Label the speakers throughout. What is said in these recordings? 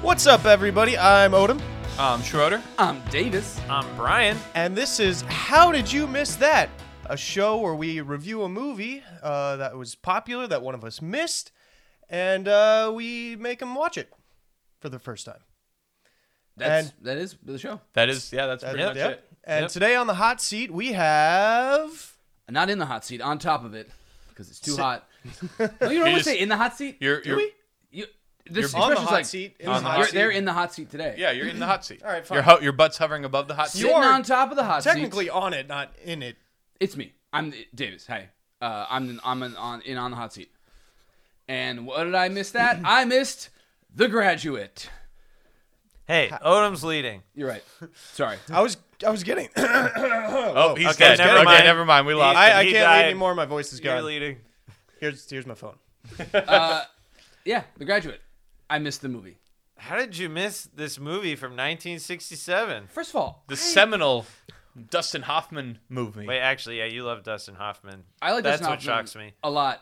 Speaker 1: What's up, everybody? I'm Odom,
Speaker 2: Um, Schroeder.
Speaker 3: I'm Davis.
Speaker 2: I'm Brian.
Speaker 1: and this is How Did You Miss That? A show where we review a movie uh, that was popular that one of us missed, and uh, we make them watch it for the first time.
Speaker 3: That's that is the show.
Speaker 2: That is, yeah, that's pretty
Speaker 1: Yep.
Speaker 2: much it.
Speaker 1: And
Speaker 2: Yep.
Speaker 1: today on the hot seat, we have.
Speaker 3: Not in the hot seat, on top of it, because it's too
Speaker 1: Sit-
Speaker 3: hot. no, you don't always
Speaker 2: just-
Speaker 3: say in the hot seat.
Speaker 2: You're, you're,
Speaker 1: we?
Speaker 3: You, this
Speaker 2: You're on the
Speaker 3: expression's
Speaker 1: hot
Speaker 3: like,
Speaker 1: seat, in
Speaker 3: you're-
Speaker 2: the hot
Speaker 3: you're-
Speaker 1: seat.
Speaker 3: They're in the hot seat today.
Speaker 2: yeah, you're in the hot seat.
Speaker 1: All right, fine.
Speaker 2: Your, ho- your butt's hovering above the hot seat.
Speaker 1: You
Speaker 3: Sitting
Speaker 1: are
Speaker 3: on top of the hot seat.
Speaker 1: Technically on it, not in it.
Speaker 3: it's me. I'm Davis. Hey, uh, I'm I'm an, on in on the hot seat. And what did I miss? That I missed the graduate.
Speaker 4: Hey, Odom's leading.
Speaker 3: You're right. Sorry.
Speaker 1: I was, I was getting.
Speaker 2: Oh, he's
Speaker 4: Okay,
Speaker 2: dead.
Speaker 4: never
Speaker 2: okay,
Speaker 4: mind.
Speaker 2: never mind. We lost.
Speaker 1: I,
Speaker 2: him.
Speaker 1: I
Speaker 4: He
Speaker 1: can't
Speaker 4: died.
Speaker 1: lead anymore. My voice is
Speaker 4: You're
Speaker 1: gone.
Speaker 4: leading.
Speaker 1: Here's, here's my phone.
Speaker 3: Yeah, the graduate. I missed the movie.
Speaker 4: How did you miss this movie from 1967?
Speaker 3: First of all,
Speaker 2: the seminal Dustin Hoffman movie.
Speaker 4: Wait, actually, yeah, you love Dustin Hoffman.
Speaker 3: I like
Speaker 4: That's
Speaker 3: Dustin
Speaker 4: what
Speaker 3: Hoffman
Speaker 4: shocks me.
Speaker 3: a lot.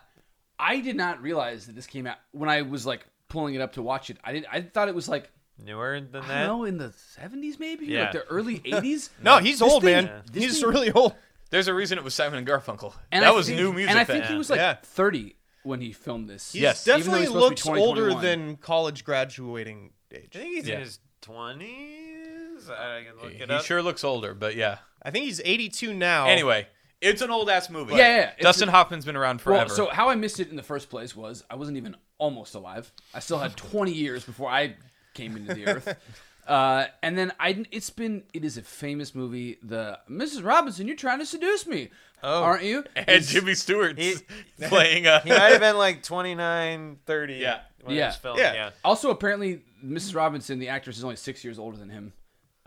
Speaker 3: I did not realize that this came out when I was like pulling it up to watch it. I did. I thought it was like
Speaker 4: Newer than
Speaker 3: I
Speaker 4: that?
Speaker 3: don't know in the seventies maybe,
Speaker 4: Yeah.
Speaker 3: like the early eighties.
Speaker 1: No, he's old,
Speaker 3: thing-
Speaker 1: man.
Speaker 3: this
Speaker 1: He's
Speaker 3: thing-
Speaker 1: really old.
Speaker 2: There's a reason it was Simon and Garfunkel.
Speaker 3: And
Speaker 2: that
Speaker 3: I
Speaker 2: was
Speaker 3: think-
Speaker 2: new music.
Speaker 3: And I
Speaker 2: then.
Speaker 3: think he was like
Speaker 1: Yeah.
Speaker 3: thirty when he filmed this.
Speaker 1: He
Speaker 2: Yes.
Speaker 3: Even though
Speaker 1: definitely
Speaker 3: he's supposed to be
Speaker 1: looks
Speaker 3: 20,
Speaker 1: older
Speaker 3: 21.
Speaker 1: than college graduating age.
Speaker 4: I think he's
Speaker 2: Yeah.
Speaker 4: in his 20s. I can look it
Speaker 2: he
Speaker 4: up.
Speaker 2: sure looks older, but yeah.
Speaker 1: I think he's 82 now.
Speaker 2: Anyway, it's an old ass movie.
Speaker 3: Yeah, yeah, yeah. It's-
Speaker 2: Dustin Hoffman's been around
Speaker 3: Well,
Speaker 2: forever.
Speaker 3: so how I missed it in the first place was I wasn't even almost alive. I still had 20 years before I came into the earth. Uh, and then I, it's been, it is a famous movie. The Mrs. Robinson, you're trying to seduce me, oh. aren't you?
Speaker 2: and Jimmy Stewart's
Speaker 4: He-
Speaker 2: playing. Uh,
Speaker 4: he might have been like 29, 30
Speaker 2: Yeah.
Speaker 4: when it
Speaker 3: Yeah.
Speaker 4: was filmed.
Speaker 1: Yeah.
Speaker 4: Yeah.
Speaker 3: Also, apparently,
Speaker 1: Hmm.
Speaker 3: Mrs. Robinson, the actress, is only six years older than him.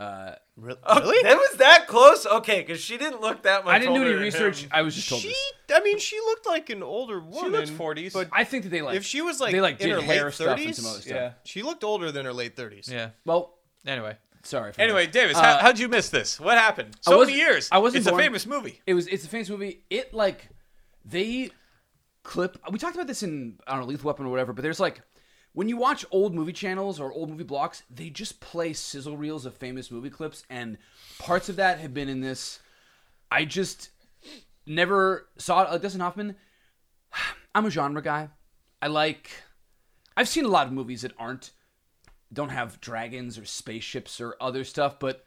Speaker 3: Uh,
Speaker 1: Re-
Speaker 4: Oh,
Speaker 1: really?
Speaker 4: That was that close? Okay, because she didn't look that much
Speaker 3: I didn't do
Speaker 4: older
Speaker 3: any
Speaker 4: than
Speaker 3: research.
Speaker 4: him.
Speaker 3: I was just told
Speaker 1: she,
Speaker 3: this.
Speaker 1: I mean, she looked like an older woman.
Speaker 2: looks 40s.
Speaker 1: But
Speaker 3: I think that they like
Speaker 1: if she was like,
Speaker 3: they like
Speaker 1: in
Speaker 3: did
Speaker 1: her
Speaker 3: hair
Speaker 1: late
Speaker 3: stuff
Speaker 1: 30s,
Speaker 3: and some other stuff.
Speaker 2: yeah.
Speaker 1: she looked older than her late 30s.
Speaker 2: Yeah.
Speaker 3: Well,
Speaker 2: Anyway.
Speaker 3: sorry. For
Speaker 2: Anyway,
Speaker 3: that.
Speaker 2: Davis,
Speaker 3: Uh,
Speaker 2: how, how'd you miss this? What happened? So
Speaker 3: wasn't-
Speaker 2: many years.
Speaker 3: I wasn't
Speaker 2: It's
Speaker 3: born.
Speaker 2: a famous movie.
Speaker 3: It was it's a famous movie. It like they clip we talked about this in I don't know Lethal Weapon or whatever, but there's like when you watch old movie channels or old movie blocks, they just play sizzle reels of famous movie clips and parts of that have been in this. I just never saw it. Like Dustin Hoffman, I'm a genre guy. I like I've seen a lot of movies that aren't don't have dragons or spaceships or other stuff, but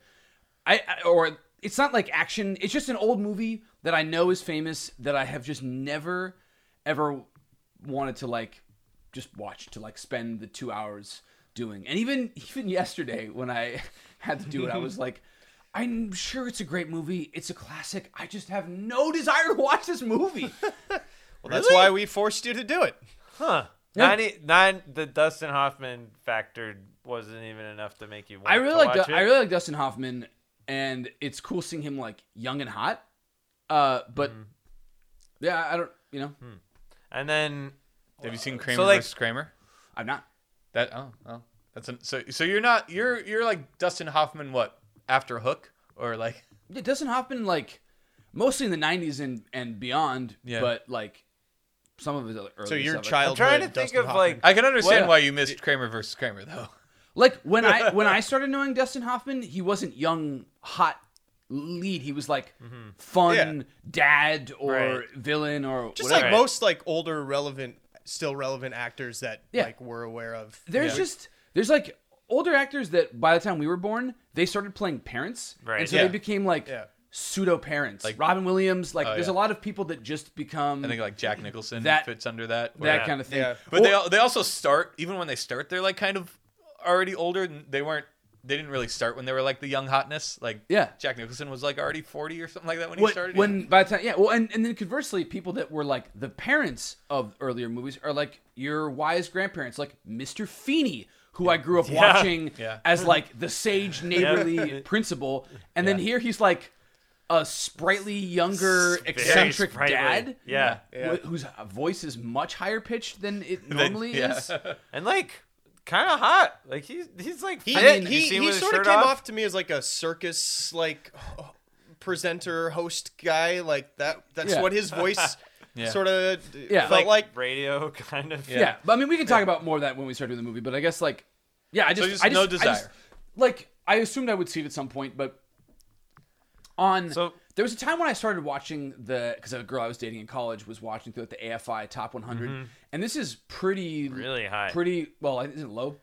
Speaker 3: I, I or it's not like action. It's just an old movie that I know is famous that I have just never ever wanted to like just watch to like spend the 2 hours doing. And even even yesterday when I had to do it I was like I'm sure it's a great movie. It's a classic. I just have no desire to watch this movie.
Speaker 1: Well, that's why we forced you to do it.
Speaker 4: Huh.
Speaker 3: Yeah.
Speaker 4: 90, nine, the Dustin Hoffman factor wasn't even enough to make you want
Speaker 3: I really
Speaker 4: to
Speaker 3: like
Speaker 4: watch
Speaker 3: Du-
Speaker 4: it.
Speaker 3: I really like Dustin Hoffman, and it's cool seeing him like young and hot. Uh, but
Speaker 4: Mm-hmm.
Speaker 3: yeah, I don't. You know,
Speaker 4: Hmm. And then
Speaker 2: Have you seen Kramer
Speaker 4: like-
Speaker 2: versus Kramer?
Speaker 3: I'm not.
Speaker 2: That oh oh that's an, so so you're not you're you're like Dustin Hoffman what after Hook or like
Speaker 3: Yeah, Dustin Hoffman like mostly in the '90s and and beyond.
Speaker 2: Yeah.
Speaker 3: But like some of his other early
Speaker 1: So your
Speaker 3: stuff, like-
Speaker 1: childhood.
Speaker 4: trying to think
Speaker 1: Dustin
Speaker 4: of
Speaker 1: Hoffman.
Speaker 4: like
Speaker 2: I can understand
Speaker 3: Well,
Speaker 2: why you missed Kramer versus Kramer though.
Speaker 3: Like when I when I started knowing Dustin Hoffman, he wasn't young, hot lead. He was like fun
Speaker 1: Yeah.
Speaker 3: dad or
Speaker 4: Right.
Speaker 3: villain or
Speaker 1: just
Speaker 3: whatever.
Speaker 1: like
Speaker 4: Right.
Speaker 1: most like older relevant, still relevant actors that
Speaker 3: Yeah.
Speaker 1: like we're aware of.
Speaker 3: There's just there's like older actors that by the time we were born, they started playing parents,
Speaker 4: Right.
Speaker 3: and so
Speaker 2: Yeah.
Speaker 3: they became like
Speaker 1: Yeah.
Speaker 3: pseudo parents. Like
Speaker 2: Like-
Speaker 3: Robin Williams, like there's
Speaker 2: yeah.
Speaker 3: a lot of people that just become
Speaker 2: I think like Jack Nicholson
Speaker 3: That-
Speaker 2: fits under that. or-
Speaker 3: that
Speaker 4: Yeah.
Speaker 3: kind of thing.
Speaker 1: Yeah.
Speaker 2: but they al- they also start even when they start they're like kind of already older and they weren't they didn't really start when they were like the young hotness like
Speaker 3: Yeah.
Speaker 2: Jack Nicholson was like already 40 or something like that when he
Speaker 3: when,
Speaker 2: started
Speaker 3: when by the time yeah, well, and and then conversely, people that were like the parents of earlier movies are like your wise grandparents, like Mr. Feeney. Who I grew up watching
Speaker 2: Yeah.
Speaker 3: as like the sage neighborly principal, and then here he's like a sprightly younger
Speaker 4: very
Speaker 3: eccentric
Speaker 4: sprightly.
Speaker 3: dad.
Speaker 4: Yeah.
Speaker 3: wh- whose voice is much higher pitched than it normally
Speaker 2: yeah.
Speaker 3: is.
Speaker 4: and like kind of hot. Like he's he's like
Speaker 1: He,
Speaker 4: fit. You
Speaker 1: he,
Speaker 4: see
Speaker 1: he,
Speaker 4: him with his
Speaker 1: sort of
Speaker 4: shirt
Speaker 1: came off? to me as like a circus like presenter host guy like that. That's
Speaker 3: Yeah.
Speaker 1: what his voice
Speaker 2: Yeah.
Speaker 1: sort of
Speaker 3: Yeah.
Speaker 1: felt
Speaker 4: like
Speaker 1: like.
Speaker 4: radio kind of.
Speaker 3: Yeah. but I mean, we can talk about more of that when we start doing the movie. But I guess like Yeah, I just,
Speaker 2: just
Speaker 3: I just
Speaker 2: no
Speaker 3: I just-
Speaker 2: desire.
Speaker 3: like I assumed I would see it at some point, but on
Speaker 4: So-
Speaker 3: there was a time when I started watching the because a girl I was dating in college was watching through like the AFI Top 100,
Speaker 2: Mm-hmm.
Speaker 3: and this is pretty
Speaker 4: Really high.
Speaker 3: pretty well. Is it low?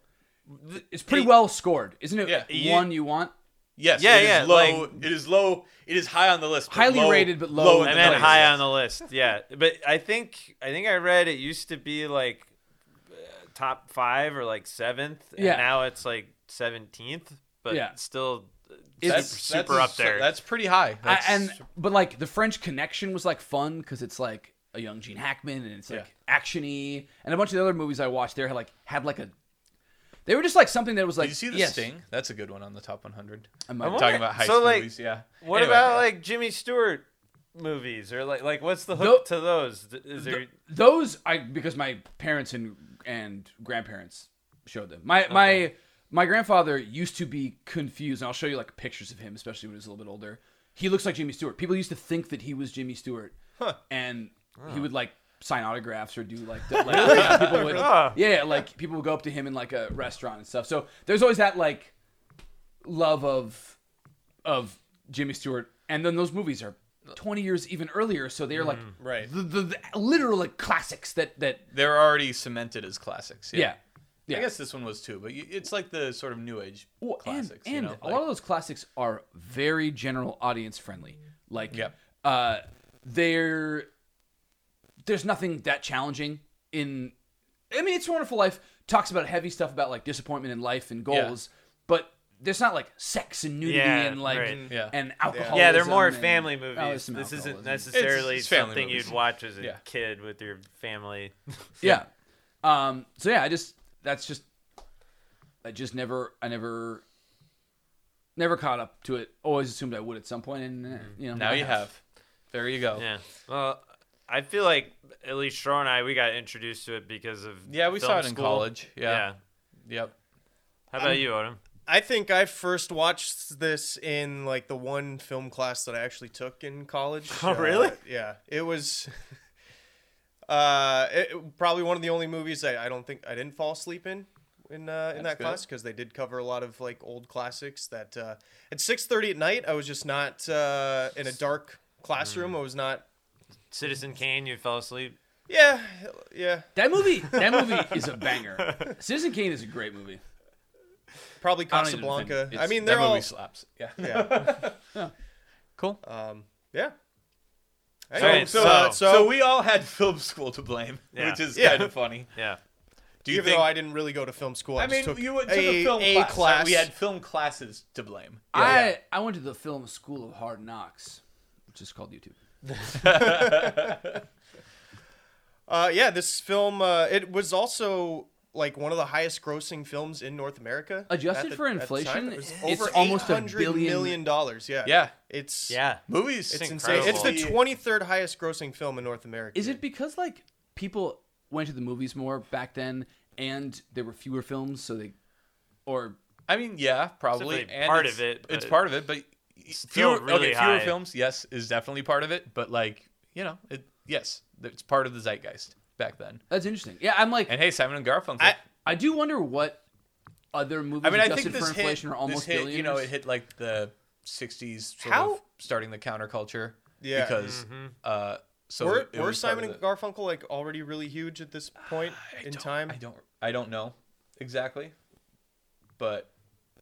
Speaker 3: It's pretty well scored, isn't it?
Speaker 2: Yeah,
Speaker 4: you-
Speaker 3: one you want.
Speaker 2: Yes.
Speaker 4: Yeah,
Speaker 2: it is
Speaker 4: yeah,
Speaker 2: Low.
Speaker 4: like-
Speaker 2: it is low. It is high on the list. but
Speaker 3: Highly
Speaker 2: low-
Speaker 3: rated, but low
Speaker 2: in
Speaker 4: I
Speaker 2: the
Speaker 4: meant
Speaker 2: place.
Speaker 4: high on the list. Yeah, but I think I think I read it used to be like uh, top five or like seventh, and
Speaker 3: Yeah.
Speaker 4: now it's like seventeenth. But
Speaker 3: Yeah.
Speaker 4: still, uh,
Speaker 3: It's-
Speaker 4: super,
Speaker 2: that's
Speaker 4: super
Speaker 2: a-
Speaker 4: up there.
Speaker 2: That's pretty high.
Speaker 3: I,
Speaker 2: That's,
Speaker 3: and but like the French Connection was like fun because it's like a young Gene Hackman and it's like actiony, and a bunch of the other movies I watched there had like had like a. They were just like something that was like.
Speaker 2: did you see the
Speaker 3: yes.
Speaker 2: Sting? That's a good one on the top 100.
Speaker 3: I
Speaker 2: I'm
Speaker 3: might-
Speaker 2: talking about heist
Speaker 4: So, like,
Speaker 2: movies. Yeah.
Speaker 4: what
Speaker 2: Anyway,
Speaker 4: about
Speaker 2: yeah.
Speaker 4: like Jimmy Stewart movies or like like what's the hook to those? Th- Is there?
Speaker 3: Th- those I because my parents and and grandparents showed them. My my my grandfather used to be confused, and I'll show you like pictures of him, especially when he was a little bit older. He looks like Jimmy Stewart. People used to think that he was Jimmy Stewart, and he would like sign autographs or do like, the, like people would,
Speaker 4: Oh.
Speaker 3: yeah, like people would go up to him in like a restaurant and stuff. So there's always that like love of of Jimmy Stewart, and then those movies are 20 years even earlier, so they're like
Speaker 2: Mm. Right.
Speaker 3: the, the, the literal like, classics that that
Speaker 2: They're already cemented as classics.
Speaker 3: yeah. Yeah.
Speaker 2: I guess this one was too, but you, it's like the sort of new age
Speaker 3: Well, and,
Speaker 2: classics.
Speaker 3: and
Speaker 2: you know?
Speaker 3: a lot of those classics are very general audience friendly. Like
Speaker 2: Yep.
Speaker 3: uh they're there's nothing that challenging in I mean it's a wonderful life talks about heavy stuff about like disappointment in life and goals, but there's not like sex and nudity
Speaker 4: Yeah,
Speaker 3: and like
Speaker 4: right.
Speaker 2: Yeah.
Speaker 3: and alcohol.
Speaker 4: Yeah, they're more family movies.
Speaker 3: some
Speaker 4: This
Speaker 3: alcoholism.
Speaker 4: isn't
Speaker 3: It's-
Speaker 4: necessarily
Speaker 2: it's family
Speaker 4: something
Speaker 2: movies.
Speaker 4: you'd watch as a
Speaker 2: Yeah.
Speaker 4: kid with your family.
Speaker 3: Yeah. Um, so yeah, I just that's just I just never I never never caught up to it. Always assumed I would at some point, and uh, you know
Speaker 2: Mm-hmm. now you have. There you go.
Speaker 4: Yeah. Well, I feel like at least Shaw and I we got introduced to it because of
Speaker 2: Yeah, we
Speaker 4: film
Speaker 2: saw it in
Speaker 4: school.
Speaker 2: college. Yeah.
Speaker 4: yeah.
Speaker 2: Yep.
Speaker 4: How about you, Odom?
Speaker 1: I think I first watched this in like the one film class that I actually took in college. Uh,
Speaker 4: Oh, really?
Speaker 1: Yeah, it was uh, it, probably one of the only movies I, I don't think I didn't fall asleep in in uh, in that
Speaker 2: good.
Speaker 1: class because they did cover a lot of like old classics. That uh, at six thirty at night, I was just not uh, in a dark classroom.
Speaker 2: Mm.
Speaker 1: I was not.
Speaker 4: Citizen Kane, you fell asleep.
Speaker 1: Yeah, yeah.
Speaker 3: that movie. That movie is a banger. Citizen Kane is a great movie.
Speaker 1: Probably
Speaker 3: I don't even think
Speaker 1: Casablanca. I
Speaker 3: it's-
Speaker 1: mean,
Speaker 2: That
Speaker 1: they're
Speaker 2: movie
Speaker 1: all.
Speaker 2: slaps. Yeah.
Speaker 1: Yeah.
Speaker 2: Cool.
Speaker 1: Um, yeah.
Speaker 4: Alright,
Speaker 2: so,
Speaker 4: so-
Speaker 2: uh, so,
Speaker 1: so-
Speaker 2: we all had film school to blame,
Speaker 4: Yeah.
Speaker 2: which is
Speaker 1: Yeah.
Speaker 2: kind of funny.
Speaker 4: Yeah.
Speaker 2: Do you
Speaker 1: Even
Speaker 2: think?
Speaker 1: though I didn't really go to film school, I,
Speaker 2: I mean,
Speaker 1: just took
Speaker 2: you went
Speaker 1: a,
Speaker 2: to the film
Speaker 1: a
Speaker 2: class. so
Speaker 1: class.
Speaker 2: We had film classes to blame.
Speaker 3: I I went to the film School of Hard Knocks, which is called YouTube.
Speaker 1: Uh, yeah, this film. Uh, it was also like one of the highest-grossing films in North America.
Speaker 3: Adjusted
Speaker 1: at the-
Speaker 3: for
Speaker 1: at the time.
Speaker 3: inflation,
Speaker 1: it was
Speaker 3: it's
Speaker 1: over
Speaker 3: almost a
Speaker 1: $800
Speaker 3: billion-
Speaker 1: million dollars. Yeah,
Speaker 2: Yeah.
Speaker 1: It's
Speaker 4: Yeah.
Speaker 2: Movies.
Speaker 1: it's insane.
Speaker 4: incredible.
Speaker 1: It's the twenty-third highest-grossing film in North America.
Speaker 3: Is it because like people went to the movies more back then, and there were fewer films, so they or
Speaker 2: I mean, yeah, probably.
Speaker 4: Simply part
Speaker 2: it's-
Speaker 4: of it,
Speaker 2: It's
Speaker 4: but
Speaker 2: part of it, but
Speaker 4: still
Speaker 2: fewer,
Speaker 4: really
Speaker 2: okay, fewer
Speaker 4: high.
Speaker 2: films, yes, is definitely part of it. But like, you know, it yes, it's part of the zeitgeist back then.
Speaker 3: that's interesting. Yeah, I'm like
Speaker 2: And hey, Simon and Garfunkel.
Speaker 1: I-
Speaker 3: I do wonder what other movies
Speaker 2: I mean, I
Speaker 3: adjusted
Speaker 2: think this
Speaker 3: for inflation
Speaker 2: hit,
Speaker 3: are
Speaker 2: this
Speaker 3: almost
Speaker 2: hit,
Speaker 3: billions.
Speaker 2: you know, it hit like the '60s, sort
Speaker 1: How-
Speaker 2: of starting the counterculture.
Speaker 1: Yeah. Mm-hmm.
Speaker 2: Because uh, so
Speaker 1: Were,
Speaker 2: it- it
Speaker 1: were
Speaker 2: was part
Speaker 1: Simon
Speaker 2: of
Speaker 1: and
Speaker 2: the-
Speaker 1: Garfunkel like already really huge at this point in
Speaker 2: don't-
Speaker 1: time?
Speaker 2: I don't, I don't know exactly, but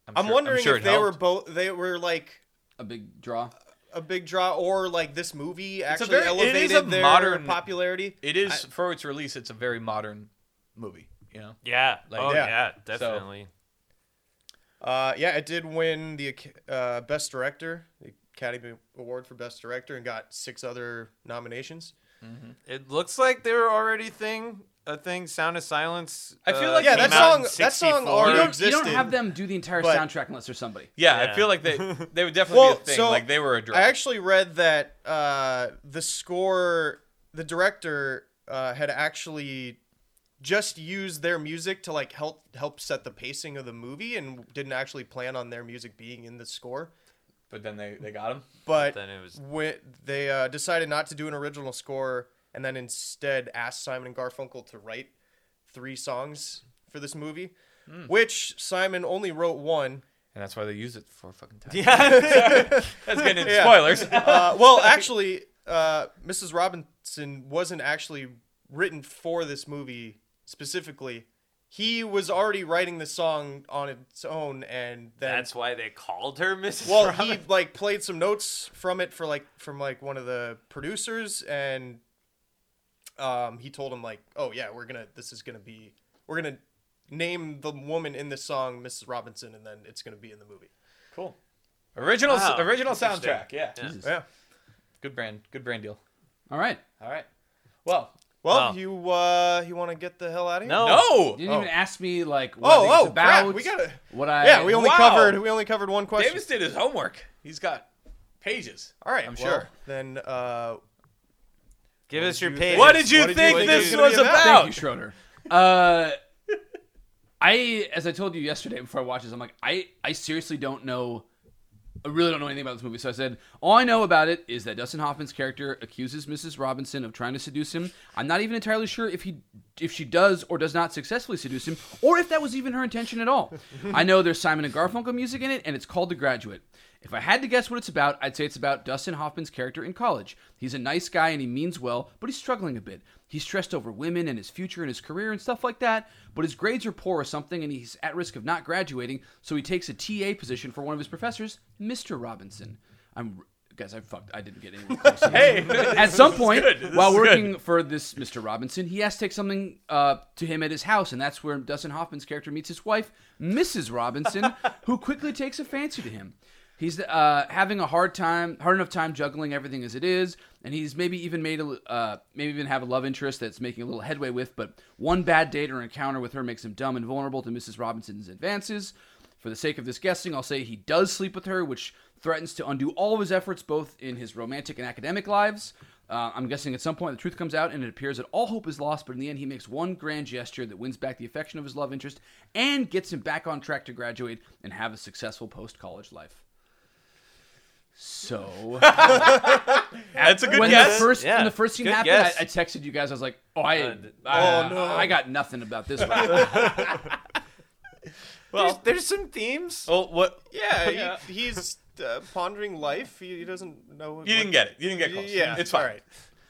Speaker 2: I'm,
Speaker 1: I'm
Speaker 2: sure-
Speaker 1: wondering
Speaker 2: sure
Speaker 1: if
Speaker 2: it
Speaker 1: they were
Speaker 2: helped.
Speaker 1: both. They were like
Speaker 3: a big draw.
Speaker 1: a big draw, or like this movie
Speaker 2: a
Speaker 1: actually
Speaker 2: very- it
Speaker 1: elevated
Speaker 2: is a
Speaker 1: their
Speaker 2: modern-
Speaker 1: popularity.
Speaker 2: It is for its release. It's a very modern movie. You know.
Speaker 4: Yeah.
Speaker 2: Like-
Speaker 4: oh
Speaker 1: Yeah.
Speaker 4: yeah, definitely.
Speaker 1: Uh, yeah, it did win the Ac- uh, best director, the Academy Award for best director, and got six other nominations.
Speaker 4: It looks like they were already thing a thing. Sound of Silence.
Speaker 2: I feel
Speaker 4: uh,
Speaker 2: like- Yeah,
Speaker 4: came
Speaker 2: that
Speaker 4: out in
Speaker 1: song- that song
Speaker 4: 64.
Speaker 1: already
Speaker 3: You don't, you
Speaker 1: existed,
Speaker 3: don't have them do the entire
Speaker 1: but-
Speaker 3: soundtrack unless there's somebody.
Speaker 2: Yeah, I
Speaker 4: Yeah.
Speaker 2: feel like they they would definitely
Speaker 1: Well,
Speaker 2: be a thing.
Speaker 1: so
Speaker 2: like they were a draw.
Speaker 1: I actually read that uh, the score, the director uh, had actually just used their music to like help help set the pacing of the movie, and didn't actually plan on their music being in the score.
Speaker 2: but then they, they got him.
Speaker 1: But
Speaker 4: Then it was-
Speaker 1: when they uh, decided not to do an original score, and then instead asked Simon and Garfunkel to write three songs for this movie. which Simon only wrote one.
Speaker 2: and that's why they use it for fucking time.
Speaker 4: Yeah.
Speaker 2: That's getting into
Speaker 1: Yeah.
Speaker 2: spoilers.
Speaker 1: Uh, well, actually, uh, Mrs. Robinson wasn't actually written for this movie specifically. He was already writing the song on its own, and then
Speaker 4: That's why they called her Mrs.
Speaker 1: well,
Speaker 4: Robinson.
Speaker 1: he like played some notes from it for like from like one of the producers, and um, he told him like, oh yeah, we're gonna this is gonna be we're gonna name the woman in the song Mrs. Robinson, and then it's gonna be in the movie.
Speaker 2: cool. Original
Speaker 4: Wow.
Speaker 2: original
Speaker 4: Interesting.
Speaker 2: soundtrack. Yeah.
Speaker 1: Yeah.
Speaker 2: Good brand. Good brand deal.
Speaker 3: All right.
Speaker 2: All right. Well,
Speaker 1: Well,
Speaker 4: Wow.
Speaker 1: you uh, you want to get the hell out of here?
Speaker 4: No.
Speaker 2: no.
Speaker 3: You didn't even ask me like what
Speaker 1: Oh,
Speaker 3: I think
Speaker 1: oh,
Speaker 3: it's about.
Speaker 1: crap. We gotta.
Speaker 3: what I
Speaker 1: Yeah, we only
Speaker 2: Wow.
Speaker 1: covered we only covered one question.
Speaker 2: Davis did his homework. He's got pages.
Speaker 1: All right,
Speaker 2: I'm
Speaker 1: well,
Speaker 2: sure.
Speaker 1: Then uh,
Speaker 4: Give us
Speaker 1: did
Speaker 4: your
Speaker 1: you
Speaker 4: page.
Speaker 1: think?
Speaker 2: What did you
Speaker 1: What did you
Speaker 2: think
Speaker 1: think
Speaker 2: this
Speaker 1: it was gonna
Speaker 2: was
Speaker 1: be about?
Speaker 2: about?
Speaker 3: Thank you, Schroeder. Uh, I, as I told you yesterday before I watched this, I'm like, I, I seriously don't know. I really don't know anything about this movie. So I said, all I know about it is that Dustin Hoffman's character accuses Mrs. Robinson of trying to seduce him. I'm not even entirely sure if he, if she does or does not successfully seduce him, or if that was even her intention at all. I know there's Simon and Garfunkel music in it, and it's called The Graduate. If I had to guess what it's about, I'd say it's about Dustin Hoffman's character in college. He's a nice guy and he means well, but he's struggling a bit. He's stressed over women and his future and his career and stuff like that, but his grades are poor or something and he's at risk of not graduating, so he takes a TA position for one of his professors, Mr. Robinson. I'm guys, I fucked. I didn't get anywhere close. to this.
Speaker 2: Hey.
Speaker 3: At some point,
Speaker 2: good. This
Speaker 3: while
Speaker 2: is good.
Speaker 3: working for this Mr. Robinson, he has to take something uh, to him at his house, and that's where Dustin Hoffman's character meets his wife, Mrs. Robinson, who quickly takes a fancy to him. He's uh, having a hard time, hard enough time juggling everything as it is, and he's maybe even made a, uh, maybe even have a love interest that's making a little headway with, but one bad date or encounter with her makes him dumb and vulnerable to Mrs. Robinson's advances. For the sake of this guessing, I'll say he does sleep with her, which threatens to undo all of his efforts both in his romantic and academic lives. Uh, I'm guessing at some point the truth comes out and it appears that all hope is lost, but in the end, he makes one grand gesture that wins back the affection of his love interest and gets him back on track to graduate and have a successful post college life. So,
Speaker 2: That's a good
Speaker 3: when
Speaker 2: guess.
Speaker 3: the first
Speaker 4: yeah.
Speaker 3: when the first scene
Speaker 4: Good
Speaker 3: happened, I,
Speaker 4: guess.
Speaker 3: I texted you guys. I was like, "Oh, I,
Speaker 4: Uh,
Speaker 3: I-
Speaker 1: oh, no.
Speaker 3: I got nothing about this one."
Speaker 4: Well, there's some themes.
Speaker 2: well, what?
Speaker 1: yeah, he-
Speaker 2: Yeah.
Speaker 1: he's uh, pondering life. He, he doesn't know.
Speaker 2: You didn't get it. You didn't get close.
Speaker 1: Yeah,
Speaker 2: It's fine.
Speaker 1: all right.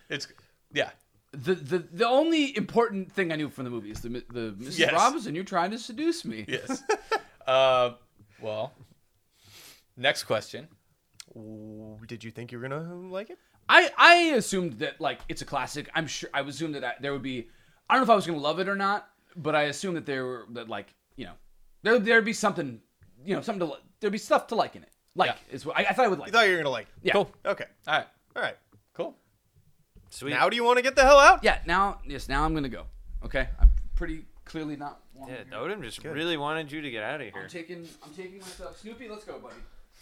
Speaker 2: It's yeah.
Speaker 3: the, the the only important thing I knew from the movie is the the Mrs.
Speaker 2: Yes.
Speaker 3: Robinson. You're trying to seduce me.
Speaker 2: Yes. uh, well, next question.
Speaker 1: Ooh, Did you think you were gonna like it?
Speaker 3: I I assumed that like it's a classic. I'm sure I assumed that I, there would be. I don't know if I was gonna love it or not, but I assumed that there were that like you know there there'd be something you know something to li- there'd be stuff to like in it. Like
Speaker 2: Yeah.
Speaker 3: is what I, I thought I would like.
Speaker 1: You thought you were gonna like. It.
Speaker 3: yeah.
Speaker 2: Cool.
Speaker 1: Okay.
Speaker 2: All right.
Speaker 1: All right.
Speaker 2: Cool.
Speaker 4: Sweet.
Speaker 1: Now do you want to get the hell out?
Speaker 3: Yeah. Now yes. Now I'm gonna go. Okay. I'm pretty clearly not.
Speaker 4: yeah, Odom just really wanted you to get out of here.
Speaker 3: I'm taking. I'm taking myself. Snoopy, let's go, buddy.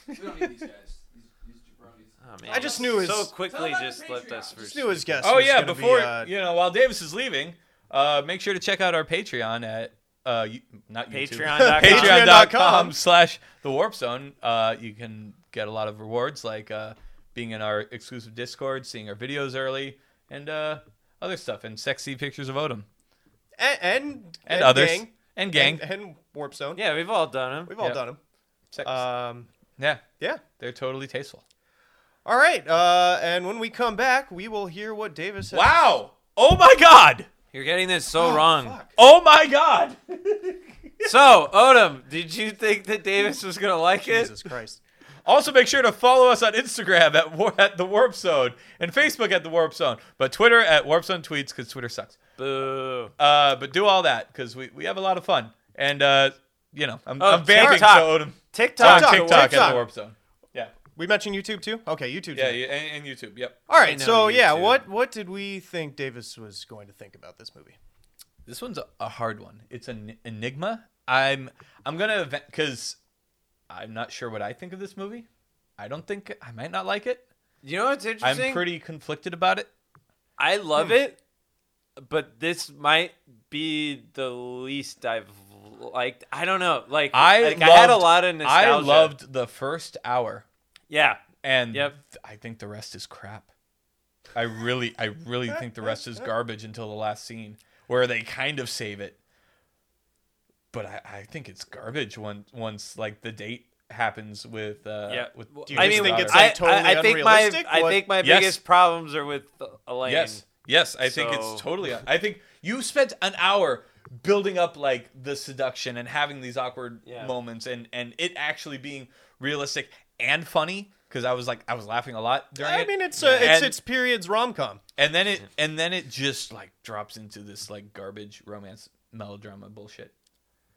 Speaker 3: We don't need these guys. These, these jabronis.
Speaker 4: Oh, man.
Speaker 1: I just knew his-
Speaker 4: so
Speaker 3: Tell
Speaker 4: quickly
Speaker 3: about
Speaker 4: just
Speaker 3: the
Speaker 4: left
Speaker 3: Patreon.
Speaker 4: us for
Speaker 1: Just knew his guess.
Speaker 2: Oh
Speaker 1: was
Speaker 2: yeah,
Speaker 1: gonna be,
Speaker 2: before
Speaker 1: uh,
Speaker 2: you know, while Davis is leaving, uh, make sure to check out our Patreon at uh, you, not YouTube.
Speaker 4: Patreon.com.
Speaker 2: Patreon.com slash the Warp Zone. Uh, you can get a lot of rewards like uh, being in our exclusive Discord, seeing our videos early, and uh, other stuff, and sexy pictures of Odom
Speaker 1: and and,
Speaker 2: and, others
Speaker 1: gang.
Speaker 2: and gang.
Speaker 1: and, and Warp Zone.
Speaker 4: Yeah, we've all done them.
Speaker 1: we've all
Speaker 2: yeah.
Speaker 1: done them.
Speaker 2: Sex.
Speaker 1: Um,
Speaker 2: yeah,
Speaker 1: yeah.
Speaker 2: they're totally tasteful.
Speaker 1: All right. Uh, and when we come back, we will hear what Davis. has-
Speaker 2: Wow! Oh my God!
Speaker 4: You're getting this so wrong.
Speaker 1: fuck.
Speaker 2: Oh my God!
Speaker 4: So, Odom, did you think that Davis was gonna like it?
Speaker 1: Jesus Christ.
Speaker 2: Also, make sure to follow us on Instagram at, war- at the Warp Zone and Facebook at the Warp Zone, but Twitter at Warp Zone Tweets because Twitter sucks.
Speaker 4: Boo.
Speaker 2: Uh, but do all that because we, we have a lot of fun. And, uh, you know, I'm,
Speaker 4: Oh,
Speaker 2: I'm vamping, so
Speaker 4: TikTok.
Speaker 2: Odom.
Speaker 4: TikTok.
Speaker 2: TikTok,
Speaker 1: TikTok.
Speaker 2: TikTok at the Warp Zone. Yeah.
Speaker 1: We mentioned YouTube too. Okay, YouTube.
Speaker 2: Yeah,
Speaker 1: too.
Speaker 2: yeah and, and YouTube. Yep.
Speaker 1: All
Speaker 4: I
Speaker 1: right.
Speaker 4: know
Speaker 1: So
Speaker 4: you
Speaker 1: yeah,
Speaker 4: too.
Speaker 1: what what did we think Davis was going to think about this movie?
Speaker 2: This one's a, a hard one. It's an enigma. I'm I'm gonna because I'm not sure what I think of this movie. I don't think I might not like it.
Speaker 4: You know what's
Speaker 2: I'm
Speaker 4: interesting?
Speaker 2: pretty Hmm. conflicted about it.
Speaker 4: I love it, but this might be the least I've liked. I don't know. Like
Speaker 2: I
Speaker 4: like, I had a
Speaker 2: loved-
Speaker 4: lot of nostalgia.
Speaker 2: I loved the first hour,
Speaker 4: Yeah.
Speaker 2: and
Speaker 4: Yep.
Speaker 2: th- I think the rest is crap. I really, I really think the rest is garbage until the last scene where they kind of save it. but I, I think it's garbage once once like the date happens with uh
Speaker 4: Yeah.
Speaker 2: with
Speaker 1: Do you
Speaker 2: Dearest
Speaker 1: just think
Speaker 2: Daughter.
Speaker 1: it's, like, totally
Speaker 4: I, I think my
Speaker 1: unrealistic?
Speaker 4: I
Speaker 1: What-
Speaker 4: think my
Speaker 2: Yes.
Speaker 4: biggest problems are with Elaine.
Speaker 2: Yes. Yes, I think
Speaker 4: So-
Speaker 2: it's totally. I think you spent an hour building up like the seduction and having these awkward
Speaker 4: Yeah.
Speaker 2: moments and and it actually being realistic and funny because I was like I was laughing a lot during
Speaker 1: I
Speaker 2: it.
Speaker 1: mean, it's uh, it's
Speaker 2: And-
Speaker 1: it's periods rom com.
Speaker 2: and then it and then it just like drops into this like garbage romance melodrama bullshit.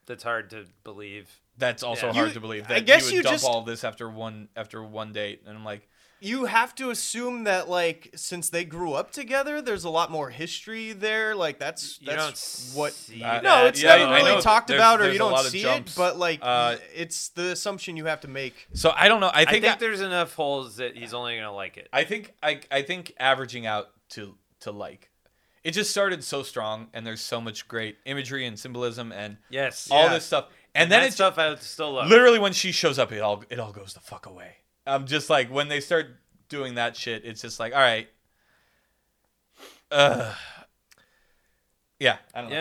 Speaker 4: That's hard to believe.
Speaker 2: That's also
Speaker 4: Yeah.
Speaker 2: hard
Speaker 1: You-
Speaker 2: to believe.
Speaker 1: I
Speaker 2: That
Speaker 1: guess
Speaker 2: you would
Speaker 1: you
Speaker 2: dump
Speaker 1: just-
Speaker 2: all this after one after one date, and I'm like,
Speaker 1: You have to assume that like since they grew up together, there's a lot more history there. Like that's
Speaker 4: You don't
Speaker 1: that's what.
Speaker 4: see
Speaker 2: Uh,
Speaker 1: No,
Speaker 4: that.
Speaker 1: it's
Speaker 2: Yeah,
Speaker 1: never
Speaker 2: I know.
Speaker 1: really talked
Speaker 2: There's-
Speaker 1: about, or
Speaker 2: there's
Speaker 1: you
Speaker 2: a
Speaker 1: don't
Speaker 2: lot of
Speaker 1: see it.
Speaker 2: jumps.
Speaker 1: But like,
Speaker 2: Uh,
Speaker 1: it's the assumption you have to make.
Speaker 2: so I don't know. I
Speaker 4: I think,
Speaker 2: think I think
Speaker 4: there's enough holes that he's only gonna like it.
Speaker 2: I, think I, I think averaging out to to like, it just started so strong, and there's so much great imagery and symbolism and
Speaker 4: Yes.
Speaker 2: all
Speaker 1: Yeah.
Speaker 2: this stuff, Oh, and then
Speaker 4: that
Speaker 2: it's
Speaker 4: stuff I still love.
Speaker 2: literally when she shows up, it all it all goes the fuck away. I'm just like when they start doing that shit, it's just like all right, uh, yeah, I don't know.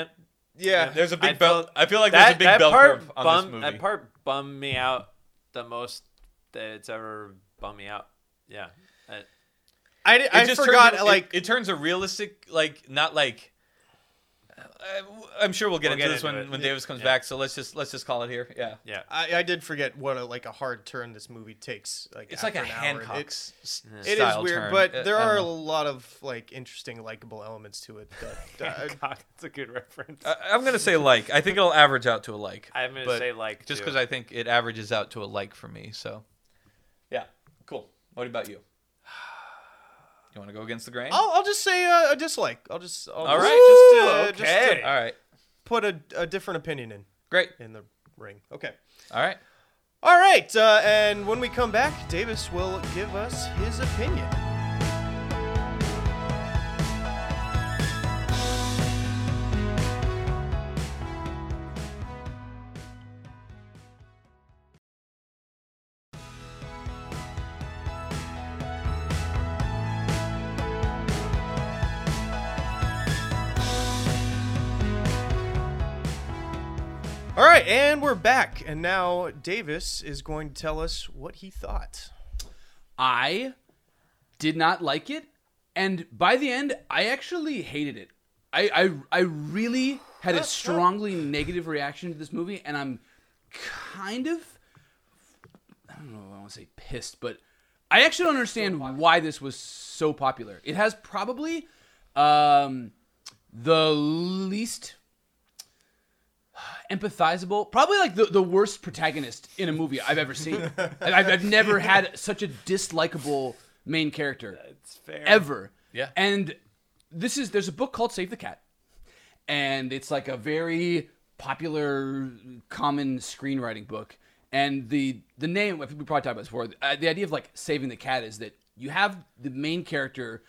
Speaker 4: Yeah.
Speaker 1: Yeah,
Speaker 2: There's a big
Speaker 4: I
Speaker 2: bell.
Speaker 4: felt-
Speaker 2: I feel like there's a
Speaker 4: That,
Speaker 2: big
Speaker 4: that
Speaker 2: bell
Speaker 4: part
Speaker 2: curve on this
Speaker 4: bummed
Speaker 2: movie.
Speaker 4: that part bummed me out the most that it's ever bummed me out. Yeah. I-
Speaker 1: I,
Speaker 2: It
Speaker 1: I
Speaker 2: just
Speaker 1: forgot.
Speaker 2: turns, it-
Speaker 1: like
Speaker 2: it, turns a realistic, like not like. I- I'm sure we'll get
Speaker 4: We'll
Speaker 2: into
Speaker 4: get
Speaker 2: this
Speaker 4: into
Speaker 2: when,
Speaker 4: it.
Speaker 2: when
Speaker 4: Yeah.
Speaker 2: Davis comes
Speaker 4: Yeah.
Speaker 2: back. So let's just let's just call it here. Yeah,
Speaker 4: yeah.
Speaker 1: I, I did forget what a, like a hard turn this movie takes. Like
Speaker 2: it's like a
Speaker 1: after an hour. It-
Speaker 2: Hancock's. s-
Speaker 1: It is
Speaker 2: style
Speaker 1: weird,
Speaker 2: turn.
Speaker 1: but
Speaker 2: Uh,
Speaker 1: there
Speaker 2: I don't
Speaker 1: are a
Speaker 2: know.
Speaker 1: lot of like interesting, likable elements to it. That, uh,
Speaker 4: Hancock, That's a good reference.
Speaker 2: I, I'm gonna say like. I think it'll average out to a like.
Speaker 4: I'm gonna
Speaker 2: Uh, but
Speaker 4: say like
Speaker 2: just
Speaker 4: too.
Speaker 2: because I think it averages out to a like for me. So, yeah, cool. What about you? You want to go against the grain?
Speaker 1: I'll, I'll just say uh, a dislike. I'll just I'll just-
Speaker 2: All
Speaker 1: uh,
Speaker 2: right.
Speaker 1: just to, just to
Speaker 4: okay.
Speaker 2: All right.
Speaker 1: put a, a different opinion in
Speaker 2: Great.
Speaker 1: in the ring. Okay.
Speaker 2: All right.
Speaker 1: All right, uh, and when we come back, Davis will give us his opinion. All right, and we're back. And now Davis is going to tell us what he thought.
Speaker 3: I did not like it, and by the end, I actually hated it. I I, I really had a strongly negative reaction to this movie, and I'm kind of I don't know. if I want to say pissed, but I actually don't understand why this was so popular. It has probably um, the least empathizable, probably like the, the worst protagonist in a movie I've ever seen. I've, I've I've never had such a dislikable main character
Speaker 4: It's fair.
Speaker 3: ever.
Speaker 2: Yeah.
Speaker 3: And this is there's a book called Save the Cat, and it's like a very popular, common screenwriting book. And the the name I think we probably talked about this before. Uh, the idea of like saving the cat is that you have the main character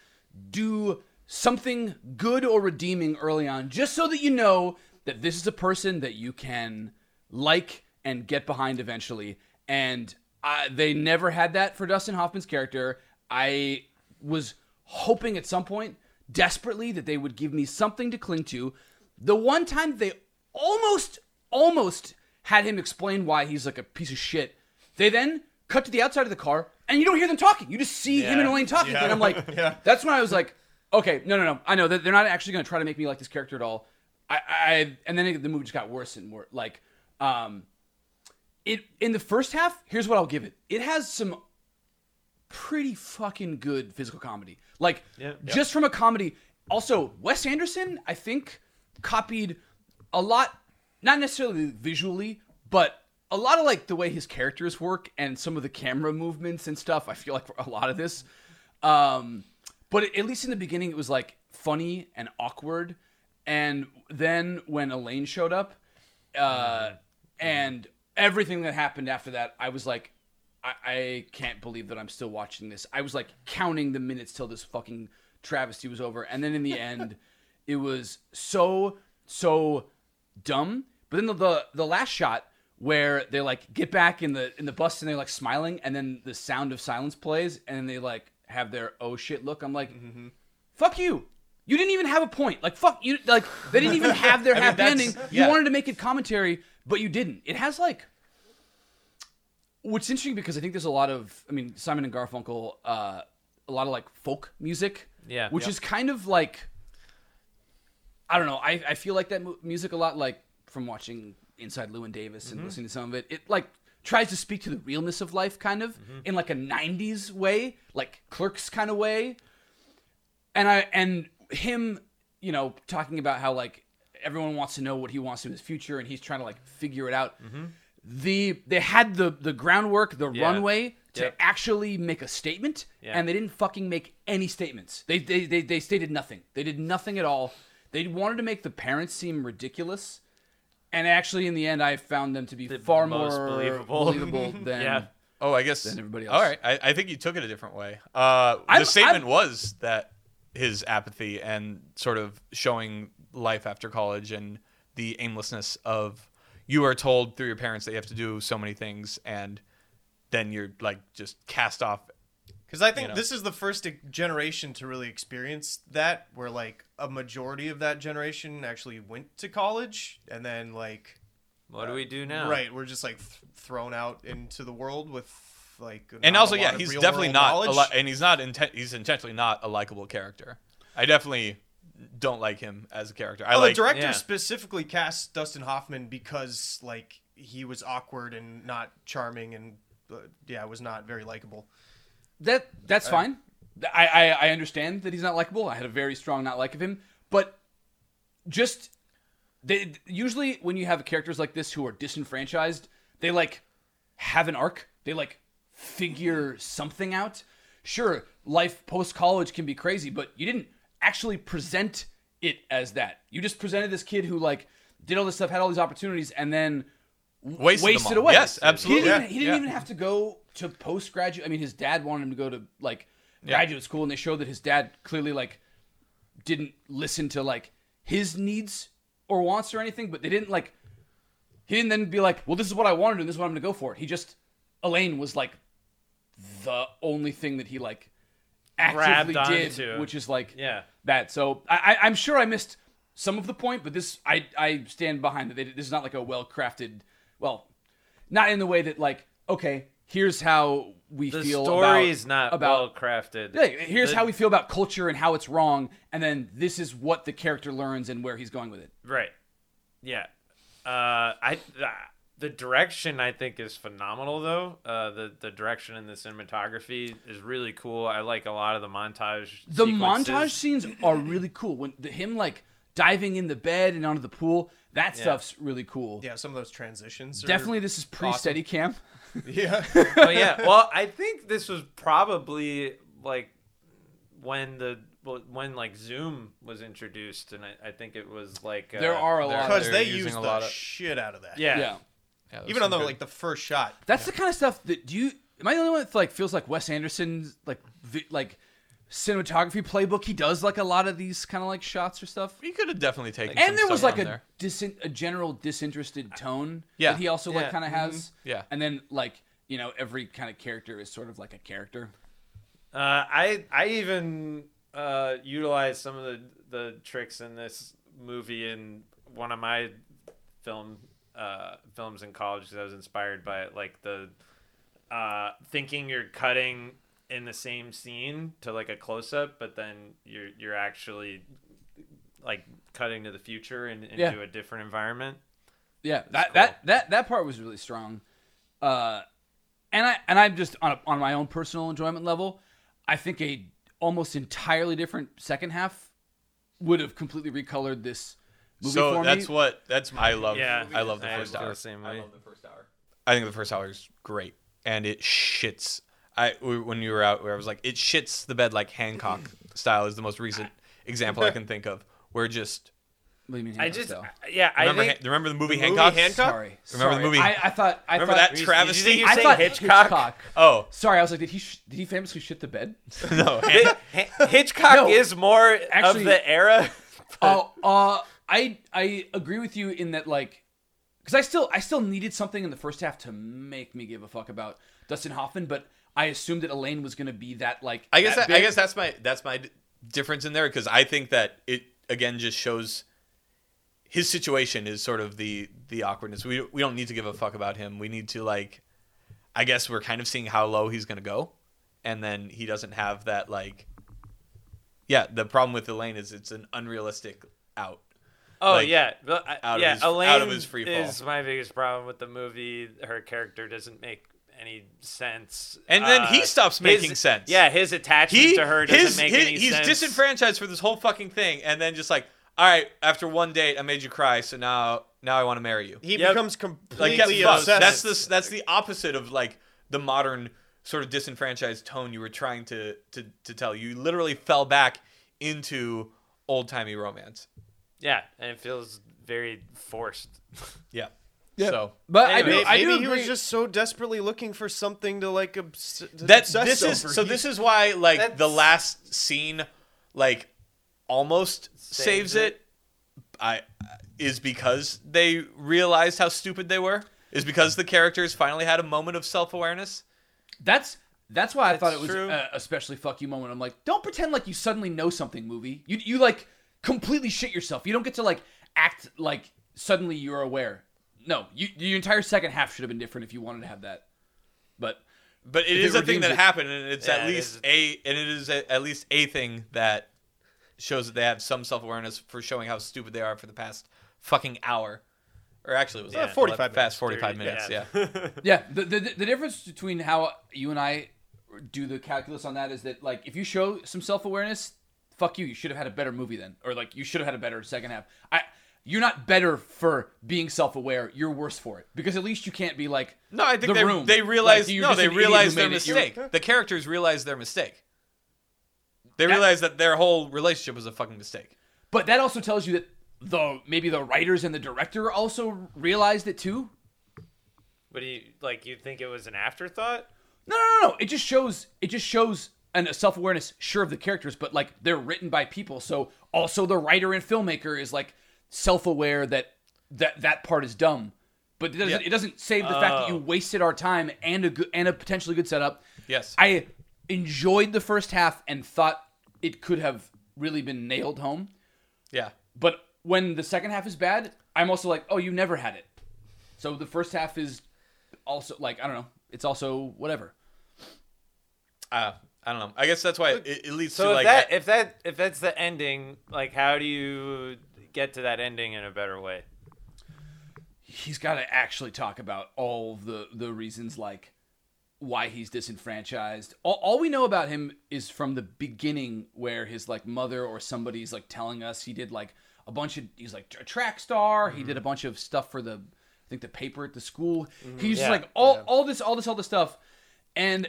Speaker 3: do something good or redeeming early on, just so that you know that this is a person that you can like and get behind eventually. And I, they never had that for Dustin Hoffman's character. I was hoping at some point, desperately, that they would give me something to cling to. The one time they almost, almost had him explain why he's like a piece of shit, they then cut to the outside of the car and you don't hear them talking. You just see him and Elaine talking. And I'm like, that's when I was like, okay, no, no, no. I know that they're not actually going to try to make me like this character at all. I, I and then it, the movie just got worse and more like, um, it in the first half. Here's what I'll give it. It has some pretty fucking good physical comedy. Like just from a comedy. Also, Wes Anderson, I think, copied a lot, not necessarily visually, but a lot of like the way his characters work and some of the camera movements and stuff. I feel like for a lot of this. Um, but at least in the beginning, it was like funny and awkward. And then when Elaine showed up, uh, and everything that happened after that, I was like, I, I can't believe that I'm still watching this. I was like counting the minutes till this fucking travesty was over, and then in the end, it was so so dumb. But then the, the the last shot where they like get back in the in the bus and they're like smiling, and then the sound of silence plays, and they like have their oh shit look. I'm like,
Speaker 2: Mm-hmm.
Speaker 3: fuck you. You didn't even have a point. Like fuck you. Like they didn't even have their happy
Speaker 2: that's-
Speaker 3: ending. You
Speaker 2: yeah.
Speaker 3: wanted to make it commentary but you didn't. It has like what's interesting because I think there's a lot of I mean Simon and Garfunkel, uh, a lot of like folk music,
Speaker 4: Yeah.
Speaker 3: which
Speaker 4: Yeah.
Speaker 3: is kind of like I don't know. I I feel like that mu- music a lot, like from watching Inside Lewin Davis
Speaker 4: Mm-hmm.
Speaker 3: and listening to some of it. It like tries to speak to the realness of life, kind of
Speaker 4: Mm-hmm.
Speaker 3: in like a '90s way, like Clerks kind of way and I and him, you know, talking about how like everyone wants to know what he wants to do in his future, and he's trying to like figure it out.
Speaker 4: Mm-hmm.
Speaker 3: The they had the the groundwork, the runway to
Speaker 4: Yep.
Speaker 3: actually make a statement, and they didn't fucking make any statements. They they, they they stated nothing. They did nothing at all. They wanted to make the parents seem ridiculous, and actually, in the end, I found them to be far
Speaker 4: most
Speaker 3: more
Speaker 4: believable.
Speaker 3: believable than
Speaker 4: Yeah.
Speaker 2: Oh, I guess.
Speaker 3: Than everybody
Speaker 2: All
Speaker 3: else.
Speaker 2: right. I, I think you took it a different way. Uh,
Speaker 3: I'm-
Speaker 2: the statement was that his apathy and sort of showing life after college and the aimlessness of you are told through your parents that you have to do so many things and then you're like just cast off.
Speaker 1: Because I think
Speaker 2: know.
Speaker 1: this is the first e-, generation to really experience that, where like a majority of that generation actually went to college, and then like
Speaker 4: What do we do now?
Speaker 1: right, we're just like th- thrown out into the world with like.
Speaker 2: And
Speaker 1: not a
Speaker 2: also,
Speaker 1: lot
Speaker 2: yeah,
Speaker 1: of
Speaker 2: he's
Speaker 1: real
Speaker 2: definitely
Speaker 1: world
Speaker 2: not a
Speaker 1: knowledge.
Speaker 2: li- and he's not inten- he's intentionally not a likable character. I definitely don't like him as a character. I
Speaker 1: Oh,
Speaker 2: like
Speaker 1: the director
Speaker 4: yeah.
Speaker 1: specifically cast Dustin Hoffman because like he was awkward and not charming and uh, yeah, was not very likable.
Speaker 3: That that's fine. I, I I understand that he's not likable. I had a very strong not like of him, but just they usually when you have characters like this who are disenfranchised, they like have an arc. They like figure something out. Sure, life post college can be crazy, but you didn't actually present it as that. You just presented this kid who like did all this stuff, had all these opportunities, and then
Speaker 2: wasted, them
Speaker 3: wasted
Speaker 2: all.
Speaker 3: away.
Speaker 2: Yes, absolutely.
Speaker 3: He didn't,
Speaker 2: Yeah,
Speaker 3: even, he didn't
Speaker 2: yeah.
Speaker 3: even have to go to postgraduate. I mean, his dad wanted him to go to like graduate school, and they showed that his dad clearly like didn't listen to like his needs or wants or anything. But they didn't like he didn't then be like, well, this is what I wanted, and this is what I'm gonna go for. He just Elaine was like the only thing that he like actively
Speaker 4: Grabbed
Speaker 3: did,
Speaker 4: onto.
Speaker 3: which is like
Speaker 4: Yeah.
Speaker 3: that. So I, I, I'm sure I missed some of the point, but this I I stand behind that. They- This is not like a well crafted, well, not in the way that like okay, here's how we
Speaker 4: The
Speaker 3: feel
Speaker 4: story
Speaker 3: about-
Speaker 4: is not
Speaker 3: about
Speaker 4: well crafted.
Speaker 3: yeah, here's how we feel about culture and how it's wrong, and then this is what the character learns and where he's going with it.
Speaker 4: Right. Yeah. Uh, I th- the direction I think is phenomenal though. Uh, the the direction in the cinematography is really cool. I like a lot of the montage.
Speaker 3: The
Speaker 4: sequences.
Speaker 3: montage scenes are really cool. When the, him like diving in the bed and onto the pool, that stuff's really cool.
Speaker 1: Yeah, some of those transitions. are-
Speaker 3: Definitely, this is pre steady cam.
Speaker 1: Yeah.
Speaker 4: oh yeah. Well, I think this was probably like when the well, when like Zoom was introduced, and I, I think it was like uh,
Speaker 3: There are a
Speaker 2: there-
Speaker 3: lot.
Speaker 1: Because
Speaker 3: Of,
Speaker 2: They're
Speaker 1: they
Speaker 2: using
Speaker 1: used
Speaker 2: a
Speaker 1: the
Speaker 2: lot of-
Speaker 1: shit out of that.
Speaker 4: yeah.
Speaker 3: yeah,
Speaker 2: Yeah, there's
Speaker 1: Even
Speaker 2: some
Speaker 1: on the
Speaker 2: good-
Speaker 1: like the first shot.
Speaker 3: that's the kind of stuff that do you? Am I the only one that like feels like Wes Anderson's like vi- like cinematography playbook? He does like a lot of these kind of like shots or stuff.
Speaker 2: he could have definitely taken. some
Speaker 3: And there was
Speaker 2: stuff
Speaker 3: like
Speaker 2: from
Speaker 3: a
Speaker 2: there.
Speaker 3: disin- a general disinterested tone
Speaker 2: Yeah.
Speaker 3: that he also like
Speaker 4: Yeah. Mm-hmm.
Speaker 3: kind of has.
Speaker 2: Yeah.
Speaker 3: and then like you know every kind of character is sort of like a character.
Speaker 4: Uh, I I even uh, utilized some of the the tricks in this movie in one of my film uh, films in college because I was inspired by it, like the uh, thinking you're cutting in the same scene to like a close up, but then you're you're actually like cutting to the future and into
Speaker 3: Yeah.
Speaker 4: a different environment.
Speaker 3: Yeah, that,
Speaker 4: cool.
Speaker 3: that that that part was really strong, uh, and I and I'm just on a, on my own personal enjoyment level, I think a almost entirely different second half would have completely recolored this movie
Speaker 2: so
Speaker 3: for
Speaker 2: that's
Speaker 3: me.
Speaker 2: what that's my I love.
Speaker 4: Yeah.
Speaker 2: I love the
Speaker 4: I
Speaker 2: first
Speaker 4: feel
Speaker 2: hour.
Speaker 4: the same way.
Speaker 2: the first hour. I think the first hour is great, and it shits. I we- when you were out, where I was like, it shits the bed like Hancock style is the most recent example I can think of. Where just
Speaker 3: What do you mean,
Speaker 4: I
Speaker 3: Hancock
Speaker 4: just
Speaker 3: style?
Speaker 4: yeah, I
Speaker 2: remember
Speaker 4: think
Speaker 2: Han- remember the movie
Speaker 1: The movie
Speaker 2: Hancock.
Speaker 1: Hancock?
Speaker 3: sorry,
Speaker 2: Remember the
Speaker 3: sorry.
Speaker 2: movie-
Speaker 3: I, I thought I
Speaker 2: Remember
Speaker 3: thought,
Speaker 2: that travesty?
Speaker 4: Did you
Speaker 3: I
Speaker 4: say
Speaker 3: thought
Speaker 4: Hitchcock?
Speaker 2: Oh
Speaker 3: Sorry, I was like, did he sh- did he famously shit the bed?
Speaker 2: no, Han-
Speaker 4: Hi- Hitchcock
Speaker 3: No.
Speaker 4: is more
Speaker 3: Actually-
Speaker 4: of the era.
Speaker 3: Oh, uh, I I agree with you in that like, because I still I still needed something in the first half to make me give a fuck about Dustin Hoffman, but I assumed that Elaine was gonna be that like.
Speaker 2: I guess
Speaker 3: that
Speaker 2: that, I
Speaker 3: big.
Speaker 2: guess that's my that's my d- difference in there because I think that it again just shows his situation is sort of the the awkwardness. We we don't need to give a fuck about him. We need to like, I guess we're kind of seeing how low he's gonna go, and then he doesn't have that like. Yeah, the problem with Elaine is it's an unrealistic out.
Speaker 4: Oh
Speaker 2: like,
Speaker 4: yeah, But I-
Speaker 2: out of
Speaker 4: yeah.
Speaker 2: his-
Speaker 4: Elaine
Speaker 2: out of his free fall.
Speaker 4: is my biggest problem with the movie. Her character doesn't make any sense,
Speaker 2: And then he
Speaker 4: Uh,
Speaker 2: stops making
Speaker 4: his-
Speaker 2: sense.
Speaker 4: Yeah, his attachment
Speaker 2: He
Speaker 4: to her doesn't
Speaker 2: his,
Speaker 4: make
Speaker 2: his
Speaker 4: any
Speaker 2: he's
Speaker 4: sense.
Speaker 2: disenfranchised for this whole fucking thing, and then just like, all right, after one date, I made you cry, so now now I want to marry you.
Speaker 1: He
Speaker 4: Yep.
Speaker 1: becomes
Speaker 2: like
Speaker 1: completely
Speaker 2: get fucked.
Speaker 1: obsessed.
Speaker 2: That's the that's the opposite of like the modern sort of disenfranchised tone you were trying to to to tell. You literally fell back into old timey romance.
Speaker 4: Yeah, and it feels very forced.
Speaker 2: Yeah.
Speaker 3: Yeah.
Speaker 2: So
Speaker 3: But
Speaker 4: Anyway,
Speaker 3: I
Speaker 1: Maybe
Speaker 3: do. I do
Speaker 1: he
Speaker 3: agree.
Speaker 1: was just so desperately looking for something to like obs- to
Speaker 2: that
Speaker 1: obsess
Speaker 2: this is
Speaker 1: over.
Speaker 2: so
Speaker 1: He-
Speaker 2: this is why like the
Speaker 4: That's-
Speaker 2: last scene like almost saves,
Speaker 4: Saves
Speaker 2: it.
Speaker 4: it.
Speaker 2: I is because they realized how stupid they were. Is because the characters finally had a moment of self awareness.
Speaker 3: That's that's why I thought it
Speaker 2: That's
Speaker 3: was
Speaker 2: true.
Speaker 3: a, especially fuck you moment. I'm like, don't pretend like you suddenly know something, movie. You you like completely shit yourself. You don't get to like act like suddenly you're aware. No, you, your entire second half should have been different if you wanted to have that. But
Speaker 2: But it
Speaker 3: If it
Speaker 2: is a thing
Speaker 3: redeems
Speaker 2: that
Speaker 3: it-
Speaker 2: happened, and it's
Speaker 4: Yeah,
Speaker 2: at
Speaker 4: it
Speaker 2: least
Speaker 4: is.
Speaker 2: a and it is a, at least a thing that shows that they have some self awareness for showing how stupid they are for the past fucking hour, or actually it was
Speaker 1: Yeah,
Speaker 2: like
Speaker 1: 45
Speaker 2: past
Speaker 1: minutes,
Speaker 2: forty five
Speaker 4: 30,
Speaker 2: minutes. Yeah.
Speaker 3: yeah, the, the the difference between how you and I do the calculus on that is that like if you show some self awareness, fuck you. You should have had a better movie then, or like you should have had a better second half. I. You're not better for being self-aware. You're worse for it because at least you can't be like
Speaker 2: No, I think
Speaker 3: The
Speaker 2: they
Speaker 3: Room.
Speaker 2: they
Speaker 3: Like,
Speaker 2: realized
Speaker 3: you're
Speaker 2: no,
Speaker 3: just
Speaker 2: they
Speaker 3: an idiot who
Speaker 2: realized their
Speaker 3: made it. You're-
Speaker 2: mistake. The characters realized their mistake. They
Speaker 3: That-
Speaker 2: realized that their whole relationship was a fucking mistake.
Speaker 3: But that also tells you that the maybe the writers and the director also realized it too.
Speaker 4: What do you like? You think it was an afterthought?
Speaker 3: No, no, no, no. It just shows it just shows an, a self awareness, sure of the characters, but like they're written by people, so also the writer and filmmaker is like self aware that that that part is dumb. But it doesn't,
Speaker 2: Yeah. Oh.
Speaker 3: it doesn't save the fact that you wasted our time and a good and a potentially good setup.
Speaker 2: Yes.
Speaker 3: I enjoyed the first half and thought it could have really been nailed home.
Speaker 2: yeah.
Speaker 3: But when the second half is bad, I'm also like, oh, you never had it. So the first half is also like, I don't know. It's also whatever.
Speaker 2: Uh, I don't know. I guess that's why it, it leads
Speaker 4: So
Speaker 2: to
Speaker 4: if
Speaker 2: like
Speaker 4: that
Speaker 2: a-
Speaker 4: if that if that's the ending, like how do you get to that ending in a better way?
Speaker 3: He's got to actually talk about all of the the reasons like why he's disenfranchised. All, all we know about him is from the beginning where his like mother or somebody's like telling us he did like a bunch of he's like a track star, he
Speaker 4: Mm-hmm.
Speaker 3: did a bunch of stuff for the I think the paper at the school. He's just
Speaker 4: Yeah.
Speaker 3: like all all this all this all this stuff and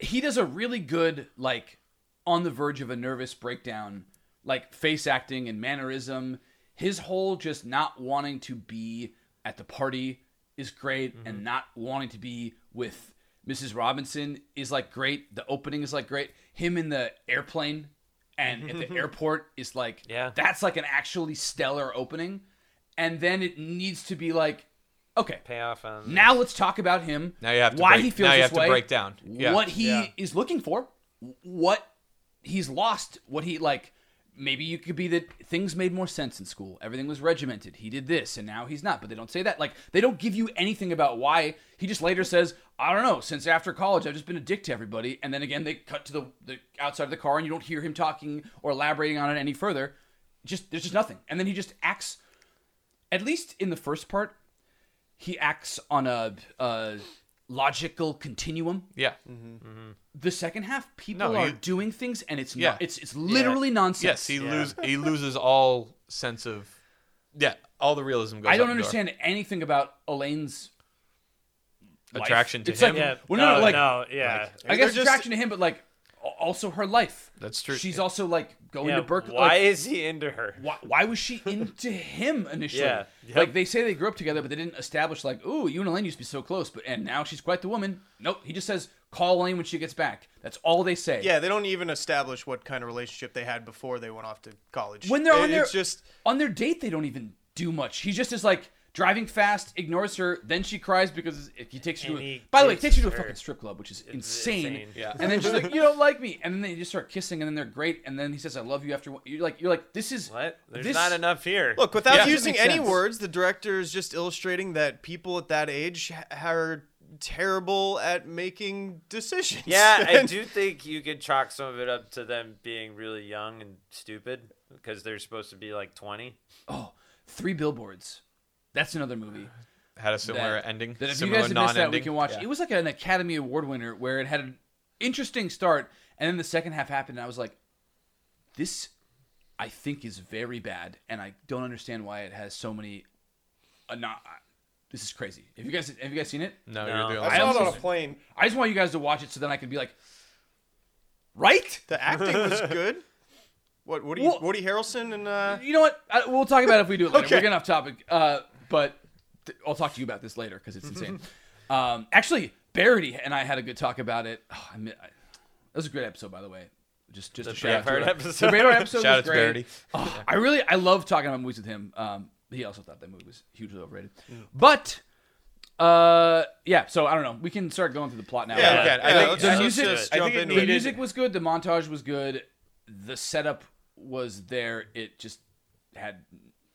Speaker 3: he does a really good like on the verge of a nervous breakdown like face acting and mannerism his whole just not wanting to be at the party is great
Speaker 2: Mm-hmm.
Speaker 3: and not wanting to be with mrs robinson is like great the opening is like great him in the airplane and at the
Speaker 2: Mm-hmm.
Speaker 3: airport is like
Speaker 4: Yeah.
Speaker 3: that's like an actually stellar opening and then it needs to be like okay
Speaker 4: Payoff on
Speaker 3: now let's talk about him.
Speaker 2: Now you have to
Speaker 3: why
Speaker 2: break-
Speaker 3: he feels
Speaker 2: now you
Speaker 3: this
Speaker 2: have to
Speaker 3: way,
Speaker 2: break down. Yeah.
Speaker 3: What he
Speaker 1: Yeah.
Speaker 3: is looking for. What he's lost. What he like. Maybe you could be that things made more sense in school. Everything was regimented. He did this, and now he's not. But they don't say that. Like they don't give you anything about why. He just later says, "I don't know." Since after college, I've just been a dick to everybody. And then again, they cut to the, the outside of the car, and you don't hear him talking or elaborating on it any further. Just there's just nothing. And then he just acts. At least in the first part, he acts on a, a logical continuum.
Speaker 2: yeah.
Speaker 3: The second half, people
Speaker 2: No,
Speaker 3: are
Speaker 2: he-
Speaker 3: doing things, and it's
Speaker 2: Yeah.
Speaker 3: not, it's it's literally nonsense.
Speaker 2: Yes, he
Speaker 4: Yeah.
Speaker 2: lose he loses all sense of yeah, all the realism goes
Speaker 3: I
Speaker 2: out
Speaker 3: don't
Speaker 2: the door.
Speaker 3: understand anything about Elaine's life.
Speaker 2: attraction to
Speaker 3: it's
Speaker 2: him.
Speaker 3: Like,
Speaker 4: Yeah.
Speaker 3: well, no,
Speaker 4: no,
Speaker 3: like
Speaker 4: no, yeah.
Speaker 3: I
Speaker 1: They're
Speaker 3: guess
Speaker 1: just-
Speaker 3: attraction to him, but like al- also her life.
Speaker 2: That's true.
Speaker 3: She's also like going
Speaker 4: yeah
Speaker 3: to Berkeley.
Speaker 4: why is he into her?
Speaker 3: why, why was she into him initially?
Speaker 4: Yeah. Yep.
Speaker 3: Like they say they grew up together, but they didn't establish like, ooh, you and Elaine used to be so close, but and now she's quite the woman. Nope. He just says, call Elaine when she gets back. That's all they say.
Speaker 1: yeah, they don't even establish what kind of relationship they had before they went off to college.
Speaker 3: When they're
Speaker 1: It-
Speaker 3: on their
Speaker 1: it's just
Speaker 3: on their date, they don't even do much. He just is like, driving fast, ignores her, then she cries because if he takes you
Speaker 4: And
Speaker 3: to
Speaker 4: he
Speaker 3: a, by the way,
Speaker 4: kisses
Speaker 3: takes you to a
Speaker 4: her.
Speaker 3: fucking strip club, which is insane.
Speaker 4: insane.
Speaker 2: Yeah.
Speaker 3: And then she's like, "You don't like me," and then they just start kissing, and then they're great, and then he says, "I love you." After one- you're like, you're like, this is
Speaker 4: What? There's
Speaker 3: this-
Speaker 4: not enough here.
Speaker 1: Look, without
Speaker 2: Yeah.
Speaker 1: using
Speaker 3: Makes
Speaker 1: any
Speaker 3: sense.
Speaker 1: words, the director is just illustrating that people at that age ha- are terrible at making decisions.
Speaker 4: Yeah, I
Speaker 1: And-
Speaker 4: do think you could chalk some of it up to them being really young and stupid because they're supposed to be like 20.
Speaker 3: Oh, three billboards. That's another movie.
Speaker 2: Had a similar
Speaker 3: that-
Speaker 2: ending.
Speaker 3: That if you
Speaker 2: similar
Speaker 3: guys have missed that, we
Speaker 2: non-ending.
Speaker 3: can watch.
Speaker 2: Yeah.
Speaker 3: It was like an Academy Award winner where it had an interesting start, and then the second half happened, and I was like, this, I think, is very bad, and I don't understand why it has so many. Uh, not, this is crazy. Have you guys have you guys seen it?
Speaker 2: No,
Speaker 4: No.
Speaker 2: you're the
Speaker 1: I
Speaker 2: only
Speaker 1: saw
Speaker 2: one.
Speaker 1: it on a
Speaker 3: also-
Speaker 1: plane.
Speaker 3: I just want you guys to watch it so then I can be like, right?
Speaker 1: The acting was good. What Woody
Speaker 3: Well-
Speaker 1: Woody Harrelson and uh,
Speaker 3: You know what? I, we'll talk about it if we do it later.
Speaker 1: Okay.
Speaker 3: We're getting off topic, uh, but th- I'll talk to you about this later because it's insane. um, actually, Barity and I had a good talk about it. Oh, I mi- I- that was a great episode, by the way. Just, just a shout out to
Speaker 4: Braveheart
Speaker 3: her.
Speaker 4: episode.
Speaker 3: The Braveheart episode
Speaker 2: Shout
Speaker 3: was
Speaker 2: out to
Speaker 3: great.
Speaker 2: Barity.
Speaker 3: Oh, I really, I love talking about movies with him. Um, he also thought that movie was hugely overrated, but. Uh yeah, so I don't know. We can start going through the plot now.
Speaker 1: Yeah,
Speaker 3: Uh,
Speaker 1: we
Speaker 2: Okay,
Speaker 1: can.
Speaker 2: I
Speaker 1: Yeah,
Speaker 2: think
Speaker 1: let's-
Speaker 3: the
Speaker 2: I-
Speaker 3: music-
Speaker 2: I
Speaker 3: I
Speaker 2: think
Speaker 1: think
Speaker 2: it
Speaker 1: it
Speaker 3: the
Speaker 2: needed-
Speaker 3: music was good. The montage was good. The setup was there. It just had,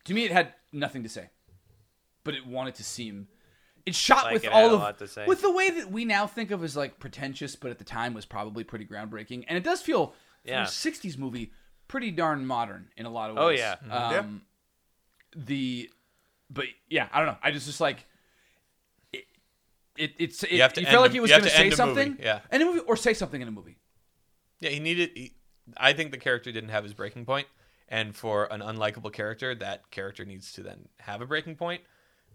Speaker 3: to me, it had nothing to say, but it wanted to seem. It shot
Speaker 4: Like
Speaker 3: with
Speaker 4: it had
Speaker 3: all
Speaker 4: a
Speaker 3: of
Speaker 4: lot to say.
Speaker 3: with the way that we now think of as like pretentious, but at the time was probably pretty groundbreaking, and it does feel
Speaker 4: Yeah.
Speaker 3: yeah. '60s movie pretty darn modern in a lot of ways.
Speaker 4: Oh, yeah. Mhm.
Speaker 3: um, the, but yeah, I don't know. I just just like. it- It, it's it, you,
Speaker 2: have to end
Speaker 3: felt like
Speaker 2: the-
Speaker 3: it was
Speaker 2: you have
Speaker 3: going to
Speaker 2: to
Speaker 3: say
Speaker 2: end a movie,
Speaker 3: something,
Speaker 2: yeah.
Speaker 3: end a movie or say something in a movie.
Speaker 2: Yeah, he needed. He, I think the character didn't have his breaking point, and for an unlikable character, that character needs to then have a breaking point.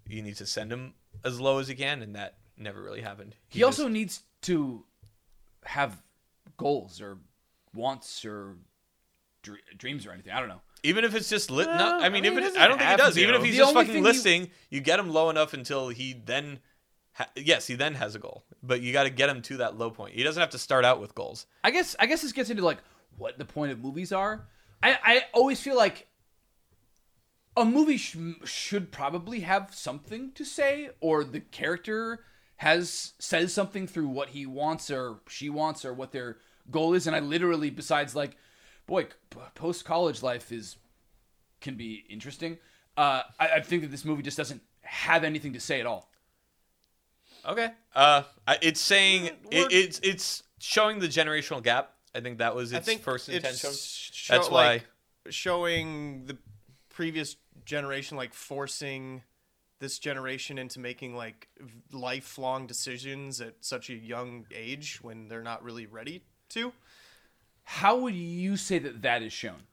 Speaker 2: You need to send him as low as he can, and that never really happened.
Speaker 3: He also needs to have goals or wants or dr- dreams or anything. I don't know.
Speaker 2: even if it's just lit.
Speaker 4: Well,
Speaker 2: no, I mean,
Speaker 4: I mean,
Speaker 2: even
Speaker 4: he
Speaker 2: if-
Speaker 4: doesn't
Speaker 2: I don't think he
Speaker 4: have
Speaker 2: does.
Speaker 4: to.
Speaker 2: Even if he's
Speaker 3: The
Speaker 2: just
Speaker 3: only
Speaker 2: fucking
Speaker 3: thing you-
Speaker 2: listing, you get him low enough until he then. Ha- yes, he then has a goal, but you got to get him to that low point. He doesn't have to start out with goals.
Speaker 3: I guess I guess this gets into like what the point of movies are. I I always feel like a movie sh- should probably have something to say or the character has says something through what he wants or she wants or what their goal is and I literally besides like boy post college life is can be interesting. Uh, I, I think that this movie just doesn't have anything to say at all.
Speaker 2: Okay. Uh, I- it's saying it,
Speaker 1: We're-
Speaker 2: it's it's showing the generational gap. I think that was its
Speaker 1: I think
Speaker 2: first
Speaker 1: it's
Speaker 2: intention.
Speaker 1: sho-
Speaker 2: That's why.
Speaker 1: like, showing the previous generation like forcing this generation into making like v- lifelong decisions at such a young age when they're not really ready to.
Speaker 3: How would you say that that is shown?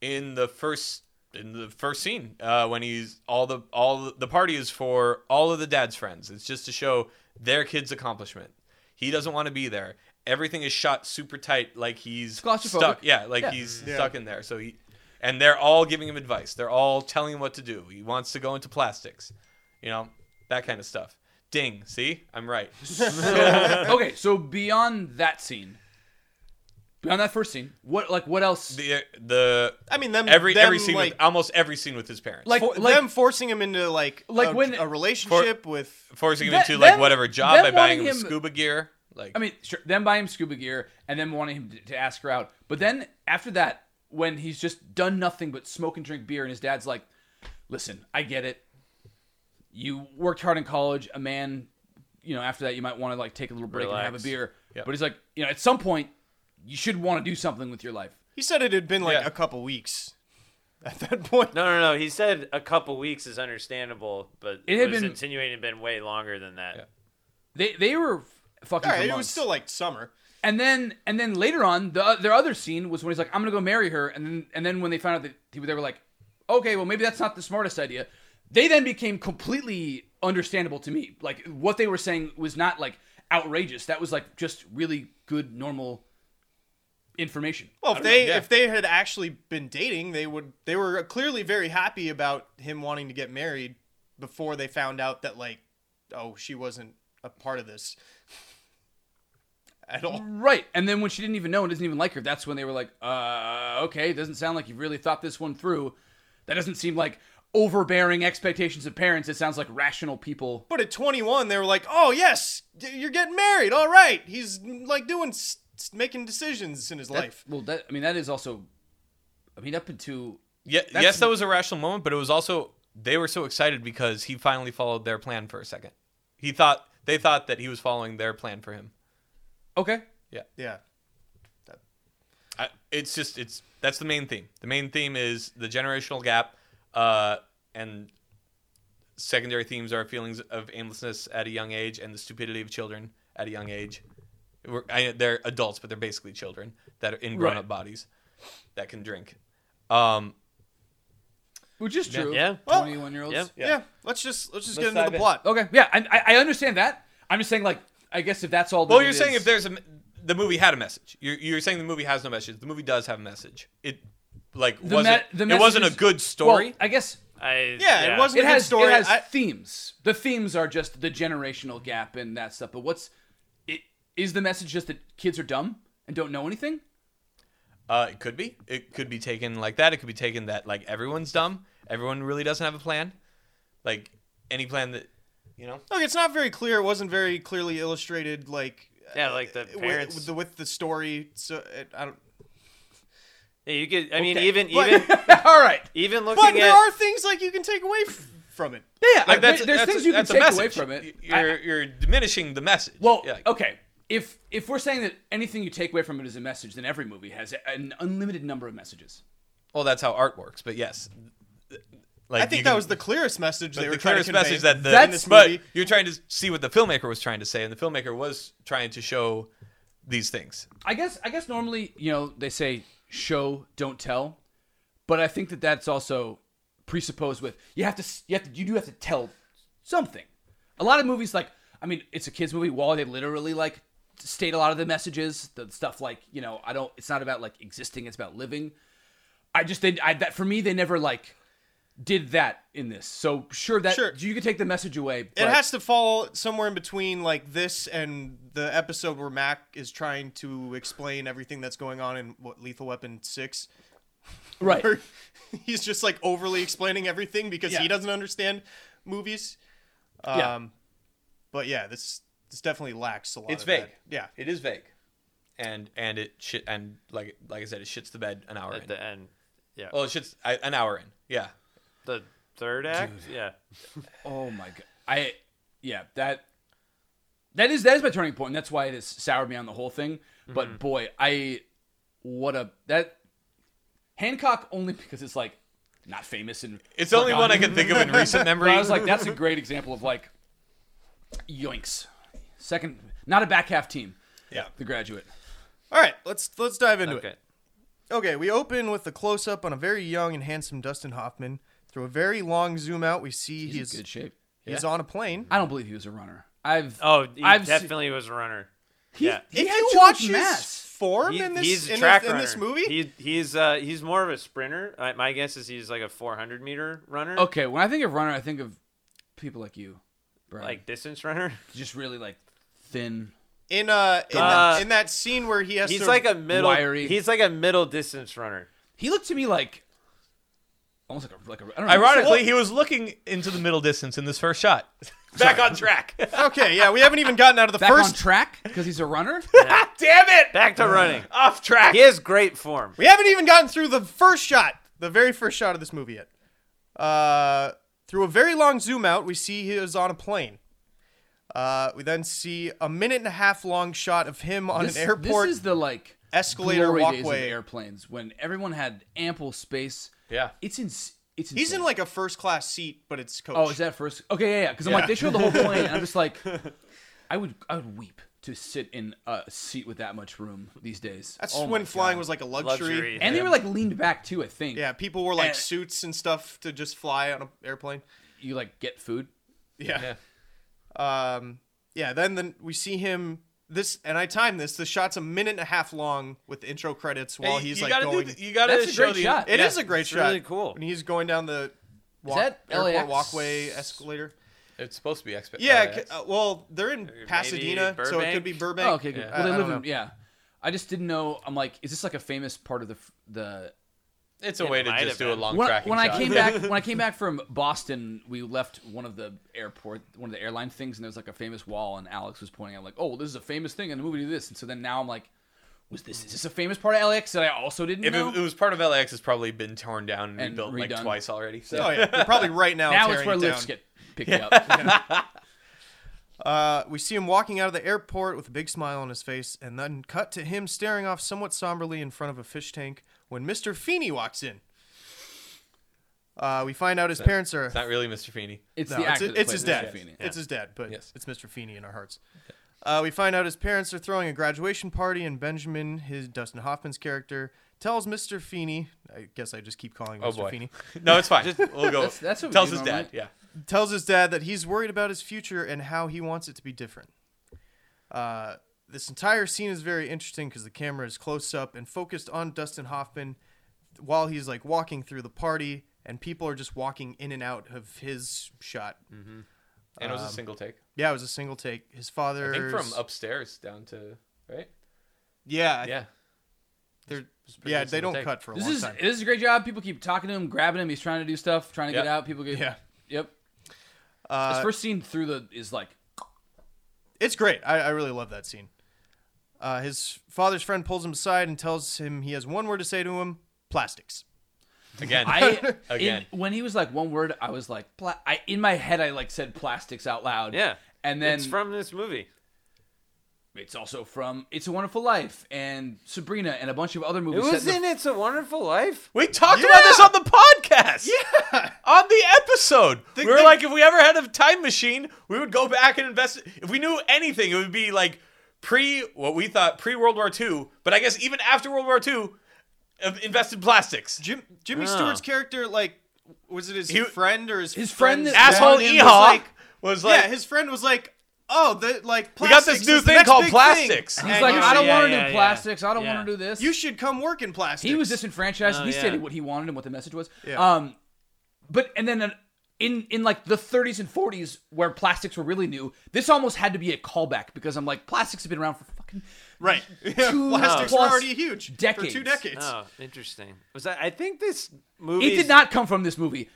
Speaker 2: in the first in the first scene uh, when he's all the all the- the party is for all of the dad's friends it's just to show their kid's accomplishment he doesn't want to be there everything is shot super tight like he's
Speaker 3: claustrophobic.
Speaker 2: stuck yeah like
Speaker 3: Yeah.
Speaker 2: he's
Speaker 1: Yeah.
Speaker 2: stuck in there so he and they're all giving him advice they're all telling him what to do he wants to go into plastics you know that kind of stuff ding see i'm right
Speaker 3: okay, so beyond that scene, beyond that first scene, what like what else?
Speaker 2: the the
Speaker 1: I mean, them
Speaker 2: every
Speaker 1: them,
Speaker 2: every scene
Speaker 1: like,
Speaker 2: with almost every scene with his parents
Speaker 3: Like-
Speaker 1: for- them forcing him into like
Speaker 3: Like
Speaker 1: a,
Speaker 3: when-
Speaker 1: a relationship with
Speaker 2: forcing him
Speaker 3: That-
Speaker 2: into like
Speaker 3: them-
Speaker 2: whatever job
Speaker 3: them
Speaker 2: by buying him,
Speaker 3: wanting him-
Speaker 2: scuba gear. Like
Speaker 3: I mean, sure, them buying him scuba gear and then wanting him to, to ask her out, but then after that, when he's just done nothing but smoke and drink beer, and his dad's like, "Listen, I get it. You worked hard in college. A man, you know, after that, you might want to like take a little break and have
Speaker 4: Relax.
Speaker 3: a beer."
Speaker 2: Yeah.
Speaker 3: But he's like, you know, at some point, you should want to do something with your life.
Speaker 1: he said it had been like
Speaker 2: Yeah.
Speaker 1: a couple weeks at that point.
Speaker 4: No, no, no. He said a couple weeks is understandable, but
Speaker 3: It
Speaker 4: it
Speaker 3: had
Speaker 4: was
Speaker 3: been-
Speaker 4: insinuating it had been way longer than that.
Speaker 2: Yeah.
Speaker 3: They they were f- fucking.
Speaker 1: All
Speaker 3: for
Speaker 1: right, it was
Speaker 3: months.
Speaker 1: still like summer.
Speaker 3: And then and then later on, the their other scene was when he's like, "I'm gonna go marry her," and then and then when they found out that he, they were like, "Okay, well maybe that's not the smartest idea," they then became completely understandable to me. Like what they were saying was not like outrageous. That was like just really good normal information.
Speaker 1: Well, if they
Speaker 2: yeah.
Speaker 1: if they had actually been dating, they would they were clearly very happy about him wanting to get married before they found out that like oh she wasn't a part of this at all.
Speaker 3: Right. And then when she didn't even know and doesn't even like her, that's when they were like, uh, okay, doesn't sound like you've really thought this one through. That doesn't seem like overbearing expectations of parents. It sounds like rational people.
Speaker 1: But at 21, they were like, "Oh yes, y- you're getting married. All right." He's like doing, s- s- making decisions in his life.
Speaker 3: Well, that I mean, that is also. I mean, up into
Speaker 2: Yeah, yes, that was a rational moment, but it was also they were so excited because he finally followed their plan for a second. He thought they thought that he was following their plan for him.
Speaker 3: okay.
Speaker 1: Yeah.
Speaker 2: I, it's just it's that's the main theme. The main theme is the generational gap, uh, and secondary themes are feelings of aimlessness at a young age and the stupidity of children at a young age. We're, I, they're adults, but they're basically children that are in grown-up
Speaker 3: Right.
Speaker 2: bodies that can drink. Um,
Speaker 3: Which is true.
Speaker 4: Yeah.
Speaker 1: Well,
Speaker 3: Twenty-one year olds.
Speaker 4: yep.
Speaker 1: Yeah. Let's just let's just
Speaker 2: Let's
Speaker 1: get into
Speaker 2: dive
Speaker 1: the
Speaker 2: in.
Speaker 1: plot.
Speaker 3: Okay. Yeah, I, I- I understand that. I'm just saying, like, I guess if that's all. that
Speaker 2: well,
Speaker 3: it
Speaker 2: you're saying
Speaker 3: is-
Speaker 2: if there's a the movie had a message. You're, you're saying the movie has no message. The movie does have a message. It like
Speaker 3: the
Speaker 2: wasn't
Speaker 3: me- the
Speaker 2: it wasn't a
Speaker 3: messages-
Speaker 2: good story.
Speaker 3: Well, I guess
Speaker 4: I,
Speaker 1: Yeah, it wasn't
Speaker 3: it
Speaker 1: a good
Speaker 3: has
Speaker 1: story.
Speaker 3: it has
Speaker 1: I-
Speaker 3: themes. The themes are just the generational gap and that stuff. But what's it is the message just that kids are dumb and don't know anything?
Speaker 2: Uh, it could be. It could be taken like that. It could be taken that like everyone's dumb. Everyone really doesn't have a plan. Like any plan that you know.
Speaker 1: Look, it's not very clear. It wasn't very clearly illustrated. Like
Speaker 4: Yeah, like the
Speaker 1: uh, with,
Speaker 4: parents-
Speaker 1: with the with the story. So it, I don't.
Speaker 4: Yeah, you could. I mean,
Speaker 1: Okay.
Speaker 4: even
Speaker 1: But-
Speaker 4: even
Speaker 3: all right.
Speaker 4: even
Speaker 1: But
Speaker 4: looking
Speaker 1: there
Speaker 4: at
Speaker 1: are things like you can take away f- from it.
Speaker 3: Yeah,
Speaker 2: Like
Speaker 3: I- there's things you can
Speaker 2: that's a
Speaker 3: take away
Speaker 2: message.
Speaker 3: from it.
Speaker 2: Y- You're you're diminishing the message.
Speaker 3: Well,
Speaker 2: Yeah.
Speaker 3: okay. If if we're saying that anything you take away from it is a message, then every movie has an unlimited number of messages.
Speaker 2: Well, that's how art works. But yes, like
Speaker 1: I think that was the clearest message they were
Speaker 2: the
Speaker 1: trying
Speaker 2: clearest
Speaker 1: to convey
Speaker 2: message that the
Speaker 1: in
Speaker 3: That's-
Speaker 1: this
Speaker 2: but
Speaker 1: movie.
Speaker 2: you're trying to see what the filmmaker was trying to say, and the filmmaker was trying to show these things.
Speaker 3: I guess I guess normally you know they say show don't tell, but I think that that's also presupposed with you have to s- you have to you do have to tell something. A lot of movies like I mean it's a kids movie. Wall they literally like state a lot of the messages, the stuff like you know I don't. It's not about like existing, it's about living. I just they I, that for me they never like did that in this. So sure that
Speaker 1: Sure.
Speaker 3: you could take the message away. But
Speaker 1: It has to fall somewhere in between like this and the episode where Mac is trying to explain everything that's going on in what Lethal Weapon 6.
Speaker 3: right.
Speaker 1: Where he's just like overly explaining everything because
Speaker 3: Yeah.
Speaker 1: he doesn't understand movies. Um
Speaker 3: Yeah.
Speaker 1: but yeah, this this definitely lacks a lot
Speaker 2: It's
Speaker 1: of that.
Speaker 2: vague.
Speaker 1: Yeah.
Speaker 2: It is vague, and and it shit and like like I said, it shits the bed an hour in.
Speaker 4: at the end, yeah,
Speaker 1: Oh.
Speaker 2: Well, it shits I, an hour in. Yeah.
Speaker 4: the third act, yeah,
Speaker 3: Oh my god! I yeah that that is that is my turning point. and That's why it has soured me on the whole thing.
Speaker 1: Mm-hmm.
Speaker 3: But boy, I what a that Hancock only because it's like not famous and
Speaker 2: It's the only one I can think of in recent
Speaker 3: But
Speaker 2: memory.
Speaker 3: I was like, that's a great example of like yoinks. Second, not a back half team.
Speaker 2: Yeah.
Speaker 3: The graduate.
Speaker 1: All right, let's let's dive into it.
Speaker 4: okay,
Speaker 1: Okay, we open with a close up on a very young and handsome Dustin Hoffman. Through a very long zoom out, we see
Speaker 3: He's,
Speaker 1: he's
Speaker 3: in good shape.
Speaker 1: he's on a plane.
Speaker 3: I don't believe he was a runner. I've
Speaker 4: oh, he
Speaker 3: I've se-
Speaker 4: definitely was a runner.
Speaker 3: he,
Speaker 4: yeah.
Speaker 3: he
Speaker 1: if
Speaker 3: had
Speaker 1: you
Speaker 3: too
Speaker 1: watch
Speaker 3: much
Speaker 1: his
Speaker 3: mass.
Speaker 1: form
Speaker 4: He-
Speaker 1: in this
Speaker 4: he's a
Speaker 1: in,
Speaker 4: track
Speaker 1: this, in
Speaker 4: runner.
Speaker 1: this movie,
Speaker 4: He, he's uh, he's more of a sprinter. I, my guess is he's like a 400 meter runner,
Speaker 3: Okay, when I think of runner, I think of people like you, Brad.
Speaker 4: like distance runner.
Speaker 3: just really like thin.
Speaker 1: in uh in,
Speaker 4: Uh,
Speaker 1: in that scene where he has
Speaker 4: He's
Speaker 1: to,
Speaker 4: like a middle.
Speaker 3: wiry.
Speaker 4: He's like a middle distance runner.
Speaker 3: He looked to me like almost like a like a I don't know.
Speaker 2: Ironically, he was looking into the middle distance in this first shot. Back on track.
Speaker 1: okay yeah we haven't even gotten out of the
Speaker 3: back on
Speaker 1: first
Speaker 3: track because he's a runner.
Speaker 2: Damn it!
Speaker 4: Back to running.
Speaker 2: Off track.
Speaker 4: He has great form.
Speaker 1: we haven't even gotten through the first shot the very first shot of this movie yet. Uh, through a very long zoom out, we see he is on a plane. Uh, we then see a minute and a half long shot of him on
Speaker 3: This-
Speaker 1: an airport
Speaker 3: This is the like
Speaker 1: escalator
Speaker 3: glory days of
Speaker 1: walkway.
Speaker 3: airplanes when everyone had ample space.
Speaker 2: Yeah.
Speaker 3: it's ins It's insane.
Speaker 1: He's in like a first class seat, but it's coach.
Speaker 3: oh, is that first? Okay, yeah, yeah. Because I'm like they showed the whole plane. and I'm just like, I would I would weep to sit in a seat with that much room these days.
Speaker 1: That's
Speaker 3: Oh my
Speaker 1: when flying
Speaker 3: God.
Speaker 1: was like a luxury.
Speaker 4: Luxury.
Speaker 3: And they were like leaned back too. I think.
Speaker 1: Yeah, people wore like
Speaker 3: And-
Speaker 1: suits and stuff to just fly on an airplane.
Speaker 3: You like get food.
Speaker 1: Yeah. Um. Yeah. Then then we see him. This and I timed this. The shot's a minute and a half long with intro credits while
Speaker 2: You-
Speaker 1: he's
Speaker 2: you
Speaker 1: like
Speaker 2: gotta do
Speaker 1: going.
Speaker 2: the- you gotta
Speaker 3: That's a
Speaker 2: show
Speaker 3: great
Speaker 2: the,
Speaker 3: shot.
Speaker 1: It
Speaker 2: yeah.
Speaker 1: is a great
Speaker 4: it's
Speaker 1: shot.
Speaker 4: really cool.
Speaker 1: And he's going down the walk,
Speaker 3: that
Speaker 1: airport
Speaker 3: LAX?
Speaker 1: walkway escalator.
Speaker 2: It's supposed to be expect.
Speaker 1: Yeah.
Speaker 2: uh,
Speaker 1: c- Uh, well, they're in Pasadena, so it could
Speaker 4: Burbank?
Speaker 1: be Burbank.
Speaker 3: Oh, okay, good.
Speaker 2: Yeah.
Speaker 3: Well,
Speaker 1: I-
Speaker 3: they
Speaker 1: I
Speaker 3: live
Speaker 1: don't
Speaker 3: in yeah. I just didn't know. I'm like, is this like a famous part of the f- the
Speaker 2: It's a
Speaker 4: It
Speaker 2: way to
Speaker 4: might
Speaker 2: just
Speaker 4: have
Speaker 2: do a
Speaker 4: been.
Speaker 2: long
Speaker 3: when,
Speaker 2: tracking
Speaker 3: when I
Speaker 2: shot.
Speaker 3: came back when I came back from Boston, we left one of the airport one of the airline things, and there was like a famous wall, and Alex was pointing out like, "Oh, well, this is a famous thing in the movie. Do this." And so then now I'm like, "Was this is this a famous part of LAX that I also didn't
Speaker 2: if
Speaker 3: know?"
Speaker 2: it, it was part of LAX, it's probably been torn down and,
Speaker 3: And
Speaker 2: rebuilt like
Speaker 3: redone.
Speaker 2: twice already. So
Speaker 1: Oh yeah, They're probably right now.
Speaker 3: now it's
Speaker 1: tearing
Speaker 3: where
Speaker 1: it
Speaker 3: lifts
Speaker 1: down.
Speaker 3: get picked up.
Speaker 1: Uh, we see him walking out of the airport with a big smile on his face, and then cut to him staring off somewhat somberly in front of a fish tank when Mr. Feeney walks in. Uh, we find out his parents are.
Speaker 2: it's not really Mr. Feeney.
Speaker 3: It's
Speaker 1: No,
Speaker 3: the
Speaker 1: it's,
Speaker 3: actor. that
Speaker 1: it's
Speaker 3: plays
Speaker 1: his
Speaker 3: Mr.
Speaker 1: dad.
Speaker 3: Feeney.
Speaker 1: It's his dad, but
Speaker 2: Yes.
Speaker 1: it's Mr. Feeney in our hearts. Uh, we find out his parents are throwing a graduation party, and Benjamin, his Dustin Hoffman's character, tells Mr. Feeney. I guess I just keep calling him
Speaker 2: Oh
Speaker 1: Mr.
Speaker 2: boy.
Speaker 1: Feeney.
Speaker 2: No, it's fine. we'll go.
Speaker 3: That's- that's what we
Speaker 2: tells
Speaker 3: do
Speaker 2: his
Speaker 3: normally.
Speaker 2: dad. Yeah.
Speaker 1: tells his dad that he's worried about his future and how he wants it to be different. Uh, this entire scene is very interesting because the camera is close up and focused on Dustin Hoffman while he's like walking through the party, and people are just walking in and out of his shot.
Speaker 2: And it
Speaker 3: Um,
Speaker 2: was a single take.
Speaker 1: Yeah, it was a single take. His father.
Speaker 2: I think from upstairs down to right.
Speaker 1: Yeah, I-
Speaker 2: Yeah.
Speaker 1: they're-
Speaker 2: It's pretty
Speaker 1: yeah,
Speaker 2: good
Speaker 1: they
Speaker 2: single
Speaker 1: don't
Speaker 2: take.
Speaker 1: cut for a
Speaker 3: This
Speaker 1: long
Speaker 3: is
Speaker 1: time.
Speaker 3: this is a great job. People keep talking to him, grabbing him. He's trying to do stuff, trying to get
Speaker 2: Yeah.
Speaker 3: out. People get
Speaker 1: Yeah.
Speaker 3: Yep. His
Speaker 1: Uh,
Speaker 3: first scene through the is like
Speaker 1: it's great. I, I really love that scene. Uh, his father's friend pulls him aside and tells him he has one word to say to him: plastics.
Speaker 2: Again.
Speaker 3: I
Speaker 2: Again.
Speaker 3: in- when he was like one word, I was like, pla- I in my head, I like said plastics out loud.
Speaker 4: Yeah.
Speaker 3: and then
Speaker 4: it's from this movie.
Speaker 3: it's also from It's a Wonderful Life and Sabrina and a bunch of other
Speaker 4: It
Speaker 3: movies. set
Speaker 4: was
Speaker 3: in
Speaker 4: in
Speaker 3: the-
Speaker 4: It's a Wonderful Life.
Speaker 2: we talked about this on the podcast.
Speaker 1: Yeah.
Speaker 2: On the episode. we were
Speaker 1: the-
Speaker 2: like, if we ever had a time machine, we would go back and invest. If we knew anything, it would be like pre what we thought pre World War II, but I guess even after World War II, uh, invested plastics.
Speaker 1: Jim, Jimmy
Speaker 4: Ah.
Speaker 1: Stewart's character, like, was it his
Speaker 2: He-
Speaker 1: friend or his
Speaker 3: His friend
Speaker 1: friend's
Speaker 3: that-
Speaker 2: Asshole
Speaker 1: dad?
Speaker 2: Ehaw
Speaker 1: And was like-
Speaker 2: was
Speaker 1: yeah,
Speaker 2: like,
Speaker 1: his friend was like, "Oh, the like
Speaker 2: We got
Speaker 1: plastics
Speaker 2: this new
Speaker 1: is the
Speaker 2: thing
Speaker 1: next
Speaker 2: called
Speaker 1: big
Speaker 2: plastics.
Speaker 1: thing."
Speaker 3: He's
Speaker 1: And
Speaker 3: like, "Oh,
Speaker 1: you
Speaker 3: I don't
Speaker 1: should-
Speaker 4: yeah,
Speaker 3: want to
Speaker 4: yeah,
Speaker 3: do
Speaker 4: yeah.
Speaker 3: plastics. I don't
Speaker 4: Yeah.
Speaker 3: want to do this.
Speaker 1: You should come work in plastics.
Speaker 3: he was disenfranchised.
Speaker 4: Oh,
Speaker 3: he
Speaker 4: yeah.
Speaker 3: stated what he wanted and what the message was.
Speaker 1: Yeah.
Speaker 3: Um, but and then uh, in in like the 30s and 40s where plastics were really new, this almost had to be a callback because I'm like, plastics have been around for fucking
Speaker 1: right.
Speaker 3: Two
Speaker 1: plastics were
Speaker 3: plus
Speaker 1: already huge for two
Speaker 3: decades.
Speaker 1: decades.
Speaker 4: Oh, interesting. Was that? I think this movie.
Speaker 3: It did not come from this movie.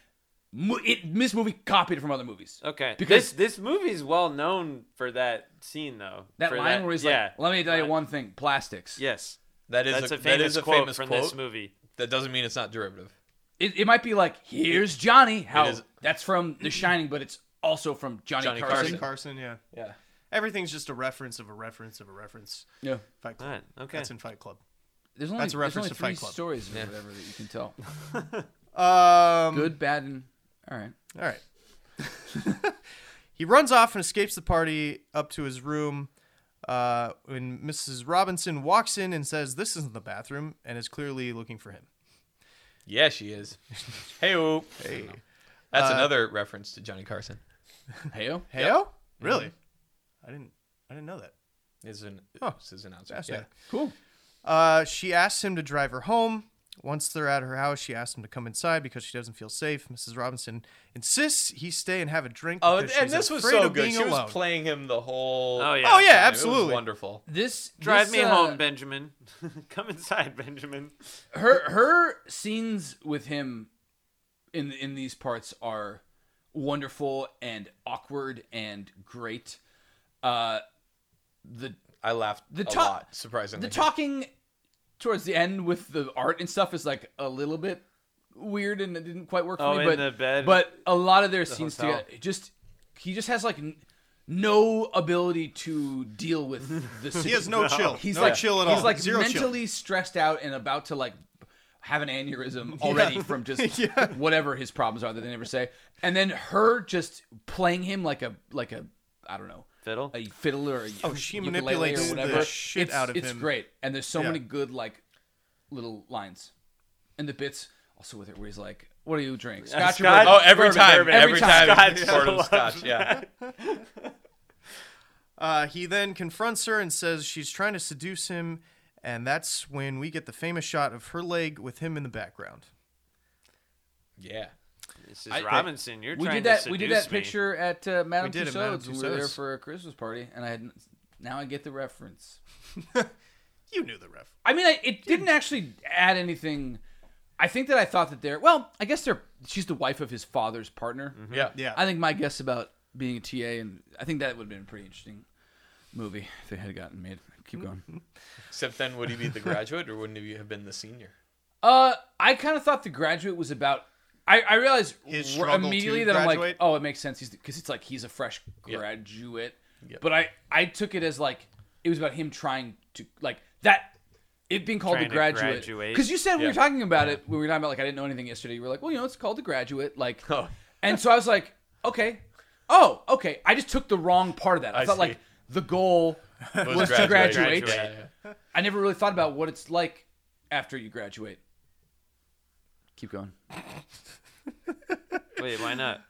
Speaker 3: Mo- It, this movie copied it from other movies.
Speaker 4: Okay.
Speaker 3: Because-
Speaker 4: Because this, this movie is well known for that scene, though.
Speaker 3: That
Speaker 4: for
Speaker 3: line where he's
Speaker 4: yeah,
Speaker 3: like, "Let me tell you
Speaker 4: line.
Speaker 3: one thing: plastics."
Speaker 4: Yes.
Speaker 2: that is
Speaker 4: That's
Speaker 2: a,
Speaker 4: a
Speaker 2: that
Speaker 4: famous
Speaker 2: is a
Speaker 4: quote
Speaker 2: famous
Speaker 4: from
Speaker 2: quote.
Speaker 4: this movie.
Speaker 2: That doesn't mean it's not derivative.
Speaker 3: It, it might be like, "Here's Johnny." How
Speaker 2: It is-
Speaker 3: that's from The Shining, but it's also from Johnny,
Speaker 2: Johnny
Speaker 3: Carson.
Speaker 1: Johnny
Speaker 2: Carson.
Speaker 1: Carson, yeah.
Speaker 2: Yeah.
Speaker 1: Everything's just a reference of a reference of a reference.
Speaker 3: Yeah,
Speaker 1: Fight Club.
Speaker 4: All right. Okay.
Speaker 1: That's in Fight Club.
Speaker 3: there's only
Speaker 1: That's a
Speaker 3: there's
Speaker 1: reference
Speaker 3: only
Speaker 1: to
Speaker 3: three
Speaker 1: Fight Club.
Speaker 3: stories or whatever that you can tell.
Speaker 1: Um,
Speaker 3: Good, bad, and all right.
Speaker 1: All right. he runs off and escapes the party up to his room. Uh, when Mrs. Robinson walks in and says, "This isn't the bathroom," and is clearly looking for him.
Speaker 2: Yeah, she is. hey, hey.
Speaker 1: Uh,
Speaker 2: That's another reference to Johnny Carson.
Speaker 3: Heyo.
Speaker 1: Heyo, oh,
Speaker 2: Mm-hmm.
Speaker 1: really? I didn't. I didn't know that.
Speaker 2: Is an
Speaker 1: Oh,
Speaker 2: this is an announcer. Yeah.
Speaker 1: Fascinating.
Speaker 3: Cool.
Speaker 1: Uh, she asks him to drive her home. Once they're at her house, she asks him to come inside because she doesn't feel safe. Mrs. Robinson insists he stay and have a drink.
Speaker 2: Oh,
Speaker 1: because
Speaker 2: and
Speaker 1: she's
Speaker 2: this was
Speaker 1: afraid
Speaker 2: so
Speaker 1: of
Speaker 2: good.
Speaker 1: being
Speaker 2: She was
Speaker 1: alone.
Speaker 2: playing him the whole.
Speaker 4: Oh, yeah.
Speaker 1: Oh yeah,
Speaker 2: time. It was
Speaker 1: absolutely.
Speaker 2: wonderful.
Speaker 3: This
Speaker 4: Drive
Speaker 3: this,
Speaker 4: me
Speaker 3: uh,
Speaker 4: home, Benjamin. Come inside, Benjamin.
Speaker 3: her her scenes with him in in these parts are wonderful and awkward and great. Uh, the
Speaker 2: I laughed
Speaker 3: The
Speaker 2: the
Speaker 3: ta-
Speaker 2: a lot. Surprisingly,
Speaker 3: the talking towards the end with the art and stuff is like a little bit weird and it didn't quite work for
Speaker 4: Oh,
Speaker 3: me.
Speaker 4: in
Speaker 3: but
Speaker 4: the bed,
Speaker 3: but a lot of their scenes
Speaker 4: hotel.
Speaker 3: together it just he just has like n- no ability to deal with the.
Speaker 1: He has no, chill.
Speaker 3: He's
Speaker 1: no
Speaker 3: like
Speaker 1: chill at all.
Speaker 3: He's like
Speaker 1: Zero chill.
Speaker 3: mentally stressed out and about to like have an aneurysm already from just
Speaker 1: Yeah.
Speaker 3: whatever his problems are that they never say. And then her just playing him like a like a I don't know
Speaker 4: Fiddle.
Speaker 3: a fiddle or a
Speaker 1: Oh, she
Speaker 3: ukulele
Speaker 1: manipulates
Speaker 3: or
Speaker 1: the
Speaker 3: whatever.
Speaker 1: shit
Speaker 3: it's,
Speaker 1: out of
Speaker 3: it's
Speaker 1: him.
Speaker 3: great, and there's so
Speaker 1: Yeah.
Speaker 3: many good like little lines, and the bits also with it where he's like, "What do you
Speaker 1: Uh,
Speaker 3: drink? Scotch, or
Speaker 4: Scotch.
Speaker 3: bourbon?"
Speaker 2: Oh, every
Speaker 3: Bourbon,
Speaker 2: time,
Speaker 3: bourbon.
Speaker 2: every time,
Speaker 4: Scotch.
Speaker 2: It's Fordham
Speaker 4: I love
Speaker 2: Scotch. Yeah,
Speaker 1: Uh, he then confronts her and says she's trying to seduce him, and that's when we get the famous shot of her leg with him in the background.
Speaker 2: yeah.
Speaker 4: This is Robinson. You're
Speaker 3: We
Speaker 4: trying
Speaker 3: did that.
Speaker 4: to
Speaker 3: We did
Speaker 4: seduce
Speaker 3: that
Speaker 4: me.
Speaker 3: picture at uh, Madame
Speaker 1: did at
Speaker 3: Tussauds
Speaker 1: Madame
Speaker 3: when we were there
Speaker 1: Tussauds.
Speaker 3: for a Christmas party, and I had now I get the reference.
Speaker 1: You knew the ref.
Speaker 3: I mean, I, it didn't actually add anything I think that I thought that they're well. I guess they're she's the wife of his father's partner.
Speaker 2: Yeah.
Speaker 1: Yeah.
Speaker 3: I think my guess about being a TA, and I think that would have been a pretty interesting movie if it had gotten made.
Speaker 1: Mm.
Speaker 3: Keep going.
Speaker 2: Except then, would he be the graduate or wouldn't he have been the senior?
Speaker 3: Uh, I kind of thought the graduate was about. I, I realized
Speaker 1: His
Speaker 3: r-
Speaker 1: struggle
Speaker 3: immediately
Speaker 1: to
Speaker 3: that I'm like,
Speaker 1: graduate?
Speaker 3: oh, it makes sense. He's because it's like he's a fresh graduate.
Speaker 2: Yep.
Speaker 3: But I I took it as like it was about him trying to like that it being called
Speaker 4: Trying
Speaker 3: the
Speaker 4: to
Speaker 3: graduate
Speaker 4: graduate.
Speaker 3: because you said we
Speaker 2: Yeah.
Speaker 3: were talking about it we were talking about like I didn't know anything yesterday. You were like, well, you know, it's called the graduate. Like,
Speaker 2: Oh.
Speaker 3: and so I was like, okay, oh, okay. I just took the wrong part of that. I,
Speaker 2: I
Speaker 3: thought
Speaker 2: see.
Speaker 3: like the goal
Speaker 2: Was
Speaker 3: was to
Speaker 2: graduate.
Speaker 3: graduate.
Speaker 4: Graduate.
Speaker 2: Yeah, yeah.
Speaker 3: I never really thought about what it's like after you graduate. Keep going.
Speaker 4: Wait, why not?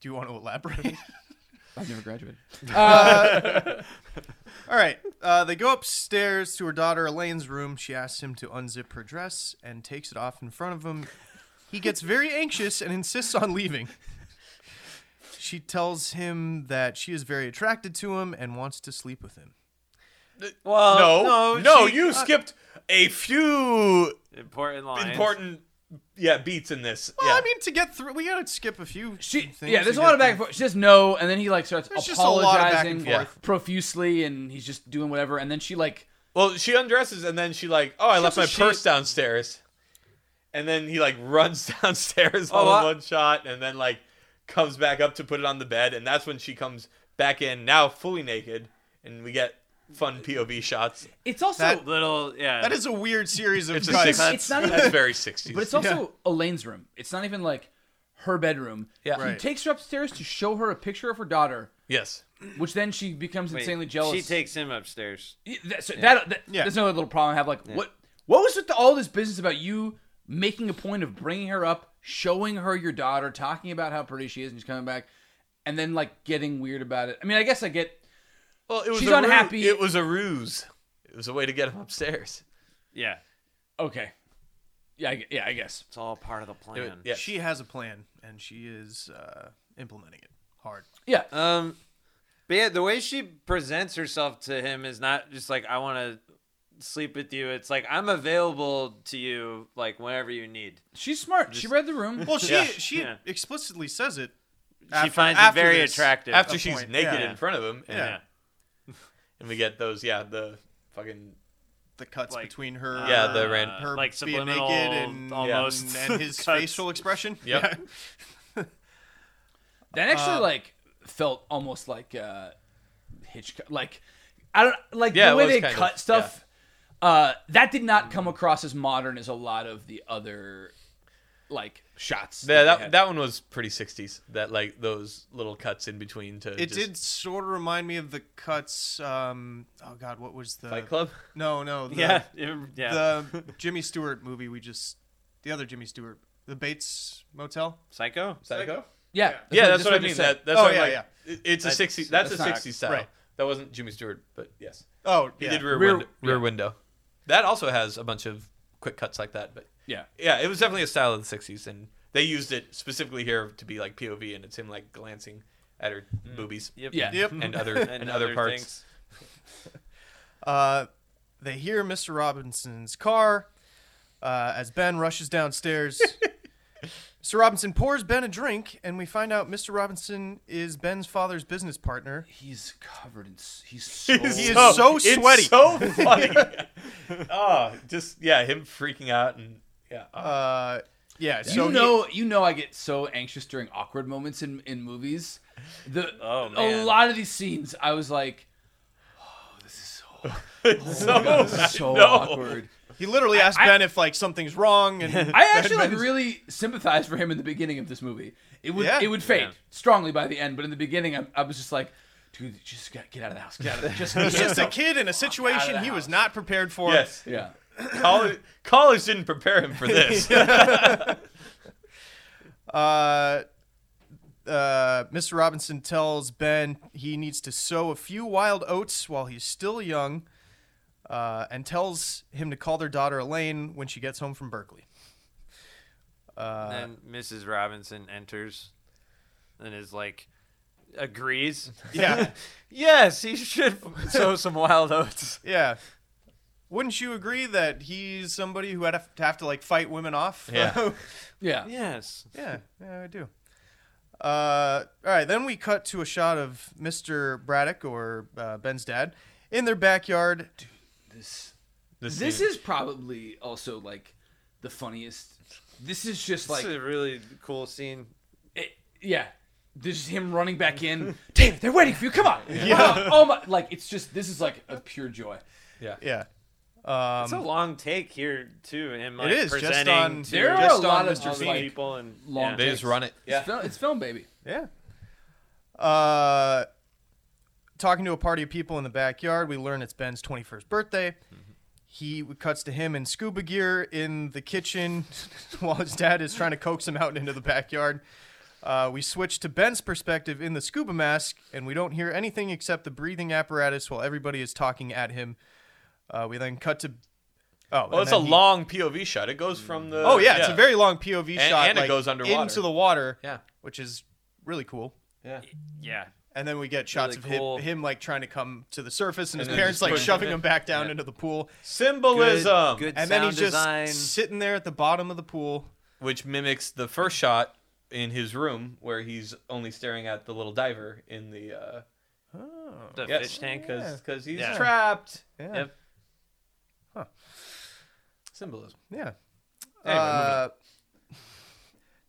Speaker 1: Do you want to elaborate?
Speaker 3: I've never graduated.
Speaker 1: All right. Uh, they go upstairs to her daughter Elaine's room. She asks him to unzip her dress and takes it off in front of him. He gets very anxious and insists on leaving. She tells him that she is very attracted to him and wants to sleep with him.
Speaker 4: Well,
Speaker 2: no, no,
Speaker 4: Uh, she-
Speaker 2: you skipped a few
Speaker 4: important lines.
Speaker 2: important, yeah, beats in this.
Speaker 1: Well,
Speaker 2: yeah.
Speaker 1: I mean, to get through, we gotta skip a few.
Speaker 3: She,
Speaker 1: things
Speaker 3: yeah, there's
Speaker 1: to
Speaker 3: a lot
Speaker 1: get
Speaker 3: of back and
Speaker 1: through.
Speaker 3: forth. She says no, and then he like starts
Speaker 1: There's just a lot of back and
Speaker 3: apologizing
Speaker 2: forth. Yeah.
Speaker 3: profusely, and he's just doing whatever. And then she like,
Speaker 2: Well, she undresses and then she like, oh, I left
Speaker 4: also-
Speaker 2: my
Speaker 4: she-
Speaker 2: purse downstairs, and then he like runs downstairs all
Speaker 4: Oh,
Speaker 2: in
Speaker 4: I-
Speaker 2: one shot, and then like comes back up to put it on the bed, and that's when she comes back in now fully naked, and we get fun POV shots.
Speaker 3: it's also,
Speaker 1: That-
Speaker 4: Little, yeah.
Speaker 1: That is a weird series of
Speaker 2: It's a
Speaker 1: cuts.
Speaker 2: six.
Speaker 3: It's not even-
Speaker 2: that's very sixties.
Speaker 3: but it's also Elaine's room. It's not even like her bedroom.
Speaker 2: Yeah.
Speaker 3: he
Speaker 1: Right.
Speaker 3: takes her upstairs to show her a picture of her daughter,
Speaker 2: yes.
Speaker 3: which then she becomes
Speaker 4: Wait,
Speaker 3: insanely jealous.
Speaker 4: She takes him upstairs.
Speaker 3: Yeah, that, so that, that-
Speaker 1: Yeah.
Speaker 3: that's another little problem I have. Like, what what was with the, all this business about you making a point of bringing her up, showing her your daughter, talking about how pretty she is, and she's coming back, and then like getting weird about it. I mean, I guess I get.
Speaker 2: Well, it was
Speaker 3: She's
Speaker 2: a
Speaker 3: unhappy.
Speaker 2: Ruse. It was a ruse. It was a way to get him upstairs.
Speaker 4: Yeah,
Speaker 3: Okay. Yeah, I, gu- yeah, I guess.
Speaker 4: it's all part of the plan.
Speaker 2: It- yeah.
Speaker 1: She has a plan and she is uh, implementing it hard.
Speaker 3: Yeah.
Speaker 4: Um, but yeah, the way she presents herself to him is not just like I want to sleep with you. It's like I'm available to you, like whenever you need.
Speaker 3: She's smart. She read the room.
Speaker 1: Well, she
Speaker 2: Yeah.
Speaker 1: she
Speaker 4: Yeah.
Speaker 1: explicitly says it.
Speaker 4: She finds it very attractive.
Speaker 2: After
Speaker 1: a
Speaker 2: she's
Speaker 1: point,
Speaker 2: naked
Speaker 4: yeah.
Speaker 2: in front of him, and,
Speaker 1: Yeah.
Speaker 2: and we get those, yeah, the fucking
Speaker 1: The cuts
Speaker 4: Like,
Speaker 1: between her,
Speaker 2: Yeah, the
Speaker 1: uh,
Speaker 2: ran-
Speaker 1: her
Speaker 4: like
Speaker 1: being
Speaker 4: subliminal,
Speaker 1: naked and,
Speaker 4: almost
Speaker 1: and, and his
Speaker 4: cuts.
Speaker 1: facial expression.
Speaker 2: Yep.
Speaker 1: Yeah.
Speaker 3: That actually
Speaker 2: uh,
Speaker 3: like felt almost like uh Hitchcock. Like I don't like
Speaker 2: Yeah,
Speaker 3: the
Speaker 2: it
Speaker 3: way
Speaker 2: was
Speaker 3: they
Speaker 2: kind
Speaker 3: cut
Speaker 2: of,
Speaker 3: stuff. Uh, that did not come across as modern as a lot of the other like shots.
Speaker 2: Yeah,
Speaker 3: they
Speaker 2: that,
Speaker 3: had.
Speaker 2: that one was pretty 60s. That like those little cuts in between to
Speaker 1: It
Speaker 2: just
Speaker 1: did sort of remind me of the cuts. Um, oh God, what was the
Speaker 2: Fight Club.
Speaker 1: No, no. The,
Speaker 4: Yeah, yeah, yeah.
Speaker 1: The Jimmy Stewart movie we just, the other Jimmy Stewart, the Bates Motel.
Speaker 4: Psycho.
Speaker 2: Psycho.
Speaker 3: yeah,
Speaker 2: Yeah, that's
Speaker 3: just
Speaker 2: what I
Speaker 3: just
Speaker 2: mean.
Speaker 3: said.
Speaker 2: That, that's
Speaker 1: Oh,
Speaker 2: what I'm
Speaker 1: yeah,
Speaker 2: like,
Speaker 1: yeah.
Speaker 2: it- It's a
Speaker 4: That's-
Speaker 2: 60s. That's,
Speaker 4: that's not-
Speaker 2: a 60s style.
Speaker 1: right.
Speaker 2: That wasn't Jimmy Stewart, but yes,
Speaker 1: Oh,
Speaker 2: he
Speaker 1: yeah.
Speaker 2: did rear
Speaker 3: Rear-
Speaker 2: window, rear
Speaker 3: yeah.
Speaker 2: window. That also has a bunch of quick cuts like that. But
Speaker 3: yeah.
Speaker 2: yeah, it was definitely a style of the 60s, and they used it specifically here to be like POV, and it's him like glancing at her boobies
Speaker 4: Yep.
Speaker 3: Yeah.
Speaker 1: Yep.
Speaker 2: and other and, other, parts.
Speaker 4: things.
Speaker 1: Uh, they hear Mr. Robinson's car uh, as Ben rushes downstairs. Mr. Robinson pours Ben a drink, and we find out Mr. Robinson is Ben's father's business partner.
Speaker 3: He's covered in. s- He's so.
Speaker 1: He is so
Speaker 2: it's
Speaker 1: sweaty.
Speaker 2: so funny. oh, just yeah, him freaking out and yeah. oh.
Speaker 1: Uh, yeah,
Speaker 3: you
Speaker 1: so he-
Speaker 3: know, you know, I get so anxious during awkward moments in in movies. The
Speaker 4: Oh,
Speaker 3: a
Speaker 4: man.
Speaker 3: lot of these scenes, I was like, "Oh,
Speaker 2: so,
Speaker 3: this is so
Speaker 2: no.
Speaker 3: awkward.
Speaker 1: he, literally asked
Speaker 3: I-
Speaker 1: Ben if like something's wrong, and
Speaker 3: I actually like really sympathized for him in the beginning of this movie. It would
Speaker 1: Yeah.
Speaker 3: it would fade
Speaker 4: Yeah.
Speaker 3: strongly by the end, but in the beginning, I, I was just like, dude, just get, get out of the house, get out of the just,
Speaker 1: he's just a
Speaker 3: get-
Speaker 1: kid in a situation he was not prepared for.
Speaker 2: Yes,
Speaker 3: yeah.
Speaker 2: college, college didn't prepare him for this.
Speaker 1: uh, uh, Mr. Robinson tells Ben he needs to sow a few wild oats while he's still young, uh, and tells him to call their daughter Elaine when she gets home from Berkeley.
Speaker 4: And Mrs. Robinson enters, and is like, agrees.
Speaker 1: Yeah,
Speaker 4: yes, he should sow some wild oats.
Speaker 1: yeah. Wouldn't you agree that he's somebody who had to have to like fight women off?
Speaker 2: Yeah.
Speaker 3: Yeah.
Speaker 4: Yes.
Speaker 1: yeah, yeah, I do. Uh, all right, then we cut to a shot of Mr. Braddock or uh, Ben's dad in their backyard.
Speaker 3: This
Speaker 2: This,
Speaker 3: this
Speaker 2: scene.
Speaker 3: is probably also like the funniest. This is just
Speaker 4: This
Speaker 3: like
Speaker 4: is a really cool scene.
Speaker 3: it- yeah. This is him running back in. David, they're waiting for you. Come on. Yeah. Oh my! Like it's just this is like a pure joy.
Speaker 1: Yeah,
Speaker 4: It's a long take here too. Him like,
Speaker 1: is, just
Speaker 4: presenting
Speaker 1: on-
Speaker 4: to
Speaker 3: There are
Speaker 1: Just
Speaker 3: a lot
Speaker 1: on
Speaker 3: of
Speaker 1: Mr.
Speaker 3: just,
Speaker 1: V.
Speaker 3: like,
Speaker 4: people and
Speaker 3: long
Speaker 4: yeah.
Speaker 2: They just run it.
Speaker 3: It's, film, it's film, baby.
Speaker 1: yeah. Uh, talking to a party of people in the backyard, we learn it's Ben's 21st birthday.
Speaker 2: Mm-hmm.
Speaker 1: He cuts to him in scuba gear in the kitchen while his dad is trying to coax him out into the backyard. Uh, we switch to Ben's perspective in the scuba mask, and we don't hear anything except the breathing apparatus while everybody is talking at him. Uh, we then cut to. Oh,
Speaker 2: Well,
Speaker 1: and
Speaker 2: it's a
Speaker 1: then he-
Speaker 2: long POV shot. It goes from the.
Speaker 1: Oh yeah, it's a very long POV
Speaker 2: And-
Speaker 1: shot.
Speaker 2: and it
Speaker 1: like,
Speaker 2: goes underwater.
Speaker 1: into the water.
Speaker 2: Yeah.
Speaker 1: which is really cool.
Speaker 2: Yeah.
Speaker 4: Yeah.
Speaker 1: And then we get shots
Speaker 4: Really cool.
Speaker 1: of him, him like trying to come to the surface, and, his
Speaker 2: And then
Speaker 1: parents
Speaker 2: just
Speaker 1: like
Speaker 2: pushing
Speaker 1: shoving
Speaker 2: him
Speaker 1: him back down into the pool,
Speaker 2: Symbolism,
Speaker 4: Good, good
Speaker 1: and
Speaker 4: sound
Speaker 1: then he's just
Speaker 4: design.
Speaker 1: sitting there at the bottom of the pool.
Speaker 2: which mimics the first shot in his room where he's only staring at the little diver in the uh,
Speaker 4: the
Speaker 2: yes,
Speaker 4: fish tank.
Speaker 1: Yeah.
Speaker 2: because he's
Speaker 4: Yeah.
Speaker 2: trapped.
Speaker 1: Yeah,
Speaker 4: Yep.
Speaker 2: Symbolism.
Speaker 1: yeah.
Speaker 2: Anyway, moving
Speaker 1: Uh,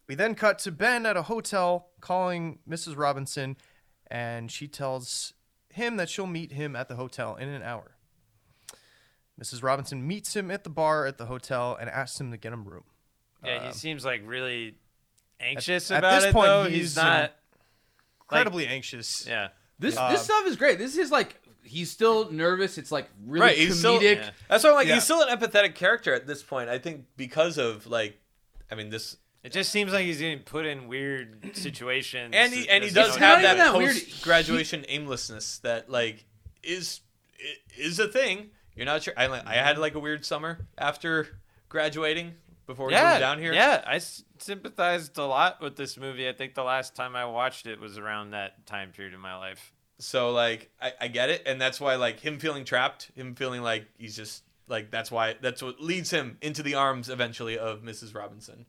Speaker 1: we then cut to Ben at a hotel calling Mrs. Robinson, and she tells him that she'll meet him at the hotel in an hour. Mrs. Robinson meets him at the bar at the hotel and asks him to get him a room.
Speaker 4: Yeah, he seems like really anxious
Speaker 1: at
Speaker 4: about
Speaker 1: this
Speaker 4: it
Speaker 1: point,
Speaker 4: though.
Speaker 1: he's,
Speaker 4: He's, not.
Speaker 1: Incredibly anxious.
Speaker 4: yeah.
Speaker 3: This this stuff is great. This is like he's still nervous. It's like really
Speaker 2: Right, he's still-
Speaker 3: comedic.
Speaker 4: yeah.
Speaker 2: That's why I'm like
Speaker 1: Yeah.
Speaker 2: he's still an empathetic character at this point. I think because of like, I mean this,
Speaker 4: It just seems like he's getting put in weird situations.
Speaker 2: and he and he
Speaker 4: as
Speaker 2: does
Speaker 3: not
Speaker 4: young.
Speaker 2: have
Speaker 3: even
Speaker 2: that,
Speaker 3: that weird.
Speaker 2: post graduation aimlessness that like is i- is a thing. You're not sure. I like, I had like a weird summer after graduating before we
Speaker 4: yeah,
Speaker 2: moved down here.
Speaker 4: Yeah, I s- sympathized a lot with this movie. I think the last time I watched it was around that time period in my life.
Speaker 2: So like I, I get it, and that's why like him feeling trapped, him feeling like he's just like that's why that's what leads him into the arms eventually of Mrs. Robinson.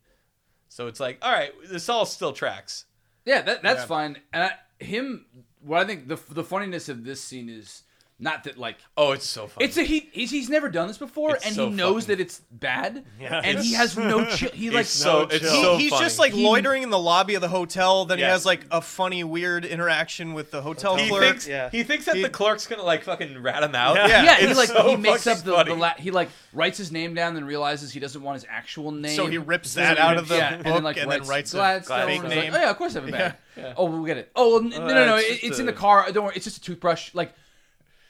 Speaker 2: So it's like, all right, this all still tracks.
Speaker 3: Yeah, that, that's
Speaker 1: Yeah.
Speaker 3: fine. And I, him, what I think the the funniness of this scene is not that like
Speaker 2: Oh, it's so funny.
Speaker 3: it's a he he's, he's never done this before
Speaker 2: It's
Speaker 3: and
Speaker 2: so
Speaker 3: he knows
Speaker 2: fucking-
Speaker 3: that it's bad
Speaker 4: Yeah.
Speaker 3: and he
Speaker 4: It's-
Speaker 3: has no chill. He like
Speaker 2: so it's
Speaker 4: chill.
Speaker 1: He-
Speaker 2: so
Speaker 1: he's
Speaker 2: funny.
Speaker 1: just like
Speaker 3: He-
Speaker 1: loitering in the lobby of the hotel. Then he
Speaker 2: Yes.
Speaker 1: has like a funny, weird interaction with the hotel
Speaker 2: he
Speaker 1: clerk.
Speaker 2: thinks
Speaker 4: Yeah.
Speaker 2: he thinks that
Speaker 1: He-
Speaker 2: the clerk's gonna like fucking rat him out.
Speaker 1: Yeah.
Speaker 3: yeah, he
Speaker 2: It's
Speaker 3: like
Speaker 2: so
Speaker 3: he makes
Speaker 2: fucking
Speaker 3: up the, the
Speaker 2: funny.
Speaker 3: la- he like writes his name down and realizes he doesn't want his actual name.
Speaker 1: so he rips
Speaker 3: So
Speaker 1: that
Speaker 3: he
Speaker 1: out
Speaker 3: rips-
Speaker 1: of the
Speaker 3: yeah,
Speaker 1: book
Speaker 3: and then, like, writes,
Speaker 1: writes a
Speaker 3: Gladstone.
Speaker 1: fake
Speaker 3: and it's like,
Speaker 1: name.
Speaker 3: oh yeah, of course I have a bag. Oh, we'll get it. Oh, well, n- no, no,
Speaker 4: it's
Speaker 3: no,
Speaker 4: just
Speaker 3: it, it's in the
Speaker 4: a-
Speaker 3: car. Don't worry, it's just a toothbrush. Like,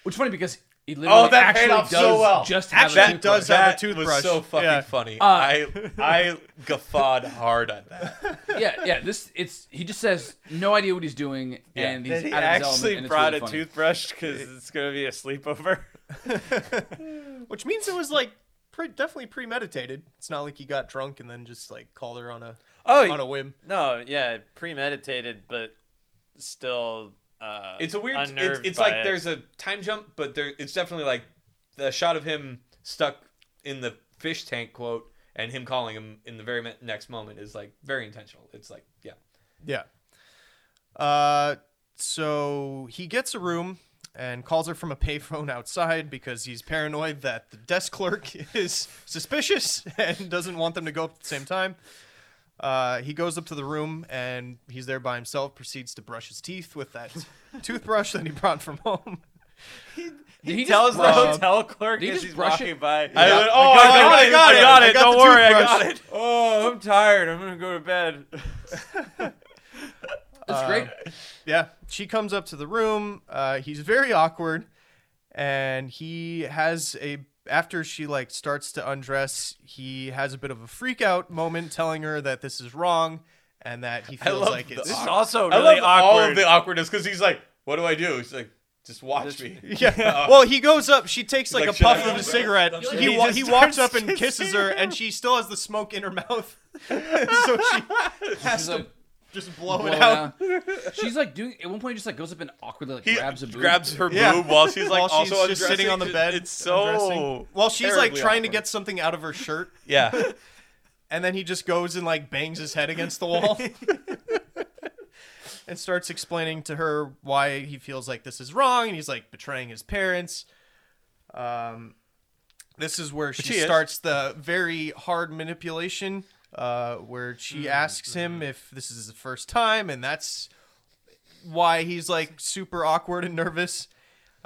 Speaker 3: which is funny because he literally
Speaker 2: Oh, that paid
Speaker 3: actually
Speaker 2: off
Speaker 3: does
Speaker 2: so well.
Speaker 3: just have
Speaker 1: Actually,
Speaker 3: a
Speaker 1: that does
Speaker 3: toothbrush.
Speaker 1: have a
Speaker 2: That
Speaker 1: toothbrush.
Speaker 2: was so fucking
Speaker 1: Yeah.
Speaker 2: funny.
Speaker 4: Uh,
Speaker 2: I I guffawed hard at that.
Speaker 3: yeah, yeah. This it's he just says no idea what he's doing,
Speaker 2: Yeah.
Speaker 3: and he's
Speaker 4: Did he
Speaker 3: out of his
Speaker 4: actually
Speaker 3: element, and it's
Speaker 4: brought
Speaker 3: really
Speaker 4: a
Speaker 3: funny.
Speaker 4: toothbrush because it's gonna be a sleepover.
Speaker 1: Which means it was like pre- definitely premeditated. It's not like he got drunk and then just like called her on a
Speaker 4: Oh
Speaker 1: on a whim.
Speaker 4: no, yeah, premeditated, but still. Uh,
Speaker 2: It's a weird. It's,
Speaker 4: unnerved
Speaker 2: it's
Speaker 4: by
Speaker 2: like
Speaker 4: it.
Speaker 2: there's a time jump, but there it's definitely like the shot of him stuck in the fish tank quote and him calling him in the very me- next moment is like very intentional. It's like yeah,
Speaker 1: Yeah. Uh, so he gets a room and calls her from a payphone outside because he's paranoid that the desk clerk is suspicious and doesn't want them to go up at the same time. Uh, he goes up to the room and he's there by himself. Proceeds to brush his teeth with that toothbrush that he brought from home.
Speaker 3: Did he
Speaker 4: tells
Speaker 3: just
Speaker 4: the
Speaker 3: brush-
Speaker 1: Rob-
Speaker 4: hotel clerk
Speaker 3: Did he
Speaker 4: as
Speaker 3: just
Speaker 4: he's
Speaker 3: brush
Speaker 4: walking
Speaker 3: it?
Speaker 4: by.
Speaker 2: I
Speaker 1: Yeah. I
Speaker 2: went, oh,
Speaker 1: got it,
Speaker 2: I
Speaker 1: I got
Speaker 2: got,
Speaker 1: it, I
Speaker 2: it.
Speaker 1: got the
Speaker 2: Don't worry, I
Speaker 1: toothbrush.
Speaker 2: got it.
Speaker 4: Oh, I'm tired. I'm gonna go to bed.
Speaker 3: It's great.
Speaker 1: Yeah, she comes up to the room. Uh, he's very awkward, and he has a after she like starts to undress, he has a bit of a freak out moment, telling her that this is wrong and that he feels
Speaker 2: love
Speaker 1: like
Speaker 2: the
Speaker 1: it's
Speaker 4: This is
Speaker 2: Awkward.
Speaker 4: also
Speaker 2: I
Speaker 4: really
Speaker 2: love all of
Speaker 4: awkward.
Speaker 2: the awkwardness because he's like, what do I do? He's like, just watch me. Uh,
Speaker 1: yeah. Well, he goes up. She takes like,
Speaker 2: like,
Speaker 1: a
Speaker 2: "Should I
Speaker 1: puff of
Speaker 2: go?"
Speaker 1: a cigarette.
Speaker 2: And
Speaker 1: He
Speaker 4: he
Speaker 1: wa-
Speaker 4: just
Speaker 1: he walks up
Speaker 4: starts
Speaker 1: and
Speaker 4: kissing
Speaker 1: kisses her, and she still has the smoke in her mouth. so she has
Speaker 3: He's
Speaker 1: to
Speaker 3: like,
Speaker 1: Just blow,
Speaker 3: blown
Speaker 1: it out.
Speaker 3: out. She's like doing at one point, just like goes up and awkwardly like
Speaker 2: He
Speaker 3: grabs a boob.
Speaker 2: her
Speaker 1: Yeah.
Speaker 2: boob while she's like
Speaker 1: While she's
Speaker 2: also
Speaker 1: just sitting
Speaker 2: undressing.
Speaker 1: on the bed,
Speaker 2: It's so
Speaker 1: undressing. While she's like
Speaker 2: terribly
Speaker 1: trying to
Speaker 2: awkward.
Speaker 1: get something out of her shirt,
Speaker 2: yeah.
Speaker 1: and then he just goes and like bangs his head against the wall. and starts explaining to her why he feels like this is wrong, and he's like betraying his parents. Um, this is where she,
Speaker 2: she is.
Speaker 1: starts the very hard manipulation, uh, where she asks him if this is the first time, and that's why he's like super awkward and nervous.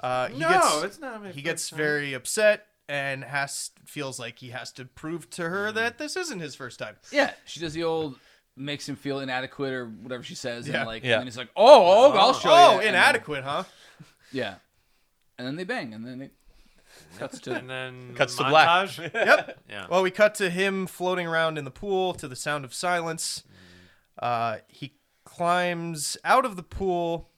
Speaker 1: Uh, he
Speaker 4: no,
Speaker 1: gets,
Speaker 4: it's not. my
Speaker 1: he
Speaker 4: first
Speaker 1: gets
Speaker 4: time.
Speaker 1: very upset and has feels like he has to prove to her that this isn't his first time.
Speaker 3: Yeah, she does the old makes him feel inadequate or whatever she says,
Speaker 1: Yeah.
Speaker 3: and like,
Speaker 2: Yeah.
Speaker 3: and he's like, oh, oh, I'll show you.
Speaker 1: Oh,
Speaker 3: And then-
Speaker 1: inadequate, huh?
Speaker 3: yeah, and then they bang, and then it cuts to
Speaker 4: And then
Speaker 2: Cuts to black.
Speaker 4: montage.
Speaker 1: Yep.
Speaker 4: Yeah.
Speaker 1: Well, we cut to him floating around in the pool to the sound of silence. Uh, he climbs out of the pool,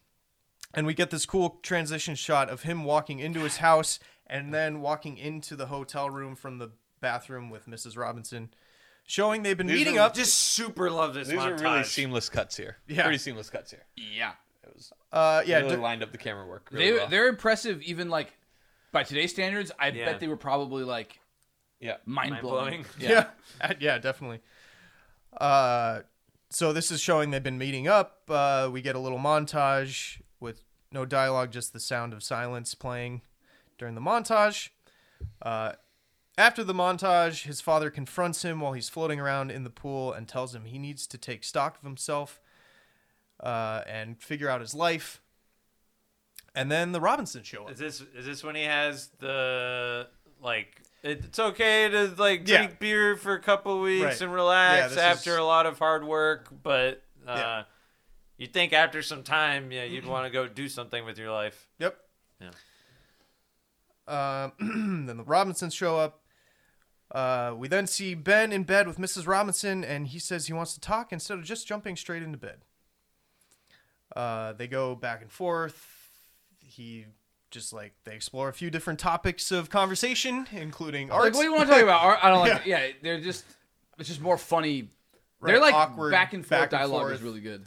Speaker 1: and we get this cool transition shot of him walking into his house and then walking into the hotel room from the bathroom with Mrs. Robinson, showing they've been
Speaker 2: These
Speaker 1: meeting
Speaker 2: are
Speaker 1: up.
Speaker 4: Just super love this
Speaker 2: These are
Speaker 4: montage.
Speaker 2: really seamless cuts here.
Speaker 1: Yeah.
Speaker 2: Pretty seamless cuts here.
Speaker 3: yeah.
Speaker 1: Uh, yeah,
Speaker 2: really
Speaker 1: d-
Speaker 2: lined up the camera work. Really
Speaker 3: They
Speaker 2: well.
Speaker 3: they're impressive even like by today's standards. I
Speaker 4: Yeah.
Speaker 3: bet they were probably like
Speaker 2: Yeah.
Speaker 3: mind blowing.
Speaker 4: Mind-blowing.
Speaker 1: yeah, Uh, yeah, definitely. Uh, so this is showing they've been meeting up. Uh, we get a little montage with no dialogue, just the sound of silence playing during the montage. Uh, after the montage, his father confronts him while he's floating around in the pool and tells him he needs to take stock of himself uh, and figure out his life. And then the Robinsons show up.
Speaker 4: Is this is this when he has the like? It's okay to like
Speaker 1: Yeah.
Speaker 4: drink beer for a couple weeks
Speaker 1: Right.
Speaker 4: and relax
Speaker 1: this
Speaker 4: after
Speaker 1: is-
Speaker 4: a lot of hard work, but uh,
Speaker 1: Yeah.
Speaker 4: you think after some time, yeah, you'd want to go do something with your life.
Speaker 1: Yep. Yeah. Um, then the Robinsons show up. Uh, we then see Ben in bed with Mrs. Robinson, and he says he wants to talk instead of just jumping straight into bed. Uh, they go back and forth. He just like they explore a few different topics of conversation, including art.
Speaker 3: Like, what do you want to talk about? Art? I don't like. Yeah. yeah, they're just it's just more funny. They're
Speaker 1: Right,
Speaker 3: like
Speaker 1: awkward
Speaker 3: back and forth
Speaker 1: back and
Speaker 3: dialogue is
Speaker 1: forth.
Speaker 3: really good.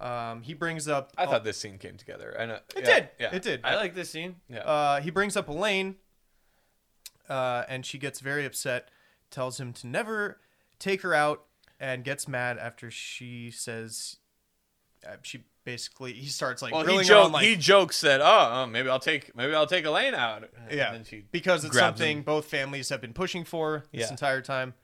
Speaker 1: um, he brings up. Oh,
Speaker 2: I
Speaker 3: oh.
Speaker 2: thought this scene came together. I know.
Speaker 1: it
Speaker 2: yeah,
Speaker 1: did.
Speaker 2: Yeah.
Speaker 1: It did.
Speaker 4: I like this scene.
Speaker 2: Yeah.
Speaker 1: Uh, he brings up Elaine, uh, and she gets very upset, tells him to never take her out, and gets mad after she says uh, she basically he starts like
Speaker 2: well, he,
Speaker 1: grilling her
Speaker 2: joke,
Speaker 1: on like
Speaker 2: he jokes that oh, oh, maybe I'll take maybe I'll take Elaine out.
Speaker 1: yeah
Speaker 2: And then she
Speaker 1: because it's
Speaker 2: grabs
Speaker 1: something
Speaker 2: him.
Speaker 1: both families have been pushing for this
Speaker 2: Yeah.
Speaker 1: entire time,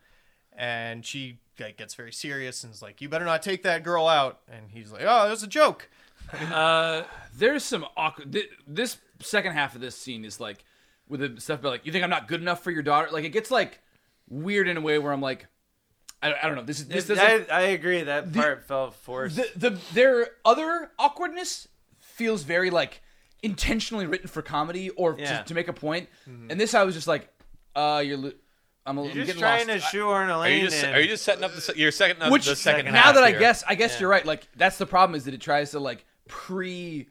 Speaker 1: and she like gets very serious and is like, "You better not take that girl out," and he's like, "Oh, it was a joke."
Speaker 4: Uh,
Speaker 3: There's some awkward. Th- this second half of this scene is like with the stuff about like you think I'm not good enough for your daughter. Like it gets like weird in a way where I'm like, I, I don't know. This is this doesn't.
Speaker 4: I, I agree that part felt forced.
Speaker 3: the, the their other awkwardness feels very like intentionally written for comedy or to-
Speaker 4: Yeah. Mm-hmm.
Speaker 3: to, make a point. And this, I was just like, uh, you're, lo- I'm, a, I'm
Speaker 4: You're just
Speaker 3: getting
Speaker 4: trying to
Speaker 3: lost.
Speaker 4: shoehorn
Speaker 2: Are
Speaker 4: Elaine
Speaker 2: you just
Speaker 4: in.
Speaker 2: are you just setting up the se- you're setting up
Speaker 3: Which
Speaker 2: the second
Speaker 3: now
Speaker 2: half
Speaker 3: that I
Speaker 2: here.
Speaker 3: guess, I guess
Speaker 4: Yeah.
Speaker 3: you're right. Like that's the problem is that it tries to like pre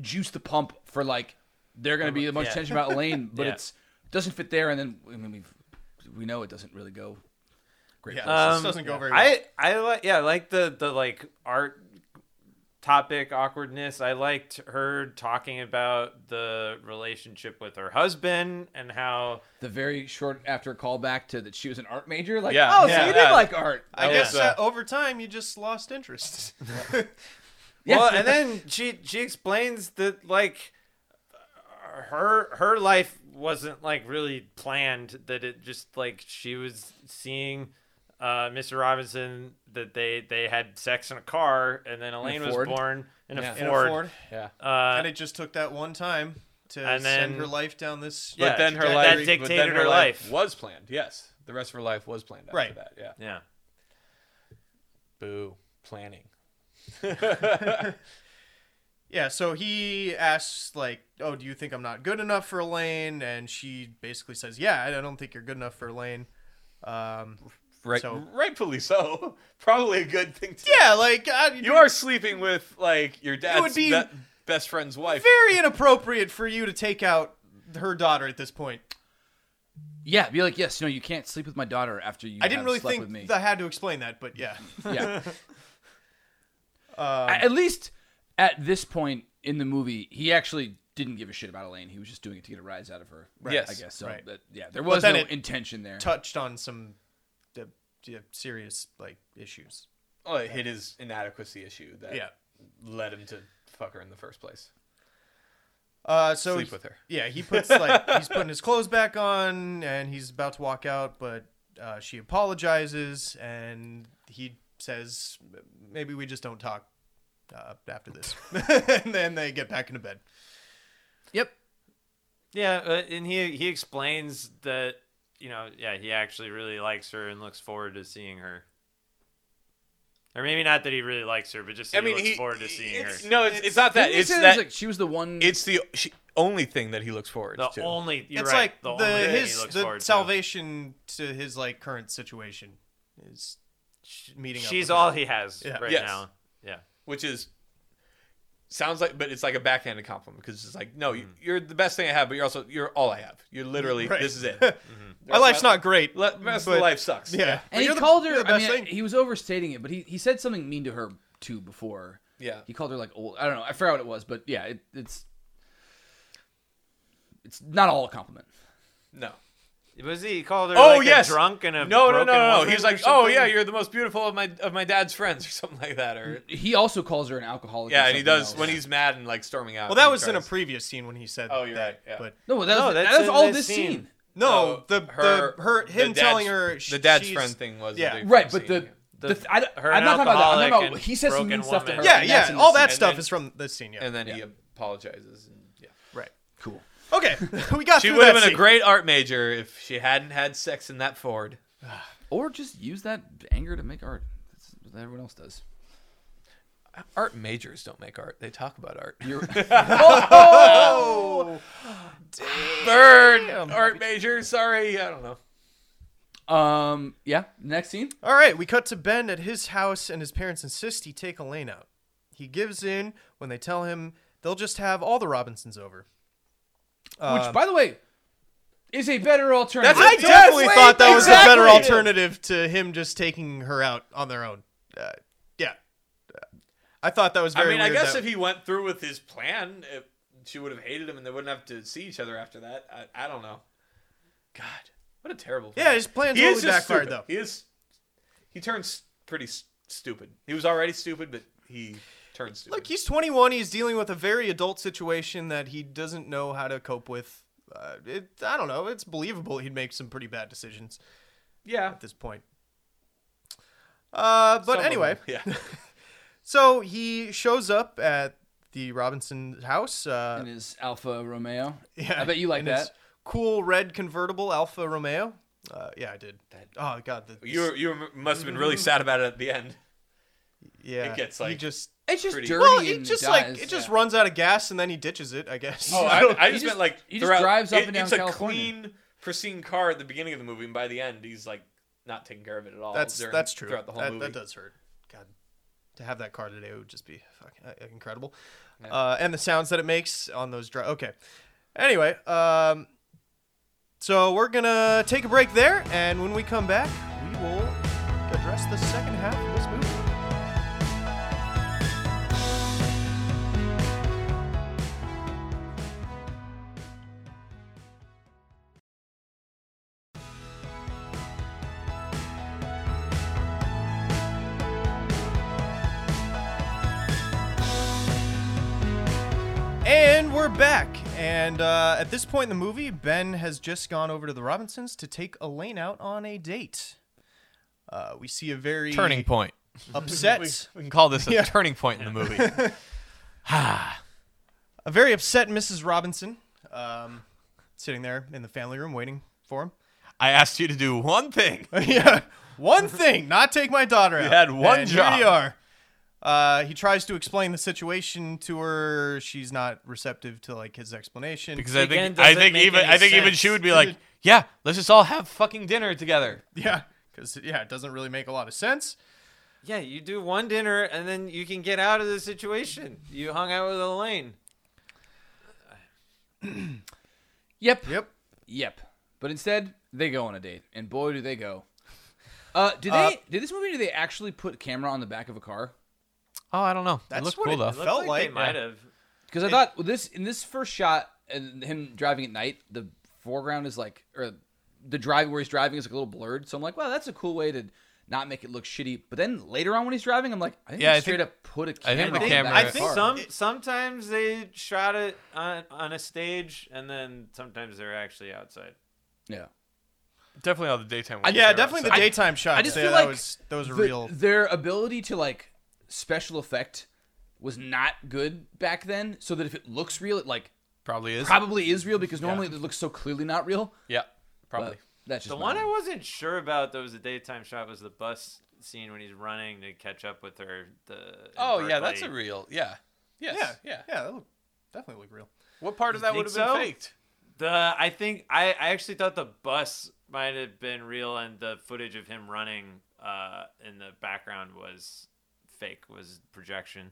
Speaker 3: juice the pump for like they're gonna be a bunch of
Speaker 4: Yeah.
Speaker 3: tension about Elaine, but
Speaker 4: Yeah.
Speaker 3: it's doesn't fit there. And then I mean, we've, we know it doesn't really go great.
Speaker 1: Yeah,
Speaker 3: places.
Speaker 1: this doesn't go very well.
Speaker 4: Um, I I like yeah, I like the the like art topic awkwardness. I liked her talking about the relationship with her husband and how
Speaker 3: the very short after callback to that she was an art major. Like,
Speaker 2: Yeah.
Speaker 3: oh, so
Speaker 4: Yeah.
Speaker 3: you
Speaker 2: Yeah.
Speaker 3: did like art.
Speaker 1: I
Speaker 2: Oh,
Speaker 1: guess
Speaker 2: yeah.
Speaker 1: uh, over time you just lost interest.
Speaker 3: Yeah.
Speaker 4: well, and then she she explains that like her her life wasn't like really planned. That it just like she was seeing uh, Mr. Robinson that they they had sex in a car, and then Elaine was
Speaker 3: Ford.
Speaker 4: born in
Speaker 2: Yeah.
Speaker 4: a
Speaker 1: In a
Speaker 4: Ford.
Speaker 1: Ford.
Speaker 2: yeah.
Speaker 4: Uh,
Speaker 1: and it just took that one time to
Speaker 4: And
Speaker 1: send
Speaker 4: then-
Speaker 1: her life down this.
Speaker 4: Yeah,
Speaker 2: but then her
Speaker 4: that
Speaker 2: life but then
Speaker 4: dictated
Speaker 2: her
Speaker 4: her
Speaker 2: life
Speaker 4: life.
Speaker 2: was planned. Yes, the rest of her life was planned after
Speaker 1: Right.
Speaker 2: that. Yeah.
Speaker 4: yeah.
Speaker 2: Boo, planning.
Speaker 1: Yeah, so he asks like, "Oh, do you think I'm not good enough for Elaine?" And she basically says, "Yeah, I don't think you're good enough for Elaine." Um,
Speaker 2: Right,
Speaker 1: So-
Speaker 2: rightfully so. Probably a good thing to.
Speaker 1: yeah, like I,
Speaker 2: You are sleeping with like your dad's
Speaker 1: would be-
Speaker 2: be- best friend's wife.
Speaker 1: very inappropriate for you to take out her daughter at this point.
Speaker 3: yeah, be like, yes, no, you can't sleep with my daughter after you.
Speaker 1: I didn't
Speaker 3: have
Speaker 1: really
Speaker 3: slept with me.
Speaker 1: think I had to explain that, but yeah.
Speaker 3: yeah, A- at least at this point in the movie, he actually didn't give a shit about Elaine. He was just doing it to get a rise out of her.
Speaker 2: Yes,
Speaker 3: I guess so.
Speaker 1: right.
Speaker 3: But, yeah, there was no
Speaker 1: then it-
Speaker 3: intention there.
Speaker 1: touched on some uh, yeah, serious like issues.
Speaker 2: Well, Oh, it hit his inadequacy issue that
Speaker 1: Yeah.
Speaker 2: led him to fuck her in the first place.
Speaker 1: Uh, so
Speaker 2: Sleep
Speaker 1: he-
Speaker 2: with her.
Speaker 1: Yeah, he puts like he's putting his clothes back on and he's about to walk out, but uh, she apologizes and he says, "Maybe we just don't talk uh, after this." and then they get back into bed.
Speaker 3: yep.
Speaker 4: Yeah, uh, and he he explains that you know, yeah, he actually really likes her and looks forward to seeing her. Or maybe not that he really likes her, but just that
Speaker 2: I mean,
Speaker 4: he looks
Speaker 2: he,
Speaker 4: forward to seeing her.
Speaker 2: it's, no, it's, it's not that.
Speaker 3: Didn't he
Speaker 2: It's
Speaker 3: say
Speaker 2: that.
Speaker 3: like she was the one.
Speaker 2: it's the she, only thing that he looks forward
Speaker 4: The
Speaker 2: to.
Speaker 4: only you're
Speaker 1: it's
Speaker 4: right.
Speaker 1: like
Speaker 4: the,
Speaker 1: the,
Speaker 4: only thing he
Speaker 1: his
Speaker 4: looks
Speaker 1: the
Speaker 4: forward
Speaker 1: salvation to. his like current situation is
Speaker 4: to.
Speaker 1: meeting. up
Speaker 4: She's
Speaker 1: with her.
Speaker 4: all he has
Speaker 1: Yeah.
Speaker 4: right
Speaker 2: Yes.
Speaker 4: now. Yeah.
Speaker 2: which is sounds like, but it's like a backhanded compliment because it's like, no, you, you're the best thing I have, but you're also you're all I have. You're literally
Speaker 1: Mm. Right.
Speaker 2: this is it.
Speaker 4: Mm-hmm.
Speaker 1: My life's not great.
Speaker 2: Le- rest of
Speaker 1: but-
Speaker 2: the life sucks.
Speaker 1: Yeah, But
Speaker 3: and he
Speaker 1: you're the-
Speaker 3: called
Speaker 1: you're
Speaker 3: her.
Speaker 1: the
Speaker 3: I
Speaker 1: best
Speaker 3: mean,
Speaker 1: thing.
Speaker 3: he was overstating it, but he, he said something mean to her too before.
Speaker 2: Yeah.
Speaker 3: He called her like old. I don't know. I forgot what it was, but yeah, it, it's it's not all a compliment.
Speaker 2: No.
Speaker 4: Was he he called her?
Speaker 2: Oh
Speaker 4: like, a
Speaker 2: yes.
Speaker 4: drunk and a
Speaker 2: no, no, no,
Speaker 4: broken
Speaker 2: no, no.
Speaker 4: woman
Speaker 2: He's
Speaker 4: or
Speaker 2: like, oh
Speaker 4: something?
Speaker 2: yeah, you're the most beautiful of my of my dad's friends or something like that. Or
Speaker 3: He also calls her an alcoholic. or
Speaker 2: yeah, and he
Speaker 3: something
Speaker 2: does
Speaker 3: else.
Speaker 2: when he's mad and like storming out.
Speaker 1: Well, that
Speaker 2: he
Speaker 1: was in a
Speaker 2: tries-
Speaker 1: previous scene when he said
Speaker 2: Oh, you're
Speaker 1: that,
Speaker 2: right, yeah.
Speaker 1: but
Speaker 3: no. That
Speaker 4: No,
Speaker 3: was,
Speaker 4: that's
Speaker 3: that was
Speaker 4: in
Speaker 3: all
Speaker 4: this
Speaker 3: this
Speaker 4: scene.
Speaker 3: scene.
Speaker 1: no,
Speaker 2: So
Speaker 1: the the her
Speaker 2: the
Speaker 1: him
Speaker 2: dad's-
Speaker 1: telling her sh-
Speaker 2: the dad's
Speaker 1: she's-
Speaker 2: friend thing was the
Speaker 1: yeah.
Speaker 2: big
Speaker 3: Right,
Speaker 2: thing
Speaker 3: but
Speaker 2: scene,
Speaker 3: the,
Speaker 2: yeah.
Speaker 4: The-
Speaker 3: the, I,
Speaker 4: her
Speaker 3: I'm not talking about that. I'm
Speaker 4: alcoholic
Speaker 3: talking about
Speaker 4: and
Speaker 3: he says some
Speaker 4: broken
Speaker 3: mean stuff to her.
Speaker 4: woman.
Speaker 1: Yeah,
Speaker 3: and
Speaker 1: yeah,
Speaker 3: that's in
Speaker 1: all
Speaker 3: this
Speaker 1: that
Speaker 3: scene.
Speaker 1: stuff
Speaker 2: then-
Speaker 1: is from this scene. Yeah,
Speaker 2: and then he apologizes. And, yeah.
Speaker 1: right.
Speaker 3: Cool.
Speaker 1: Okay, we got
Speaker 2: She
Speaker 1: through
Speaker 2: would have
Speaker 1: that
Speaker 2: been
Speaker 1: scene.
Speaker 2: a great art major if she hadn't had sex in that Ford.
Speaker 3: Or just use that anger to make art. That's what everyone else does.
Speaker 2: Art majors don't make art; they talk about art.
Speaker 3: You're,
Speaker 1: Oh,
Speaker 2: Burn art major. Sorry, I don't know.
Speaker 3: um, yeah. Next scene.
Speaker 1: all right. We cut to Ben at his house, and his parents insist he take Elaine out. He gives in when they tell him they'll just have all the Robinsons over. Um,
Speaker 3: Which, by the way, is a better alternative.
Speaker 2: That's
Speaker 1: I
Speaker 2: Yes,
Speaker 1: definitely
Speaker 2: wait,
Speaker 1: thought that was a better
Speaker 2: exactly.
Speaker 1: alternative to him just taking her out on their own. Uh, yeah, Uh, I thought that was
Speaker 2: I
Speaker 1: very.
Speaker 2: mean, I
Speaker 1: weird
Speaker 2: guess
Speaker 1: that-
Speaker 2: if he went through with his plan, if she would have hated him, and they wouldn't have to see each other after that. I, I don't know. God, what a terrible.
Speaker 1: Yeah,
Speaker 2: plan.
Speaker 1: his plan
Speaker 2: He is
Speaker 1: totally
Speaker 2: just
Speaker 1: backfired,
Speaker 2: stupid.
Speaker 1: though.
Speaker 2: He is. He turns pretty s- stupid. He was already stupid, but he turns stupid.
Speaker 1: Look, he's 21. He's dealing with a very adult situation that he doesn't know how to cope with. Uh, it, I don't know. It's believable he'd make some pretty bad decisions
Speaker 2: yeah.
Speaker 1: at this point. Uh, but
Speaker 2: some of
Speaker 1: anyway,
Speaker 2: them, yeah.
Speaker 1: so he shows up at the Robinson house. Uh,
Speaker 3: in his Alfa Romeo.
Speaker 1: yeah,
Speaker 3: I bet you like
Speaker 1: in his
Speaker 3: that.
Speaker 1: cool red convertible Alfa Romeo. Uh, yeah, I did. oh God, the,
Speaker 2: You were, you were, must have been really sad about it at the end.
Speaker 1: yeah,
Speaker 2: it gets,
Speaker 1: he
Speaker 2: like,
Speaker 1: just
Speaker 3: It's just
Speaker 2: Pretty-
Speaker 3: dirty.
Speaker 1: well, he
Speaker 3: and
Speaker 1: just
Speaker 3: dies.
Speaker 1: like it just runs out of gas and then he ditches it. I guess.
Speaker 2: Oh,
Speaker 1: I don't-
Speaker 2: I, I just
Speaker 3: just-
Speaker 2: meant like
Speaker 3: he just
Speaker 2: throughout-
Speaker 3: drives up
Speaker 2: it-
Speaker 3: and down
Speaker 2: It's
Speaker 3: California.
Speaker 2: a clean, pristine car at the beginning of the movie, and by the end, he's like not taking care of it at all.
Speaker 1: That's
Speaker 2: during-
Speaker 1: that's true.
Speaker 2: Throughout the whole
Speaker 1: that,
Speaker 2: movie,
Speaker 1: that does hurt. God, to have that car today would just be fucking uh, incredible. Uh, and the sounds that it makes on those dry. Okay. Anyway, um, so we're gonna take a break there, and when we come back, we will address the second half of this movie. And we're back. And uh, at this point in the movie, Ben has just gone over to the Robinsons to take Elaine out on a date. Uh, we see a very
Speaker 2: point.
Speaker 1: upset,
Speaker 2: We can call this a turning point in the movie.
Speaker 1: a very upset Mrs. Robinson, um, sitting there in the family room waiting for him.
Speaker 2: I asked you to do one thing.
Speaker 1: yeah, one thing, not take my daughter out.
Speaker 2: had one
Speaker 1: and
Speaker 2: job.
Speaker 1: Here you are. Uh, he tries to explain the situation to her. She's not receptive to like his explanation.
Speaker 2: Because I
Speaker 4: Again,
Speaker 2: think
Speaker 4: doesn't
Speaker 2: I think
Speaker 4: make
Speaker 2: even
Speaker 4: any
Speaker 2: I think even
Speaker 4: sense.
Speaker 2: she would be like, yeah, let's just all have fucking dinner together.
Speaker 1: yeah, because yeah, it doesn't really make a lot of sense.
Speaker 4: Yeah, you do one dinner and then you can get out of the situation. You hung out with Elaine.
Speaker 3: Yep.
Speaker 1: Yep.
Speaker 3: Yep. But instead, they go on a date, and boy, do Uh, they go. Uh, did they? did this movie? Did they actually put camera on the back of a car?
Speaker 2: Oh, I don't know.
Speaker 1: That's
Speaker 2: it looked
Speaker 1: what
Speaker 2: cool
Speaker 1: it-
Speaker 2: though.
Speaker 4: It
Speaker 1: Felt
Speaker 4: felt like,
Speaker 1: like
Speaker 4: they
Speaker 1: it.
Speaker 4: might have.
Speaker 3: Because I thought with this in this first shot and him driving at night, the foreground is like, or the drive where he's driving is like a little blurred. So I'm like, wow, that's a cool way to not make it look shitty. But then later on when he's driving, I'm like, I think
Speaker 2: Yeah,
Speaker 3: they
Speaker 2: I
Speaker 3: straight
Speaker 2: think-
Speaker 3: up put a
Speaker 2: I
Speaker 3: camera.
Speaker 2: think the
Speaker 3: on
Speaker 2: camera-
Speaker 3: that
Speaker 2: I
Speaker 4: think
Speaker 3: car.
Speaker 4: some sometimes they shot it on on a stage, and then sometimes they're actually outside.
Speaker 3: Yeah.
Speaker 2: Definitely all the daytime.
Speaker 3: I-
Speaker 2: ones
Speaker 1: Yeah,
Speaker 2: are
Speaker 1: definitely the
Speaker 2: outside.
Speaker 1: daytime shots.
Speaker 3: I just
Speaker 1: yeah,
Speaker 3: feel
Speaker 1: that
Speaker 3: like
Speaker 1: was, those were
Speaker 3: the-
Speaker 1: real.
Speaker 3: Their ability to like special effect was not good back then, so that if it looks real, it like
Speaker 2: probably is.
Speaker 3: probably is real because normally it looks so clearly not real.
Speaker 2: Yeah, probably.
Speaker 3: But that's just
Speaker 4: The
Speaker 3: my
Speaker 4: one I
Speaker 3: opinion.
Speaker 4: wasn't sure about that was a daytime shot was the bus scene when he's running to catch up with her. The in
Speaker 2: oh yeah, that's a
Speaker 4: Berkeley.
Speaker 2: real. Yeah. Yes.
Speaker 1: yeah,
Speaker 2: Yeah.
Speaker 1: yeah, that looked, definitely look real.
Speaker 2: What part of that
Speaker 4: think
Speaker 2: would have been
Speaker 4: so?
Speaker 2: faked?
Speaker 4: the I think I I actually thought the bus might have been real, and the footage of him running uh in the background was fake, was projection.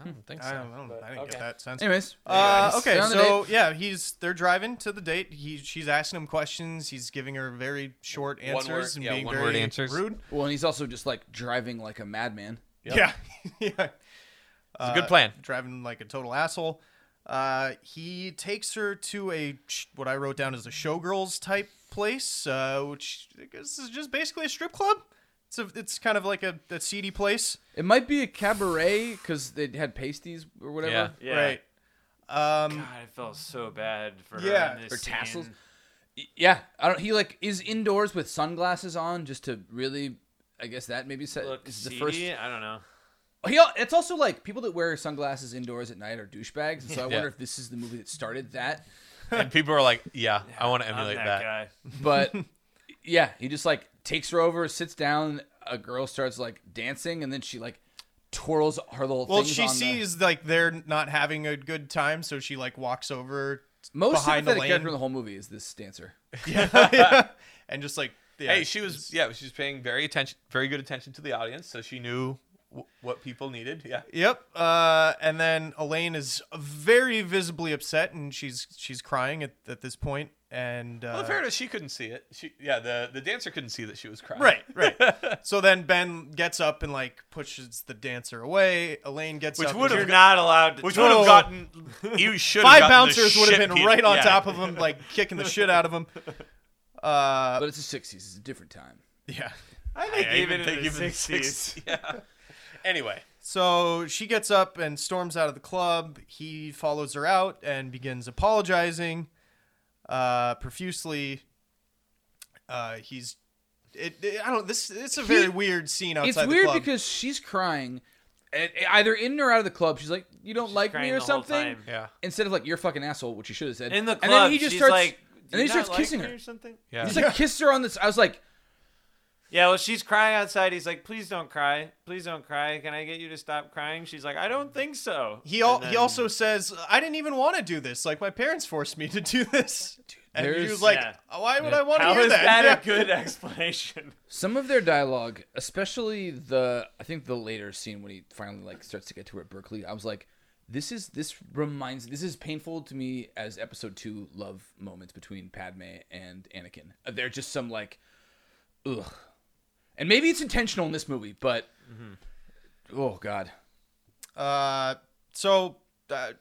Speaker 2: I don't think
Speaker 1: I
Speaker 2: so.
Speaker 1: don't, I don't, I didn't
Speaker 2: okay.
Speaker 1: get that sense.
Speaker 3: Anyways,
Speaker 1: Uh, okay,
Speaker 3: They're on the
Speaker 1: so
Speaker 3: date.
Speaker 1: yeah, he's they're driving to the date. He she's asking him questions. He's giving her very short
Speaker 2: One word-
Speaker 1: answers and
Speaker 2: yeah,
Speaker 1: being
Speaker 2: one
Speaker 1: very
Speaker 2: word answers.
Speaker 1: rude.
Speaker 3: well, and he's also just like driving like a madman.
Speaker 1: Yeah, yeah.
Speaker 2: It's a good plan.
Speaker 1: Driving like a total asshole. Uh, he takes her to a sh- what I wrote down as a showgirls type place, uh, which I guess is just basically a strip club. It's a, it's kind of like a, a seedy place.
Speaker 3: It might be a cabaret because they had pasties or whatever.
Speaker 2: Yeah.
Speaker 4: Yeah.
Speaker 1: Right. Um,
Speaker 4: God, I felt so bad for
Speaker 1: Yeah.
Speaker 4: her. in this
Speaker 3: Or tassels.
Speaker 4: scene.
Speaker 3: Y- Yeah, I don't. He like is indoors with sunglasses on just to really. I guess that maybe set,
Speaker 4: Look,
Speaker 3: this uh, is the
Speaker 4: seedy?
Speaker 3: first.
Speaker 4: I don't know.
Speaker 3: He, al- it's also like people that wear sunglasses indoors at night are douchebags. and So I
Speaker 2: Yeah.
Speaker 3: wonder if this is the movie that started that.
Speaker 2: and people are like, "Yeah, I want to
Speaker 4: I'm
Speaker 2: emulate
Speaker 4: that,
Speaker 2: that."
Speaker 4: guy.
Speaker 3: But yeah, he just like takes her over, sits down. A girl starts like dancing, and then she like twirls her little.
Speaker 1: well,
Speaker 3: things
Speaker 1: she
Speaker 3: on the-
Speaker 1: sees like they're not having a good time, so she like walks over.
Speaker 3: most
Speaker 1: behind the
Speaker 3: sympathetic
Speaker 1: lane.
Speaker 3: character in the whole movie is this dancer.
Speaker 1: yeah. and just like yeah,
Speaker 2: Hey, she was yeah, she was paying very attention, very good attention to the audience, so she knew w- what people needed. Yeah,
Speaker 1: Yep. Uh, and then Elaine is very visibly upset, and she's she's crying at, at this point. And uh,
Speaker 2: well, fair enough. She couldn't see it. She yeah, the the dancer couldn't see that she was crying.
Speaker 1: right, right. so then Ben gets up and like pushes the dancer away. Elaine gets
Speaker 2: Which
Speaker 1: up. and-
Speaker 2: would've
Speaker 4: You're
Speaker 2: got-
Speaker 4: not allowed to.
Speaker 2: which
Speaker 4: touch
Speaker 2: would have
Speaker 1: Oh.
Speaker 2: gotten you should
Speaker 1: five
Speaker 2: gotten the
Speaker 1: bouncers would have
Speaker 2: shit
Speaker 1: been
Speaker 2: beat-
Speaker 1: right on
Speaker 2: yeah.
Speaker 1: top of him, like kicking the shit out of him. Uh,
Speaker 3: But it's the sixties; it's a different time.
Speaker 1: yeah.
Speaker 4: I
Speaker 2: I
Speaker 4: think even,
Speaker 2: even think
Speaker 4: in the
Speaker 2: even in the
Speaker 4: 60s.
Speaker 2: 60s. Yeah. Anyway,
Speaker 1: So she gets up and storms out of the club. He follows her out and begins apologizing uh, profusely. Uh, he's, it, it- I don't. This it's a very weird scene outside
Speaker 3: It's
Speaker 1: the
Speaker 3: weird
Speaker 1: club.
Speaker 3: because she's crying, and either in or out of the club, she's like, "You don't like me"
Speaker 4: crying
Speaker 3: or
Speaker 4: the whole
Speaker 3: something.
Speaker 4: time.
Speaker 2: yeah,
Speaker 3: Instead of like, "You're a fucking asshole," which she should have said.
Speaker 4: In the club,
Speaker 3: and then he just
Speaker 4: she's
Speaker 3: starts
Speaker 4: like,
Speaker 3: and
Speaker 4: "Do
Speaker 3: then
Speaker 4: you
Speaker 3: he starts
Speaker 4: not like
Speaker 3: kissing
Speaker 4: me
Speaker 3: her.
Speaker 4: or something.
Speaker 2: yeah.
Speaker 3: He's like kissed her on this. I was like,
Speaker 4: Yeah, well, she's crying outside. He's like, "Please don't cry. Please don't cry. Can I get you to stop crying?" She's like, "I don't think so."
Speaker 1: he al-
Speaker 4: And
Speaker 1: he
Speaker 4: then-
Speaker 1: also says, "I didn't even want to do this. Like my parents forced me to do this." And he
Speaker 3: there's-
Speaker 1: was like, "Oh,
Speaker 4: Yeah.
Speaker 1: "Why would I want to
Speaker 4: How
Speaker 1: hear
Speaker 4: is that
Speaker 1: Yeah.
Speaker 4: a good explanation?
Speaker 3: some of their dialogue, especially the I think the later scene when he finally like starts to get to her at Berkeley. I was like, this is this reminds this is painful to me as episode two love moments between Padme and Anakin. Uh, They're just some like, ugh, and maybe it's intentional in this movie, but
Speaker 1: Mm-hmm.
Speaker 3: oh god,
Speaker 1: Uh, so uh,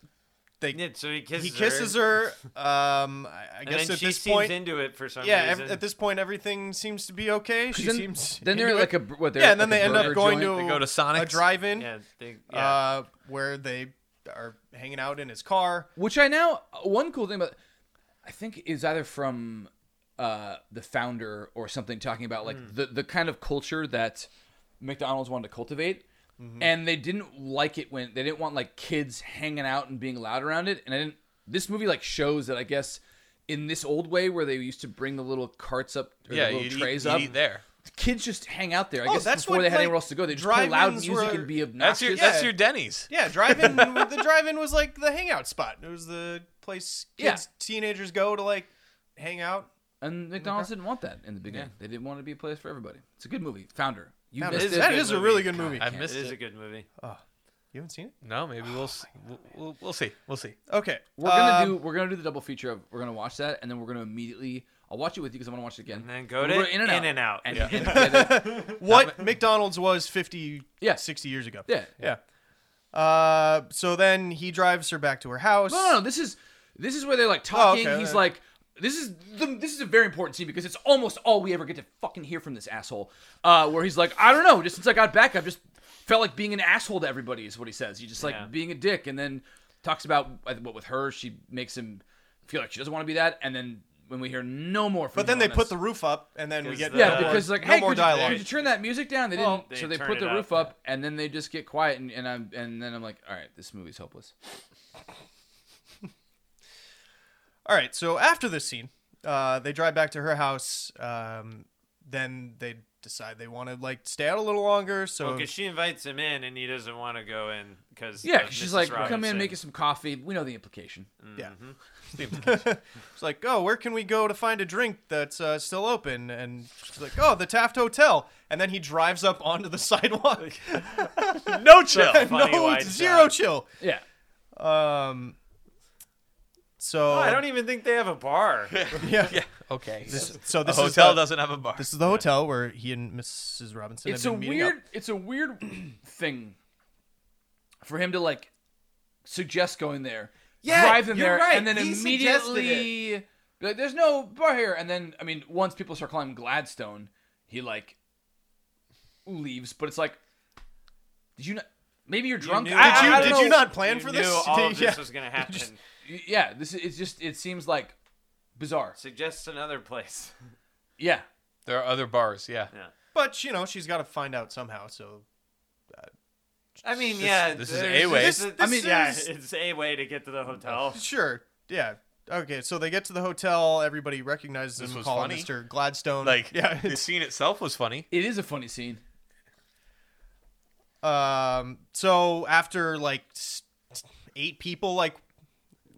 Speaker 1: they
Speaker 4: Yeah, so he kisses.
Speaker 1: he kisses her. Um, I, I
Speaker 4: And
Speaker 1: guess
Speaker 4: then
Speaker 1: at
Speaker 4: she
Speaker 1: this
Speaker 4: seems
Speaker 1: point,
Speaker 4: into it for some
Speaker 1: yeah,
Speaker 4: reason.
Speaker 1: ev- at this point, everything seems to be okay. She
Speaker 3: then,
Speaker 1: seems.
Speaker 3: then they're
Speaker 1: into
Speaker 3: like
Speaker 1: it.
Speaker 3: a br- what? they're
Speaker 1: yeah, and then
Speaker 3: like
Speaker 1: they
Speaker 3: a
Speaker 1: end up
Speaker 3: burger
Speaker 1: going
Speaker 3: joint?
Speaker 1: to
Speaker 2: They go to Sonic's.
Speaker 1: a drive-in
Speaker 4: yeah, they, yeah.
Speaker 1: uh, where they are hanging out in his car.
Speaker 3: Which I now one cool thing about I think is either from uh, the founder or something talking about like
Speaker 1: Hmm.
Speaker 3: the the kind of culture that McDonald's wanted to cultivate.
Speaker 1: Mm-hmm.
Speaker 3: And they didn't like it when they didn't want like kids hanging out and being loud around it. And I didn't. This movie like shows that I guess in this old way where they used to bring the little carts up, or
Speaker 2: yeah,
Speaker 3: the
Speaker 2: you
Speaker 3: little trays
Speaker 2: eat,
Speaker 3: up.
Speaker 2: you'd eat there.
Speaker 3: Kids just hang out there. I
Speaker 1: Oh,
Speaker 3: guess
Speaker 1: that's
Speaker 3: before
Speaker 1: what,
Speaker 3: they had
Speaker 1: like,
Speaker 3: anywhere else to go, they just play loud
Speaker 1: drive-ins
Speaker 3: music
Speaker 1: were-
Speaker 3: and be obnoxious.
Speaker 2: That's your
Speaker 1: Yeah.
Speaker 2: that's your Denny's.
Speaker 1: Yeah, drive-in. the drive-in was like the hangout spot. It was the place
Speaker 3: Yeah.
Speaker 1: kids, teenagers go to like hang out.
Speaker 3: And McDonald's didn't want that in the beginning. They didn't want it to be a place for everybody. It's a good movie. Founder. You
Speaker 1: That
Speaker 3: missed
Speaker 1: is,
Speaker 3: it.
Speaker 1: that
Speaker 4: good
Speaker 1: is a
Speaker 4: movie.
Speaker 1: really good
Speaker 3: God,
Speaker 1: movie.
Speaker 2: I
Speaker 3: can't-
Speaker 4: it
Speaker 2: missed
Speaker 4: is a
Speaker 2: it.
Speaker 4: good movie.
Speaker 1: Uh, You haven't seen it?
Speaker 2: No, maybe we'll, s we'll we'll we'll see. We'll see.
Speaker 1: Okay,
Speaker 3: We're gonna
Speaker 1: um,
Speaker 3: do we're gonna do the double feature of we're gonna watch that and then we're gonna immediately I'll watch it with you because I want to watch it again.
Speaker 4: And then go to
Speaker 3: We're In-N-Out.
Speaker 4: In-N-Out.
Speaker 3: And,
Speaker 4: Yeah.
Speaker 1: What McDonald's was 50,
Speaker 3: Yeah.
Speaker 1: 60 years ago.
Speaker 3: yeah.
Speaker 1: Yeah. Uh, so then he drives her back to her house.
Speaker 3: No, no, no. This is this is where they're like
Speaker 4: Oh,
Speaker 3: talking.
Speaker 1: okay.
Speaker 3: He's like, this is the, this is a very important scene because it's almost all we ever get to fucking hear from this asshole. Uh, where he's like, I don't know. Just since I got back, I've just felt like being an asshole to everybody. Is what he says. You just like
Speaker 4: Yeah.
Speaker 3: being a dick, and then talks about I think, what with her. She makes him feel like she doesn't want to be that, and then when we hear no more from
Speaker 1: But then
Speaker 3: him
Speaker 1: they
Speaker 3: on
Speaker 1: put
Speaker 3: this-
Speaker 1: the roof up, and then we
Speaker 4: Because
Speaker 1: get
Speaker 4: the-
Speaker 1: no
Speaker 3: yeah,
Speaker 1: more-
Speaker 3: because like,
Speaker 1: no
Speaker 3: hey,
Speaker 1: more
Speaker 3: could you,
Speaker 1: dialogue.
Speaker 3: could you turn that music down? They didn't,
Speaker 4: Well,
Speaker 3: so
Speaker 4: they
Speaker 3: they
Speaker 4: turn
Speaker 3: put
Speaker 4: it
Speaker 3: the
Speaker 4: up,
Speaker 3: roof up, and then they just get quiet, and, and I'm and then I'm like, all right, this movie's hopeless.
Speaker 1: All right. So after this scene, uh, they drive back to her house. Um, then they decide they want to like stay out a little longer. So
Speaker 4: Because she invites him in, and he doesn't want to go in because
Speaker 3: Yeah, 'cause she's like, come in, make us some coffee. We know the implication.
Speaker 1: yeah,
Speaker 4: Mm-hmm.
Speaker 1: it's like, oh, where can we go to find a drink that's uh, still open? And she's like, oh, the Taft Hotel. And then he drives up onto the sidewalk.
Speaker 2: No chill.
Speaker 4: Funny
Speaker 1: no,
Speaker 4: wide
Speaker 1: zero
Speaker 4: shot.
Speaker 1: chill.
Speaker 3: Yeah.
Speaker 1: Um. So
Speaker 4: Oh, I don't even think they have a bar.
Speaker 1: yeah.
Speaker 2: Okay.
Speaker 1: This- so
Speaker 2: the
Speaker 1: this is
Speaker 2: hotel
Speaker 1: the,
Speaker 2: doesn't have a bar.
Speaker 1: This is the hotel where he and Mrs. Robinson
Speaker 3: It's a
Speaker 1: have been meeting up.
Speaker 3: weird it's a weird thing for him to like suggest going there.
Speaker 4: Yeah,
Speaker 3: drive them
Speaker 4: you're
Speaker 3: there
Speaker 4: right.
Speaker 3: and then
Speaker 4: He suggested
Speaker 3: immediately be like, there's no bar here and then I mean once people start calling him Gladstone, he like leaves, but it's like did you not maybe you're drunk?
Speaker 4: knew
Speaker 3: I-
Speaker 1: Did
Speaker 4: that.
Speaker 3: I-
Speaker 1: you
Speaker 3: I don't
Speaker 1: did
Speaker 3: know.
Speaker 1: you not plan
Speaker 4: You
Speaker 1: for
Speaker 4: knew
Speaker 1: this?
Speaker 4: all of this
Speaker 1: Yeah.
Speaker 4: was gonna happen.
Speaker 3: Yeah, this is it's just it seems like bizarre.
Speaker 4: Suggest another place.
Speaker 3: Yeah.
Speaker 2: There are other bars. Yeah.
Speaker 4: Yeah.
Speaker 1: But you know, she's got to find out somehow. So
Speaker 4: I mean, yeah,
Speaker 2: this is
Speaker 4: there's-
Speaker 2: a way.
Speaker 4: this-
Speaker 1: I
Speaker 4: this
Speaker 1: mean-
Speaker 4: yeah,
Speaker 1: is-
Speaker 4: it's a way to get to the hotel.
Speaker 1: sure, yeah, okay. So they get to the hotel. Everybody recognizes
Speaker 2: This
Speaker 1: him.
Speaker 2: was
Speaker 1: Call him
Speaker 2: funny.
Speaker 1: Mr. Gladstone.
Speaker 2: Like
Speaker 1: yeah.
Speaker 2: the scene itself was funny.
Speaker 3: It is a funny scene.
Speaker 1: Um. So after like s- eight people, like.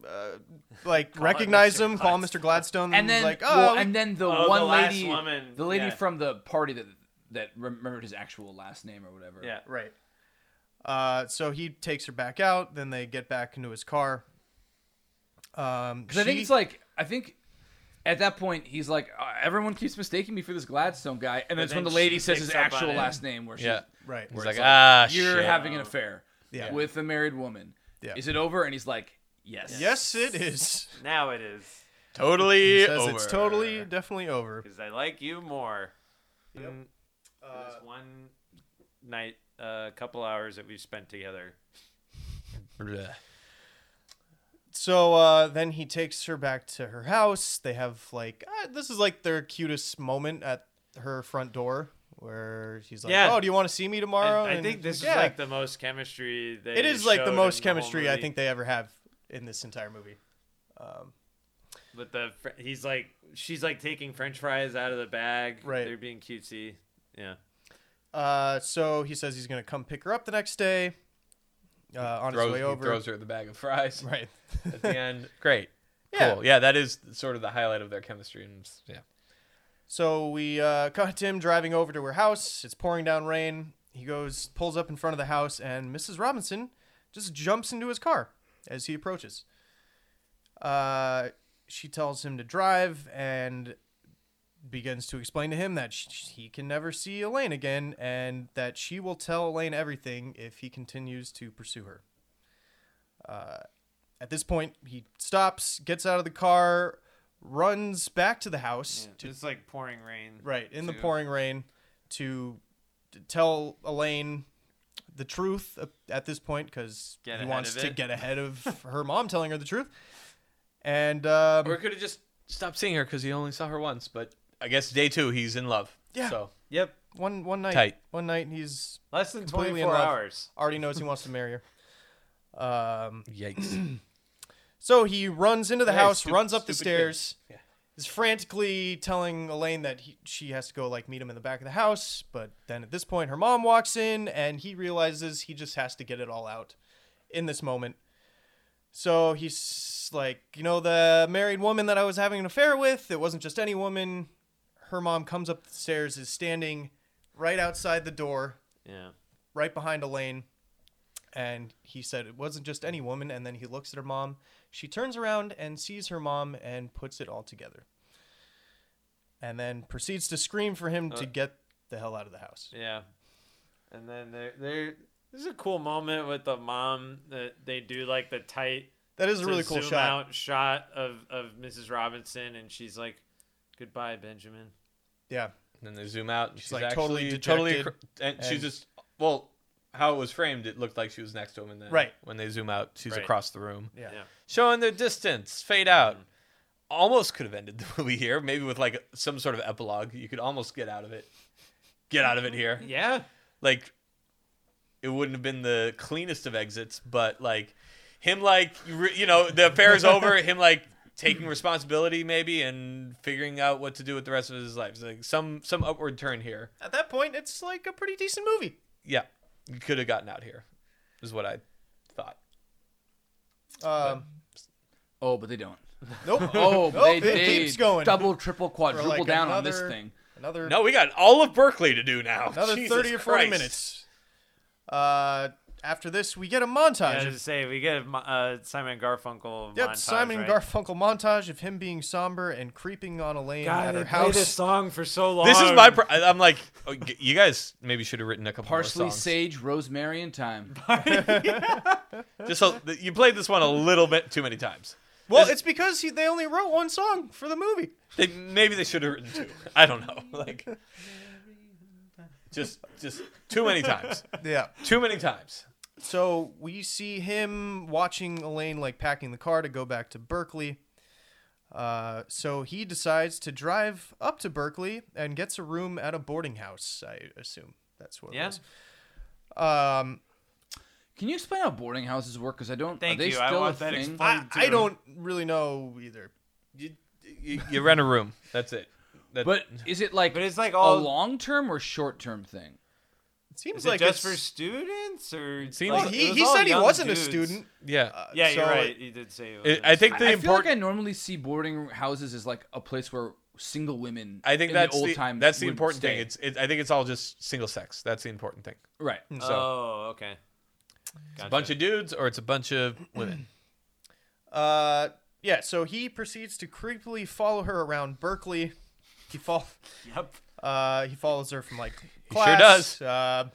Speaker 1: Uh, like recognize
Speaker 4: Mr.
Speaker 1: him, call him Mr. Gladstone,
Speaker 3: and then
Speaker 1: like, oh,
Speaker 3: well,
Speaker 1: we-
Speaker 3: and then the
Speaker 4: Oh, the
Speaker 3: one
Speaker 4: last
Speaker 3: lady,
Speaker 4: woman,
Speaker 3: the lady
Speaker 4: yeah.
Speaker 3: from the party that that remembered his actual last name or whatever.
Speaker 4: Yeah.
Speaker 1: right. Uh, so he takes her back out. Then they get back into his car. Um,
Speaker 3: because I think
Speaker 1: she-
Speaker 3: it's like I think at that point he's like uh, everyone keeps mistaking me for this Gladstone guy, and that's when
Speaker 4: then
Speaker 3: the lady
Speaker 4: she
Speaker 3: says
Speaker 4: picks
Speaker 3: his
Speaker 4: up on
Speaker 3: actual
Speaker 4: it.
Speaker 3: last name, where she's
Speaker 2: Yeah.
Speaker 1: right.
Speaker 2: He's
Speaker 3: where
Speaker 2: like,
Speaker 3: it's
Speaker 2: ah,
Speaker 3: you're
Speaker 2: shit.
Speaker 3: having an affair
Speaker 1: Yeah.
Speaker 3: with a married woman.
Speaker 1: Yeah.
Speaker 3: Is it over? And he's like, yes.
Speaker 1: Yes, it is.
Speaker 4: Now it is
Speaker 2: totally
Speaker 1: Says
Speaker 2: over.
Speaker 1: it's totally, definitely over.
Speaker 4: because I like you more.
Speaker 1: Mm,
Speaker 4: This one night, a couple hours that we've spent together.
Speaker 2: Bleh.
Speaker 1: So uh, then he takes her back to her house. They have like uh, this is like their cutest moment at her front door, where she's like,
Speaker 4: Yeah.
Speaker 1: "Oh, do you want to see me tomorrow?"
Speaker 4: And I
Speaker 1: And
Speaker 4: think
Speaker 1: she's
Speaker 4: this
Speaker 1: yeah.
Speaker 4: is like the most chemistry. They
Speaker 1: it is like
Speaker 4: showed
Speaker 1: the
Speaker 4: in
Speaker 1: most
Speaker 4: whole
Speaker 1: chemistry I
Speaker 4: movie.
Speaker 1: think they ever have in this entire movie.
Speaker 4: But the fr- he's like she's like taking French fries out of the bag.
Speaker 1: Right.
Speaker 4: They're being cutesy. Yeah.
Speaker 1: Uh, so he says he's gonna come pick her up the next day uh, on
Speaker 2: Throws,
Speaker 1: his way
Speaker 2: he
Speaker 1: over.
Speaker 2: throws her the bag of fries
Speaker 1: Right.
Speaker 2: at the end. Great.
Speaker 1: Yeah.
Speaker 2: Cool. Yeah, that is sort of the highlight of their chemistry. And s- yeah.
Speaker 1: So we uh, cut to him driving over to her house. It's pouring down rain. He goes, pulls up in front of the house, and Mrs. Robinson just jumps into his car as he approaches. Uh, she tells him to drive and begins to explain to him that sh- he can never see Elaine again and that she will tell Elaine everything if he continues to pursue her. Uh, at this point, he stops, gets out of the car, runs back to the house to
Speaker 4: It's like pouring rain.
Speaker 1: Right, in the
Speaker 4: to-
Speaker 1: pouring rain to to tell Elaine the truth uh, at this point because he
Speaker 4: Get ahead
Speaker 1: wants
Speaker 4: of
Speaker 1: to
Speaker 4: it.
Speaker 1: get ahead of her mom telling her the truth. And um,
Speaker 2: Or could have just stopped seeing her because he only saw her once. But I guess day two, he's in love.
Speaker 1: Yeah.
Speaker 2: So
Speaker 4: Yep.
Speaker 1: one one night,
Speaker 2: Tight.
Speaker 1: one night he's
Speaker 4: Less than
Speaker 1: Completely
Speaker 4: twenty
Speaker 1: in
Speaker 4: four
Speaker 1: love.
Speaker 4: hours.
Speaker 1: already knows he wants to marry her. Um,
Speaker 2: yikes.
Speaker 1: so he runs into the
Speaker 2: Hey,
Speaker 1: house,
Speaker 2: stup-
Speaker 1: runs up the
Speaker 2: stupid kid.
Speaker 1: stairs.
Speaker 2: Yeah.
Speaker 1: Is frantically telling Elaine that he, she has to go like meet him in the back of the house, but then at this point her mom walks in and he realizes he just has to get it all out in this moment. So he's like, you know, the married woman that I was having an affair with, it wasn't just any woman. Her mom comes up the stairs, is standing right outside the door,
Speaker 4: Yeah.
Speaker 1: right behind Elaine. And he said it wasn't just any woman. And then he looks at her mom. She turns around and sees her mom and puts it all together. and then proceeds to scream for him to get the hell out of the house.
Speaker 4: Yeah. And then there there this is a cool moment with the mom that they do like the tight
Speaker 1: That is a
Speaker 4: to
Speaker 1: really cool
Speaker 4: zoom
Speaker 1: shot.
Speaker 4: out shot of, of Mrs. Robinson and she's like, Goodbye, Benjamin.
Speaker 1: Yeah.
Speaker 5: And then they zoom out. And she's,
Speaker 1: like, totally
Speaker 5: actually totally,
Speaker 1: dejected,
Speaker 5: acro- and, she's
Speaker 1: and-
Speaker 5: just well, how it was framed, it looked like she was next to him, and then
Speaker 1: Right.
Speaker 5: when they zoom out, she's
Speaker 4: Right.
Speaker 5: across the room,
Speaker 1: Yeah. Mm-hmm.
Speaker 4: Yeah.
Speaker 5: showing their distance, fade out. Almost could have ended the movie here, maybe with like some sort of epilogue. You could almost get out of it, get out of it here.
Speaker 4: Yeah.
Speaker 5: Like, it wouldn't have been the cleanest of exits, but like him, like you re- you know, the affair's over. Him like taking responsibility maybe and figuring out what to do with the rest of his life. It's like some some upward turn here.
Speaker 1: At that point, it's like a pretty decent movie.
Speaker 5: Yeah, you could have gotten out here, is what I thought.
Speaker 1: Um,
Speaker 3: Oh, but they don't.
Speaker 1: nope.
Speaker 3: Oh,
Speaker 1: nope,
Speaker 3: they,
Speaker 1: it
Speaker 3: they
Speaker 1: keeps going.
Speaker 3: Double, triple, quadruple
Speaker 1: like,
Speaker 3: down on this
Speaker 1: another-
Speaker 3: thing.
Speaker 1: Another
Speaker 5: No, we got all of Berkeley to do now.
Speaker 1: another
Speaker 5: Jesus
Speaker 1: thirty or forty
Speaker 5: Christ.
Speaker 1: minutes. Uh, after this, we get a montage.
Speaker 4: I
Speaker 1: of
Speaker 4: was to say we get a, mo- uh, Simon and Garfunkel.
Speaker 1: Yep,
Speaker 4: montage,
Speaker 1: Simon
Speaker 4: right?
Speaker 1: and Garfunkel montage of him being somber and creeping on Elaine
Speaker 4: God,
Speaker 1: at
Speaker 4: they
Speaker 1: her
Speaker 4: play
Speaker 1: house.
Speaker 4: this song for so long.
Speaker 5: This is my. Pr- I- I'm like, oh, g- you guys maybe should have written a couple
Speaker 3: Parsley,
Speaker 5: more songs.
Speaker 3: sage, rosemary, and thyme.
Speaker 5: Just so, th- you played this one a little bit too many times.
Speaker 1: well, it's because he, they only wrote one song for the movie.
Speaker 5: They, maybe they should have written two. I don't know. Like, just just too many times.
Speaker 1: Yeah.
Speaker 5: Too many times.
Speaker 1: So we see him watching Elaine like packing the car to go back to Berkeley. Uh, so he decides to drive up to Berkeley and gets a room at a boarding house. I assume that's what.
Speaker 4: Yeah.
Speaker 1: It was. Um,
Speaker 3: Can you explain how boarding houses work? Because I don't.
Speaker 4: Thank
Speaker 3: are they
Speaker 4: you, I
Speaker 3: Still
Speaker 4: want
Speaker 3: a
Speaker 4: that
Speaker 3: thing?
Speaker 4: explained.
Speaker 1: I, I
Speaker 4: Dude.
Speaker 1: don't really know either.
Speaker 5: You, you, you rent a room. That's it. That,
Speaker 3: But is it like?
Speaker 4: But it's like
Speaker 3: a
Speaker 4: all.
Speaker 3: long term or short term thing?
Speaker 1: It seems
Speaker 4: is it
Speaker 1: like
Speaker 4: just
Speaker 1: it's-
Speaker 4: for students or? It
Speaker 5: seems
Speaker 1: Well,
Speaker 5: like-
Speaker 1: he, he said he wasn't a student. uh,
Speaker 5: yeah,
Speaker 4: Yeah, you're
Speaker 1: so
Speaker 4: right. He did say. It was
Speaker 5: It- I think
Speaker 3: I,
Speaker 5: the
Speaker 3: uh, I feel like
Speaker 5: important.
Speaker 3: I normally see boarding houses as like a place where single women.
Speaker 5: I think
Speaker 3: in
Speaker 5: that's
Speaker 3: the
Speaker 5: the,
Speaker 3: old time.
Speaker 5: that's the
Speaker 3: would
Speaker 5: important
Speaker 3: stay.
Speaker 5: thing. It's it, I think it's all just single sex. That's the important thing.
Speaker 3: right.
Speaker 5: So
Speaker 4: Oh, okay. Gotcha.
Speaker 5: a bunch of dudes or it's a bunch of women.
Speaker 1: Uh, yeah. So he proceeds to creepily follow her around Berkeley. He fall.
Speaker 4: Yep.
Speaker 1: Uh, he follows her from like
Speaker 5: sure
Speaker 1: class.
Speaker 5: does.
Speaker 1: Uh,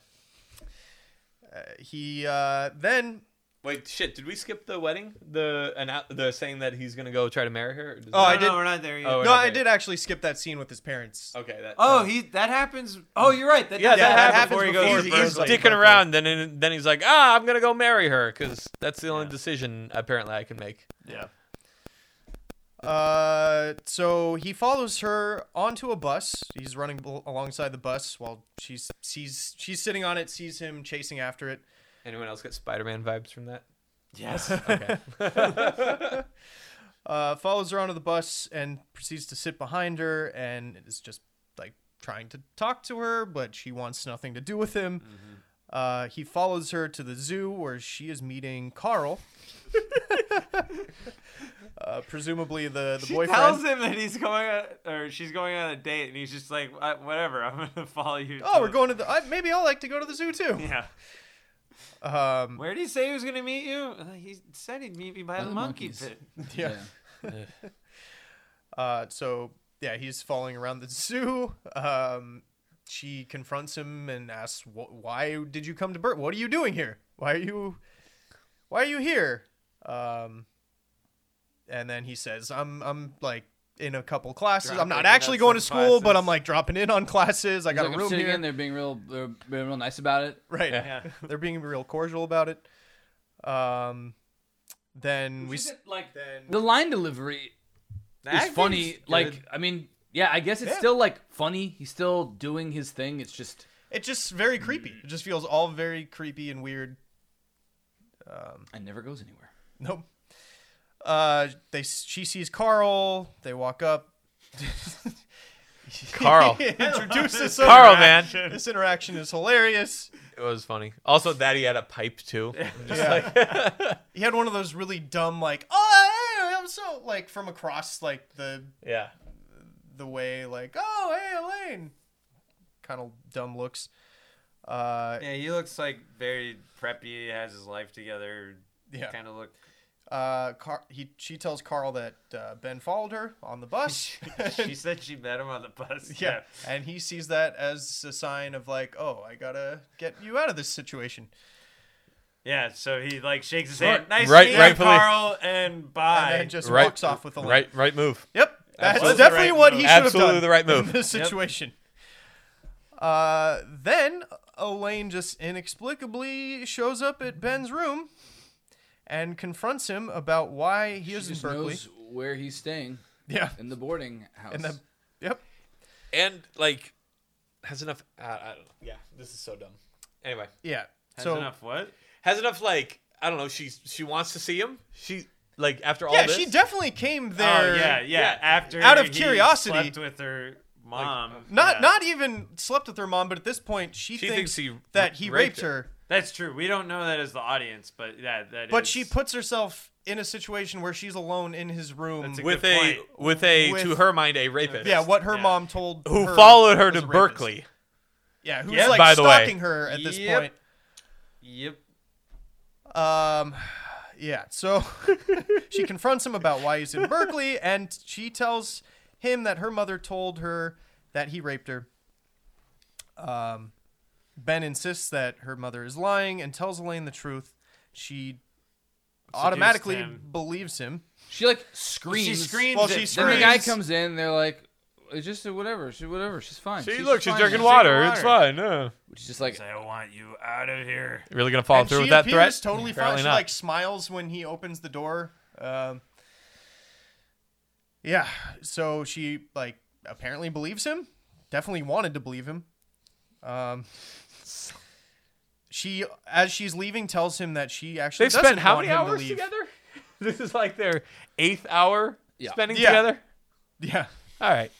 Speaker 1: uh, he uh, then.
Speaker 5: Wait, shit! Did we skip the wedding? The and the saying that he's gonna go try to marry her.
Speaker 1: Oh,
Speaker 3: Uh,
Speaker 1: I
Speaker 4: No,
Speaker 1: did-
Speaker 4: No, we're not there yet.
Speaker 5: Oh,
Speaker 1: No, I
Speaker 5: okay.
Speaker 1: did actually skip that scene with his parents.
Speaker 5: okay. That,
Speaker 4: Oh, he that happens. Oh, you're right. That
Speaker 5: yeah,
Speaker 4: does
Speaker 5: that,
Speaker 1: that
Speaker 4: happen
Speaker 1: happens
Speaker 5: happens before he
Speaker 1: before
Speaker 5: goes.
Speaker 1: he
Speaker 5: He's,
Speaker 1: goes
Speaker 5: he's
Speaker 1: to Berkeley.
Speaker 5: dicking around, then and then he's like, ah, I'm gonna go marry her because that's the only decision apparently I can make.
Speaker 1: Yeah. Uh, so he follows her onto a bus. He's running bel- alongside the bus while she's sees she's sitting on it, sees him chasing after it.
Speaker 5: Anyone else get Spider-Man vibes from that?
Speaker 4: Yes.
Speaker 5: Okay.
Speaker 1: uh, follows her onto the bus and proceeds to sit behind her and is just like trying to talk to her, but she wants nothing to do with him.
Speaker 4: Mm-hmm.
Speaker 1: Uh, he follows her to the zoo where she is meeting Carl. uh, presumably the, the
Speaker 4: she
Speaker 1: boyfriend.
Speaker 4: tells him that he's going on, or she's going on a date, and he's just like, "Uh, whatever. I'm gonna follow you.
Speaker 1: oh,
Speaker 4: to
Speaker 1: we're
Speaker 4: the-"
Speaker 1: going to the. I, maybe I'll like to go to the zoo too.
Speaker 4: Yeah.
Speaker 1: Um,
Speaker 4: Where did he say he was gonna meet you? Uh, He said he'd meet me by the
Speaker 3: the
Speaker 4: monkey
Speaker 3: monkeys.
Speaker 4: pit.
Speaker 1: yeah. Uh, so yeah, he's following around the zoo. Um, she confronts him and asks, "Wh- "Why did you come to Bert? What are you doing here? Why are you, why are you here?" Um, and then he says, "I'm I'm like in a couple classes. I'm not
Speaker 4: Dropping in
Speaker 1: actually
Speaker 4: on
Speaker 1: going to
Speaker 4: some
Speaker 1: school, but
Speaker 4: classes."
Speaker 1: I'm like dropping in on classes. I
Speaker 3: He's
Speaker 1: got
Speaker 3: like,
Speaker 1: a
Speaker 3: I'm
Speaker 1: room
Speaker 3: sitting
Speaker 1: here.
Speaker 3: in. They're being real. They're being real nice about it.
Speaker 1: Right?
Speaker 4: Yeah.
Speaker 1: They're being real cordial about it. Um, then we s-
Speaker 3: like
Speaker 1: then
Speaker 3: the line delivery is
Speaker 5: acting's
Speaker 3: funny.
Speaker 5: good.
Speaker 3: Like I mean, yeah, I guess it's
Speaker 1: Yeah.
Speaker 3: still like funny. He's still doing his thing. It's just
Speaker 1: it's just very creepy. It just feels all very creepy and weird.
Speaker 3: it never goes anywhere.
Speaker 1: Nope. Uh, they she sees Carl. They walk up.
Speaker 5: Carl,
Speaker 1: introduces this
Speaker 5: Carl, man,
Speaker 1: interaction. This interaction is hilarious.
Speaker 5: it was funny. Also, that he had a pipe too. Just like,
Speaker 1: He had one of those really dumb like, oh, hey, I'm so like from across like the
Speaker 5: yeah.
Speaker 1: the way like, oh, hey, Elaine, kind of dumb looks. Uh,
Speaker 4: Yeah, he looks like very preppy, has his life together,
Speaker 1: yeah.
Speaker 4: kind of look.
Speaker 1: Uh, Car- he she tells Carl that uh, Ben followed her on the bus.
Speaker 4: she said she met him on the bus.
Speaker 1: yeah, and he sees that as a sign of like, oh, I gotta get you out of this situation.
Speaker 4: Yeah, so he like shakes his
Speaker 2: Right-
Speaker 4: hand. Nice
Speaker 2: right-
Speaker 4: meeting
Speaker 2: rightfully-
Speaker 4: Carl and bye.
Speaker 1: And then just
Speaker 2: right,
Speaker 1: walks off with the lamp.
Speaker 2: right, right move.
Speaker 1: Yep, that's
Speaker 4: Absolutely
Speaker 1: definitely
Speaker 4: the right
Speaker 1: what he
Speaker 4: move.
Speaker 1: should have
Speaker 2: Absolutely
Speaker 1: done
Speaker 2: the right
Speaker 1: in
Speaker 2: move.
Speaker 1: this
Speaker 4: Yep.
Speaker 1: situation. Uh, then Elaine just inexplicably shows up at Ben's room and confronts him about why he is
Speaker 3: She
Speaker 1: in
Speaker 3: just
Speaker 1: Berkeley.
Speaker 3: knows where he's staying
Speaker 1: Yeah,
Speaker 3: in the boarding house.
Speaker 1: and then yep.
Speaker 2: And like has enough. Uh, I don't know. Yeah, this is so dumb. Anyway,
Speaker 1: Yeah.
Speaker 4: Has
Speaker 1: so
Speaker 4: enough what?
Speaker 2: has enough. Like I don't know. She's she wants to see him. She like after all
Speaker 1: yeah,
Speaker 2: this.
Speaker 1: she definitely came there.
Speaker 4: oh yeah, yeah,
Speaker 2: yeah.
Speaker 4: After
Speaker 1: Out of
Speaker 4: he
Speaker 1: curiosity.
Speaker 4: slept with her mom.
Speaker 1: Not
Speaker 4: Yeah.
Speaker 1: not even slept with her mom, but at this point she,
Speaker 2: She
Speaker 1: thinks,
Speaker 2: thinks he
Speaker 1: that he
Speaker 2: raped
Speaker 1: raped her.
Speaker 4: That's true. We don't know that as the audience, but yeah, that.
Speaker 1: But
Speaker 4: is-
Speaker 1: she puts herself in a situation where she's alone in his room.
Speaker 4: That's a-
Speaker 2: with
Speaker 4: Good
Speaker 2: a
Speaker 4: point.
Speaker 2: with a
Speaker 1: With-
Speaker 2: to her mind a rapist.
Speaker 1: yeah, what her
Speaker 4: Yeah.
Speaker 1: mom told
Speaker 2: who
Speaker 1: her
Speaker 2: followed her
Speaker 1: was
Speaker 2: to
Speaker 1: a rapist.
Speaker 2: Berkeley.
Speaker 1: Yeah, who's
Speaker 4: Yeah.
Speaker 1: like
Speaker 2: By the way.
Speaker 1: stalking her at this
Speaker 4: Yep.
Speaker 1: point.
Speaker 4: Yep.
Speaker 1: Um, yeah. So she confronts him about why he's in Berkeley, and she tells him that her mother told her that he raped her. Um, Ben insists that her mother is lying and tells Elaine the truth. She automatically
Speaker 4: him.
Speaker 1: believes him.
Speaker 3: she like screams.
Speaker 4: She screams.
Speaker 1: Well, she
Speaker 4: it. Then
Speaker 3: Then
Speaker 1: screams.
Speaker 3: the guy comes in. They're like, it's just whatever. She whatever. She's fine.
Speaker 2: See,
Speaker 3: she's
Speaker 2: look, she's
Speaker 3: fine.
Speaker 2: drinking
Speaker 3: She's-
Speaker 2: water.
Speaker 4: water.
Speaker 2: It's fine. Uh,
Speaker 3: Which is just like
Speaker 4: goes, I want you out of here.
Speaker 2: really gonna follow
Speaker 1: and
Speaker 2: through
Speaker 1: she
Speaker 2: with that threat?
Speaker 1: appears totally fine.
Speaker 2: Apparently
Speaker 1: She
Speaker 2: not.
Speaker 1: like smiles when he opens the door. Um, yeah. So she like apparently believes him. Definitely wanted to believe him. Um, she, as she's leaving, tells him that she actually
Speaker 2: They've
Speaker 1: doesn't
Speaker 2: spent how
Speaker 1: want
Speaker 2: many
Speaker 1: him to
Speaker 2: hours
Speaker 1: leave.
Speaker 2: together? This is like their eighth hour
Speaker 3: Yeah.
Speaker 2: spending
Speaker 1: Yeah.
Speaker 2: together.
Speaker 1: Yeah.
Speaker 2: All right.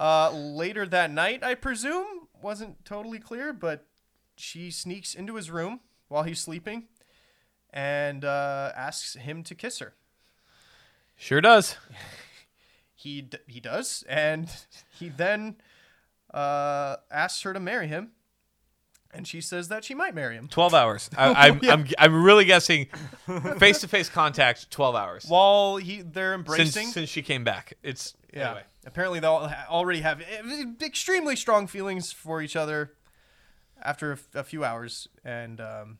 Speaker 1: Uh, later that night, I presume, wasn't totally clear, but she sneaks into his room while he's sleeping and uh, asks him to kiss her.
Speaker 2: Sure does.
Speaker 1: he d- he does, and he then uh, asks her to marry him, and she says that she might marry him.
Speaker 2: Twelve hours. I, I'm, I'm I'm really guessing face to face contact. Twelve hours
Speaker 1: While he they're
Speaker 2: since
Speaker 1: embracing,
Speaker 2: since she came back. It's
Speaker 1: yeah.
Speaker 2: anyway.
Speaker 1: Apparently, they all ha- already have e- extremely strong feelings for each other after a, f- a few hours, and um,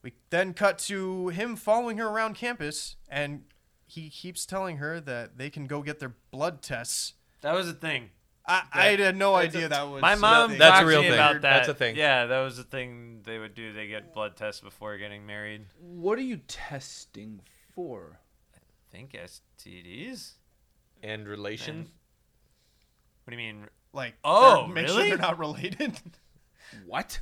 Speaker 1: we then cut to him following her around campus, and he keeps telling her that they can go get their blood tests.
Speaker 4: That was a thing.
Speaker 1: I, I had no
Speaker 4: That's
Speaker 1: idea
Speaker 4: a-
Speaker 1: that was
Speaker 4: My mom
Speaker 1: something.
Speaker 2: That's a
Speaker 4: talked to
Speaker 2: real
Speaker 4: me
Speaker 2: thing.
Speaker 4: About that.
Speaker 2: That's a thing.
Speaker 4: Yeah, that was a thing they would do. They get blood tests before getting married.
Speaker 3: What are you testing for?
Speaker 4: I think STDs.
Speaker 2: And relation.
Speaker 4: What do you mean?
Speaker 1: like
Speaker 4: Oh,
Speaker 1: they're- make sure
Speaker 4: really?
Speaker 1: they're not related.
Speaker 3: What?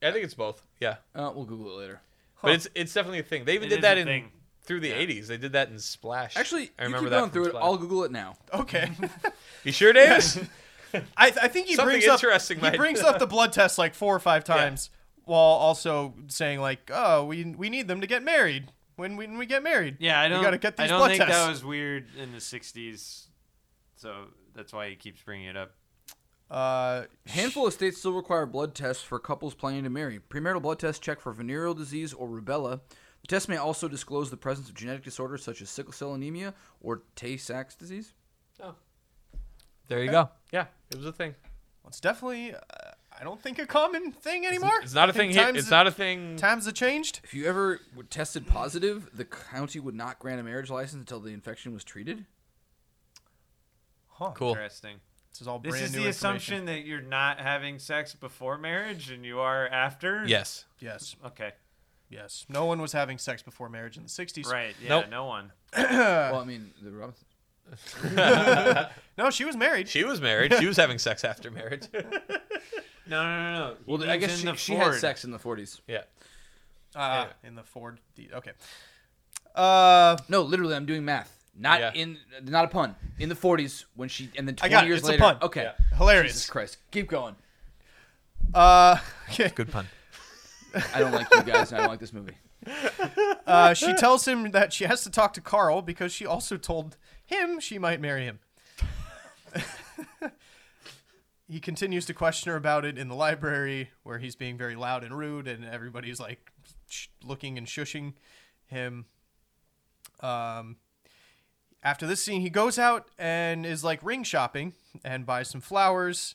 Speaker 2: I think it's both. Yeah,
Speaker 3: Uh, we'll Google it later.
Speaker 2: but it's it's definitely a thing. They even
Speaker 4: It
Speaker 2: did
Speaker 4: is
Speaker 2: that
Speaker 4: a
Speaker 2: in
Speaker 4: thing.
Speaker 2: through the
Speaker 4: Yeah.
Speaker 2: '80s. They did that in Splash.
Speaker 3: Actually,
Speaker 2: I remember
Speaker 3: you keep
Speaker 2: that
Speaker 3: going
Speaker 2: from
Speaker 3: through it.
Speaker 2: Splash.
Speaker 3: I'll Google it now.
Speaker 1: Okay,
Speaker 2: You sure, Davis?
Speaker 1: I, I think he
Speaker 2: Something
Speaker 1: brings up
Speaker 2: interesting
Speaker 1: he
Speaker 2: might-
Speaker 1: brings up the blood test like four or five times, while also saying like, "Oh, we we need them to get married when we, when we get married."
Speaker 4: Yeah, I
Speaker 1: We
Speaker 4: don't.
Speaker 1: gotta get
Speaker 4: I
Speaker 1: these
Speaker 4: don't
Speaker 1: blood
Speaker 4: think
Speaker 1: tests.
Speaker 4: that was weird in the '60s, so that's why he keeps bringing it up.
Speaker 1: Uh,
Speaker 3: A handful of states still require blood tests for couples planning to marry. Premarital blood tests check for venereal disease or rubella. The test may also disclose the presence of genetic disorders such as sickle cell anemia or Tay-Sachs disease.
Speaker 2: there you go. Yeah, it was a thing.
Speaker 1: it's definitely uh, I don't think a common thing anymore.
Speaker 2: It's not a
Speaker 1: I think
Speaker 2: thing. Here.
Speaker 1: times
Speaker 2: It's
Speaker 1: have-
Speaker 2: not a thing.
Speaker 1: times have changed.
Speaker 3: If you ever were tested positive, the county would not grant a marriage license until the infection was treated.
Speaker 1: Huh.
Speaker 2: Cool.
Speaker 4: Interesting.
Speaker 1: This is all
Speaker 4: This
Speaker 1: brand
Speaker 4: is
Speaker 1: new
Speaker 4: the
Speaker 1: information.
Speaker 4: assumption that you're not having sex before marriage and you are after.
Speaker 2: Yes.
Speaker 1: Yes,
Speaker 4: Okay.
Speaker 1: yes. No one was having sex before marriage in the '60s.
Speaker 4: Right. Yeah.
Speaker 2: Nope.
Speaker 4: No one.
Speaker 1: Uh,
Speaker 3: well, I mean, the Robinson.
Speaker 1: No, she was married.
Speaker 2: She was married. She was having sex after marriage.
Speaker 4: No. No. No. no. He
Speaker 3: Well, I
Speaker 4: means
Speaker 3: guess
Speaker 4: in
Speaker 3: she,
Speaker 4: the
Speaker 3: she had
Speaker 4: Ford.
Speaker 3: sex in the 40s.
Speaker 2: yeah.
Speaker 1: Ah,
Speaker 2: Yeah.
Speaker 1: in the Ford. D- okay. Uh,
Speaker 3: No, literally, I'm doing math. Not
Speaker 2: Yeah.
Speaker 3: in, not a pun. In the 40s, when she, and then 20
Speaker 1: got it.
Speaker 3: years
Speaker 1: It's a
Speaker 3: later.
Speaker 1: pun.
Speaker 3: Okay.
Speaker 2: Yeah.
Speaker 3: Jesus
Speaker 1: hilarious.
Speaker 3: Christ. Keep going.
Speaker 1: Uh, okay.
Speaker 2: Good pun.
Speaker 3: I don't like you guys, and I don't like this movie.
Speaker 1: Uh, she tells him that she has to talk to Carl because she also told him she might marry him. he continues to question her about it in the library, where he's being very loud and rude, and everybody's like sh- looking and shushing him. Um, after this scene, he goes out and is like ring shopping and buys some flowers.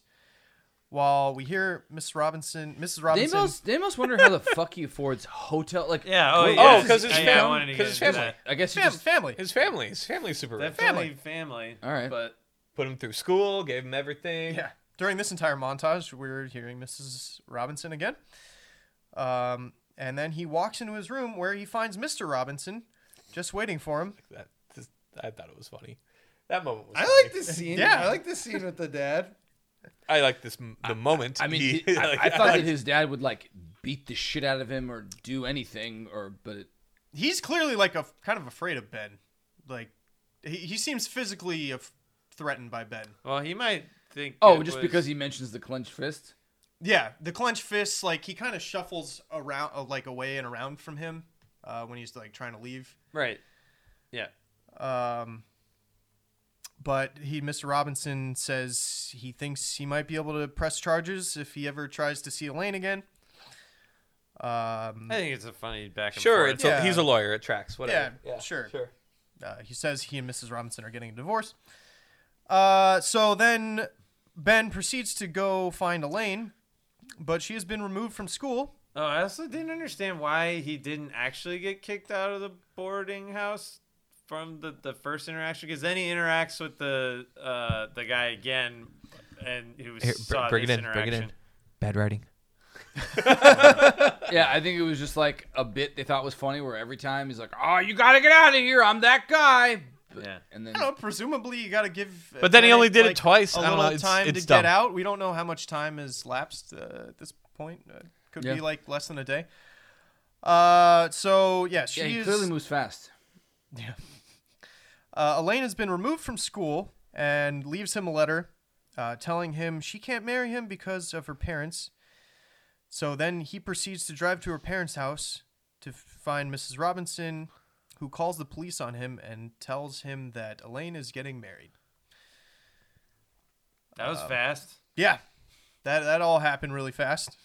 Speaker 1: While we hear Miss Robinson, Mrs.
Speaker 3: They
Speaker 1: Robinson,
Speaker 3: must, they must wonder how the fuck he affords hotel. Like,
Speaker 4: Yeah, oh,
Speaker 3: Well,
Speaker 4: yeah.
Speaker 2: Oh, because his
Speaker 4: Yeah, I wanted to
Speaker 2: family.
Speaker 4: get
Speaker 2: Because his
Speaker 4: into
Speaker 2: family.
Speaker 4: that.
Speaker 3: I guess he
Speaker 1: fam-
Speaker 3: just
Speaker 1: family.
Speaker 2: His family. His family's super rich.
Speaker 4: Definitely family.
Speaker 3: All right.
Speaker 4: But
Speaker 2: Put him through school. Gave him everything.
Speaker 1: Yeah. During this entire montage, we're hearing Mrs. Robinson again. Um, and then he walks into his room where he finds Mr. Robinson just waiting for him.
Speaker 2: That, just, I thought it was funny. That moment was.
Speaker 6: I
Speaker 2: funny.
Speaker 6: like this scene.
Speaker 1: Yeah.
Speaker 6: I like this scene with the dad.
Speaker 2: I like this. m- The moment.
Speaker 3: I mean,
Speaker 2: he-
Speaker 3: he- I,
Speaker 2: like,
Speaker 3: I thought
Speaker 2: like-
Speaker 3: that his dad would like beat the shit out of him or do anything, or but it,
Speaker 1: He's clearly like a kind of afraid of Ben. Like he, he seems physically af- threatened by Ben.
Speaker 4: well, he might think.
Speaker 3: oh,
Speaker 4: it
Speaker 3: just
Speaker 4: was-
Speaker 3: because he mentions the clenched fist.
Speaker 1: Yeah, the clenched fists. Like he kind of shuffles around, uh, like away and around from him uh, when he's like trying to leave.
Speaker 4: Right. Yeah.
Speaker 1: Um, but he, Mr. Robinson, says he thinks he might be able to press charges if he ever tries to see Elaine again. Um,
Speaker 4: I think it's a funny back and
Speaker 2: Sure,
Speaker 4: forth.
Speaker 2: it's a,
Speaker 1: Yeah.
Speaker 2: he's a lawyer. It tracks. Whatever.
Speaker 1: Yeah, sure.
Speaker 2: Sure.
Speaker 1: uh, he says he and Mrs. Robinson are getting a divorce. Uh, so then Ben proceeds to go find Elaine, but she has been removed from school.
Speaker 4: Oh, I also didn't understand why he didn't actually get kicked out of the boarding house from the, the first interaction because then he interacts with the uh, the guy again and who
Speaker 2: Here, br-
Speaker 4: saw
Speaker 2: bring it
Speaker 4: this
Speaker 2: in, bring it
Speaker 4: interaction.
Speaker 2: in. Bad writing.
Speaker 3: Yeah, I think it was just like a bit they thought was funny, where every time he's like, "Oh, you gotta get out of here! I'm that guy." But-
Speaker 4: Yeah.
Speaker 3: and then
Speaker 1: I don't know. Presumably, you got to give.
Speaker 2: But then he
Speaker 1: Elaine,
Speaker 2: only did it
Speaker 1: like,
Speaker 2: twice.
Speaker 1: A
Speaker 2: I don't know,
Speaker 1: little
Speaker 2: it's-
Speaker 1: time
Speaker 2: it's
Speaker 1: to
Speaker 2: dumb.
Speaker 1: get out. We don't know how much time has lapsed uh, at this point. Uh, could
Speaker 3: Yeah.
Speaker 1: be like less than a day. Uh, so yeah, she
Speaker 3: yeah, he
Speaker 1: is-
Speaker 3: clearly moves fast.
Speaker 1: Uh, Elaine has been removed from school and leaves him a letter uh, telling him she can't marry him because of her parents. So then he proceeds to drive to her parents' house to f- find Mrs. Robinson, who calls the police on him and tells him that Elaine is getting married.
Speaker 4: That was fast.
Speaker 1: Yeah, that that all happened really fast.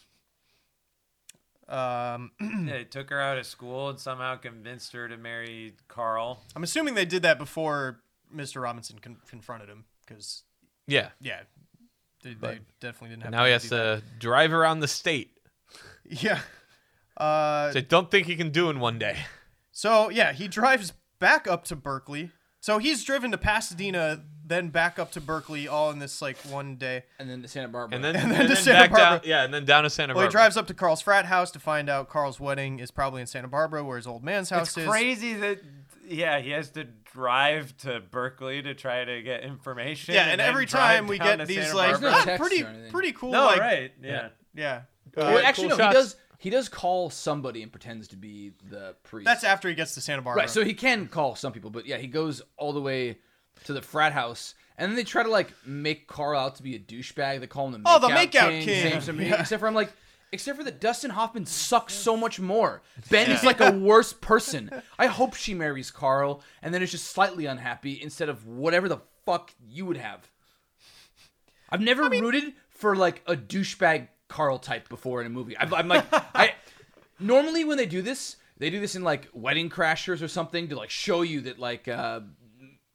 Speaker 1: Um,
Speaker 4: they took her out of school and somehow convinced her to marry Carl.
Speaker 1: I'm assuming they did that before Mr. Robinson con- confronted him because
Speaker 2: Yeah.
Speaker 1: yeah, they, they definitely didn't have.
Speaker 2: Now he
Speaker 1: time
Speaker 2: has
Speaker 1: to do that.
Speaker 2: to drive around the state.
Speaker 1: Yeah. Uh,
Speaker 2: Which I don't think he can do in one day.
Speaker 1: so yeah, he drives back up to Berkeley. So he's driven to Pasadena, then back up to Berkeley, all in this like one day.
Speaker 3: And then to Santa Barbara.
Speaker 2: And then,
Speaker 1: And
Speaker 2: and
Speaker 1: then
Speaker 2: then,
Speaker 1: to Santa
Speaker 2: back down.
Speaker 1: Barbara.
Speaker 2: Yeah, and then down to Santa
Speaker 1: Well, he
Speaker 2: Barbara.
Speaker 1: drives up to Carl's frat house to find out Carl's wedding is probably in Santa Barbara, where his old man's house
Speaker 4: It's
Speaker 1: is.
Speaker 4: crazy that yeah he has to drive to Berkeley to try to get information.
Speaker 1: Yeah, and
Speaker 4: then
Speaker 1: every
Speaker 4: drive
Speaker 1: time we get
Speaker 4: down to
Speaker 1: these
Speaker 4: Santa
Speaker 1: like
Speaker 4: Barbara.
Speaker 3: There's no
Speaker 1: ah,
Speaker 3: text
Speaker 1: pretty
Speaker 3: or anything.
Speaker 1: pretty cool.
Speaker 4: no
Speaker 1: like,
Speaker 4: right yeah.
Speaker 1: Yeah.
Speaker 3: Well,
Speaker 2: Uh,
Speaker 3: actually,
Speaker 2: cool
Speaker 3: no, he
Speaker 2: shots.
Speaker 3: does. He does call somebody and pretends to be the priest.
Speaker 1: That's after he gets to Santa Barbara.
Speaker 3: Right, so he can call some people, but yeah, he goes all the way to the frat house, and then they try to like make Carl out to be a douchebag. They call him the makeout
Speaker 1: Oh, the makeout
Speaker 3: king.
Speaker 1: king.
Speaker 3: Same to me,
Speaker 1: Yeah.
Speaker 3: except for I'm like, except for that Dustin Hoffman sucks so much more. Ben is like a worse person. I hope she marries Carl, and then is just slightly unhappy instead of whatever the fuck you would have. I've never rooted for like a douchebag Carl type before in a movie. I've, I'm like, I normally when they do this, they do this in like Wedding Crashers or something to like show you that like uh,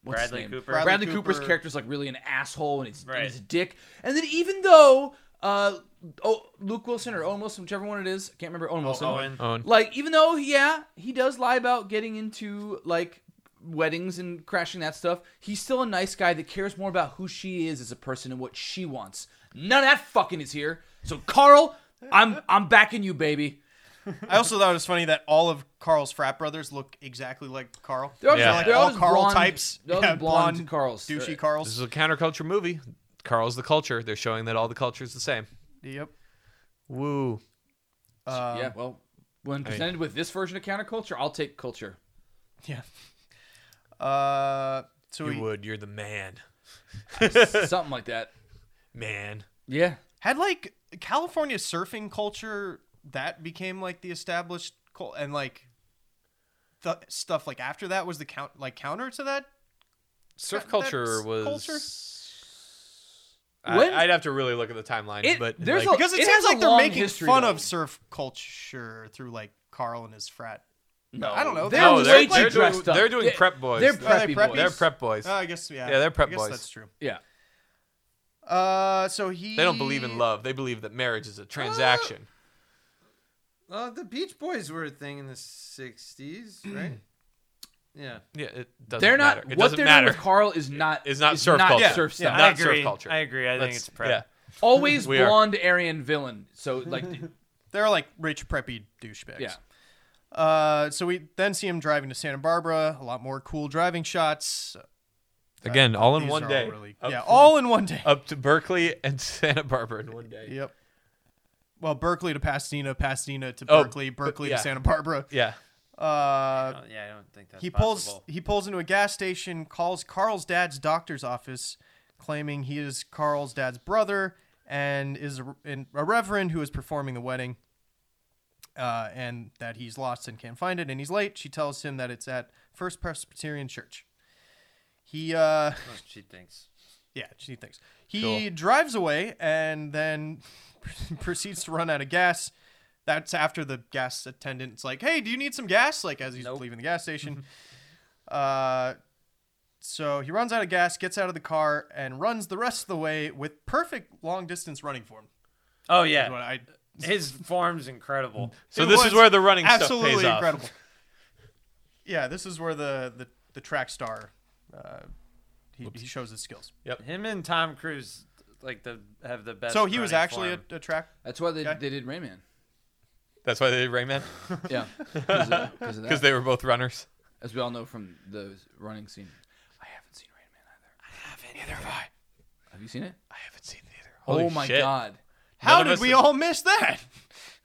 Speaker 3: what's his
Speaker 4: Bradley
Speaker 3: name?
Speaker 4: Cooper.
Speaker 3: Bradley,
Speaker 1: Bradley
Speaker 3: Cooper's
Speaker 1: Cooper.
Speaker 3: character's like really an asshole and it's
Speaker 4: Right.
Speaker 3: and it's a dick. And then even though uh, oh Luke Wilson or Owen Wilson, whichever one it is, I can't remember Owen Wilson.
Speaker 4: Oh, Owen.
Speaker 2: Own.
Speaker 3: Like even though yeah, he does lie about getting into like weddings and crashing that stuff, he's still a nice guy that cares more about who she is as a person and what she wants. None of that fucking is here. So Carl, I'm I'm backing you, baby.
Speaker 1: I also thought it was funny that all of Carl's frat brothers look exactly like Carl.
Speaker 3: They're all
Speaker 2: Yeah.
Speaker 1: They're
Speaker 3: just-
Speaker 1: like
Speaker 3: they're all
Speaker 1: all
Speaker 3: just
Speaker 1: Carl
Speaker 3: blonde-
Speaker 1: types.
Speaker 3: they're all
Speaker 1: yeah,
Speaker 3: just blonde
Speaker 1: blonde
Speaker 3: Carls.
Speaker 1: douchey
Speaker 3: Right.
Speaker 2: This
Speaker 1: Carls.
Speaker 2: is a counterculture movie. Carl's the culture. They're showing that all the culture's the same.
Speaker 1: Yep.
Speaker 2: Woo.
Speaker 1: Um,
Speaker 3: yeah, well, when presented with this version of counterculture, I'll take culture.
Speaker 1: Yeah. Uh, so
Speaker 2: You
Speaker 1: he
Speaker 2: would. You're the man.
Speaker 3: Something like that.
Speaker 2: Man.
Speaker 3: Yeah.
Speaker 1: had like California surfing culture that became like the established cul- and like the stuff like after that was the count like counter to that.
Speaker 2: Surf
Speaker 1: That-
Speaker 2: culture
Speaker 1: that's
Speaker 2: was.
Speaker 1: culture?
Speaker 2: I,
Speaker 3: When-
Speaker 2: would have to really look at the timeline,
Speaker 3: It-
Speaker 2: but
Speaker 3: there's
Speaker 2: like,
Speaker 1: Because it,
Speaker 3: It
Speaker 1: seems
Speaker 3: has a
Speaker 1: like they're
Speaker 3: long
Speaker 1: making
Speaker 3: history,
Speaker 1: fun
Speaker 3: though.
Speaker 1: of surf culture through like Carl and his frat
Speaker 5: No,
Speaker 1: I don't know.
Speaker 3: They're
Speaker 1: No,
Speaker 3: way
Speaker 1: they're
Speaker 3: too dressed up.
Speaker 5: They're doing
Speaker 3: They-
Speaker 5: prep boys.
Speaker 3: They're
Speaker 1: Are they
Speaker 3: preppy
Speaker 1: preppies?
Speaker 3: boys.
Speaker 5: They're prep boys.
Speaker 1: Uh, I guess yeah.
Speaker 5: Yeah, they're prep
Speaker 1: I guess
Speaker 5: boys.
Speaker 1: That's true.
Speaker 3: yeah.
Speaker 1: Uh, so he.
Speaker 5: They don't believe in love. They believe that marriage is a transaction.
Speaker 4: Well, the Beach Boys were a thing in the '60s, right? yeah.
Speaker 5: yeah, it doesn't
Speaker 3: They're not.
Speaker 5: matter. It
Speaker 3: what
Speaker 5: doesn't
Speaker 3: they're
Speaker 5: matter.
Speaker 3: doing with Carl is not
Speaker 5: It's not surf culture.
Speaker 3: surf
Speaker 5: Yeah,
Speaker 3: stuff.
Speaker 5: yeah,
Speaker 4: I
Speaker 5: Not surf
Speaker 4: agree.
Speaker 5: culture.
Speaker 4: I agree. I think
Speaker 5: Let's-
Speaker 4: it's prep.
Speaker 5: Yeah.
Speaker 3: Always
Speaker 5: We are-
Speaker 3: blonde Aryan villain. So like,
Speaker 1: They're like rich preppy douchebags.
Speaker 3: yeah.
Speaker 1: Uh, so we then see him driving to Santa Barbara. A lot more cool driving shots.
Speaker 5: Again, all in
Speaker 1: These
Speaker 5: one
Speaker 1: are all
Speaker 5: day.
Speaker 1: really-
Speaker 5: up,
Speaker 1: yeah, all in one day.
Speaker 5: up to Berkeley and Santa Barbara in one day.
Speaker 1: Yep. Well, Berkeley to Pasadena, Pasadena to
Speaker 5: Oh,
Speaker 1: Berkeley,
Speaker 5: b-
Speaker 1: Berkeley
Speaker 5: yeah.
Speaker 1: to Santa Barbara.
Speaker 5: Yeah.
Speaker 1: Uh,
Speaker 4: Oh, yeah, I don't think that's
Speaker 1: he pulls
Speaker 4: possible.
Speaker 1: he pulls into a gas station, calls Carl's dad's doctor's office, claiming he is Carl's dad's brother and is a, an- a reverend who is performing the wedding. Uh, and that he's lost and can't find it, and he's late. She tells him that it's at First Presbyterian Church. He uh,
Speaker 4: Oh, she thinks.
Speaker 1: yeah, she thinks. He drives away and then proceeds to run out of gas. That's after the gas attendant's like, "Hey, do you need some gas?" Like as he's leaving the gas station. uh, so he runs out of gas, gets out of the car, and runs the rest of the way with perfect long distance running form.
Speaker 4: Oh
Speaker 1: Is what
Speaker 4: yeah,
Speaker 1: I-
Speaker 4: his form's incredible.
Speaker 5: So
Speaker 1: It
Speaker 5: this
Speaker 1: was
Speaker 5: is where the running stuff
Speaker 1: absolutely
Speaker 5: pays off.
Speaker 1: incredible. yeah, this is where the the, the track star uh, he, he shows his skills.
Speaker 4: Him and Tom Cruise like the have the best.
Speaker 1: So he was
Speaker 4: running
Speaker 1: actually a,
Speaker 4: form.
Speaker 1: a track
Speaker 3: That's why they,
Speaker 1: Okay.
Speaker 3: they did Rayman.
Speaker 5: That's why they did Rayman
Speaker 3: Yeah, because of, 'cause of that.
Speaker 5: because they were both runners.
Speaker 3: As we all know from the running scene. I haven't seen Rayman either.
Speaker 5: Neither have I.
Speaker 3: Have you seen it?
Speaker 5: I haven't seen either. Holy
Speaker 3: oh my
Speaker 5: shit.
Speaker 3: god.
Speaker 1: How
Speaker 5: None of
Speaker 1: did
Speaker 5: us
Speaker 1: we
Speaker 5: have-
Speaker 1: all miss that?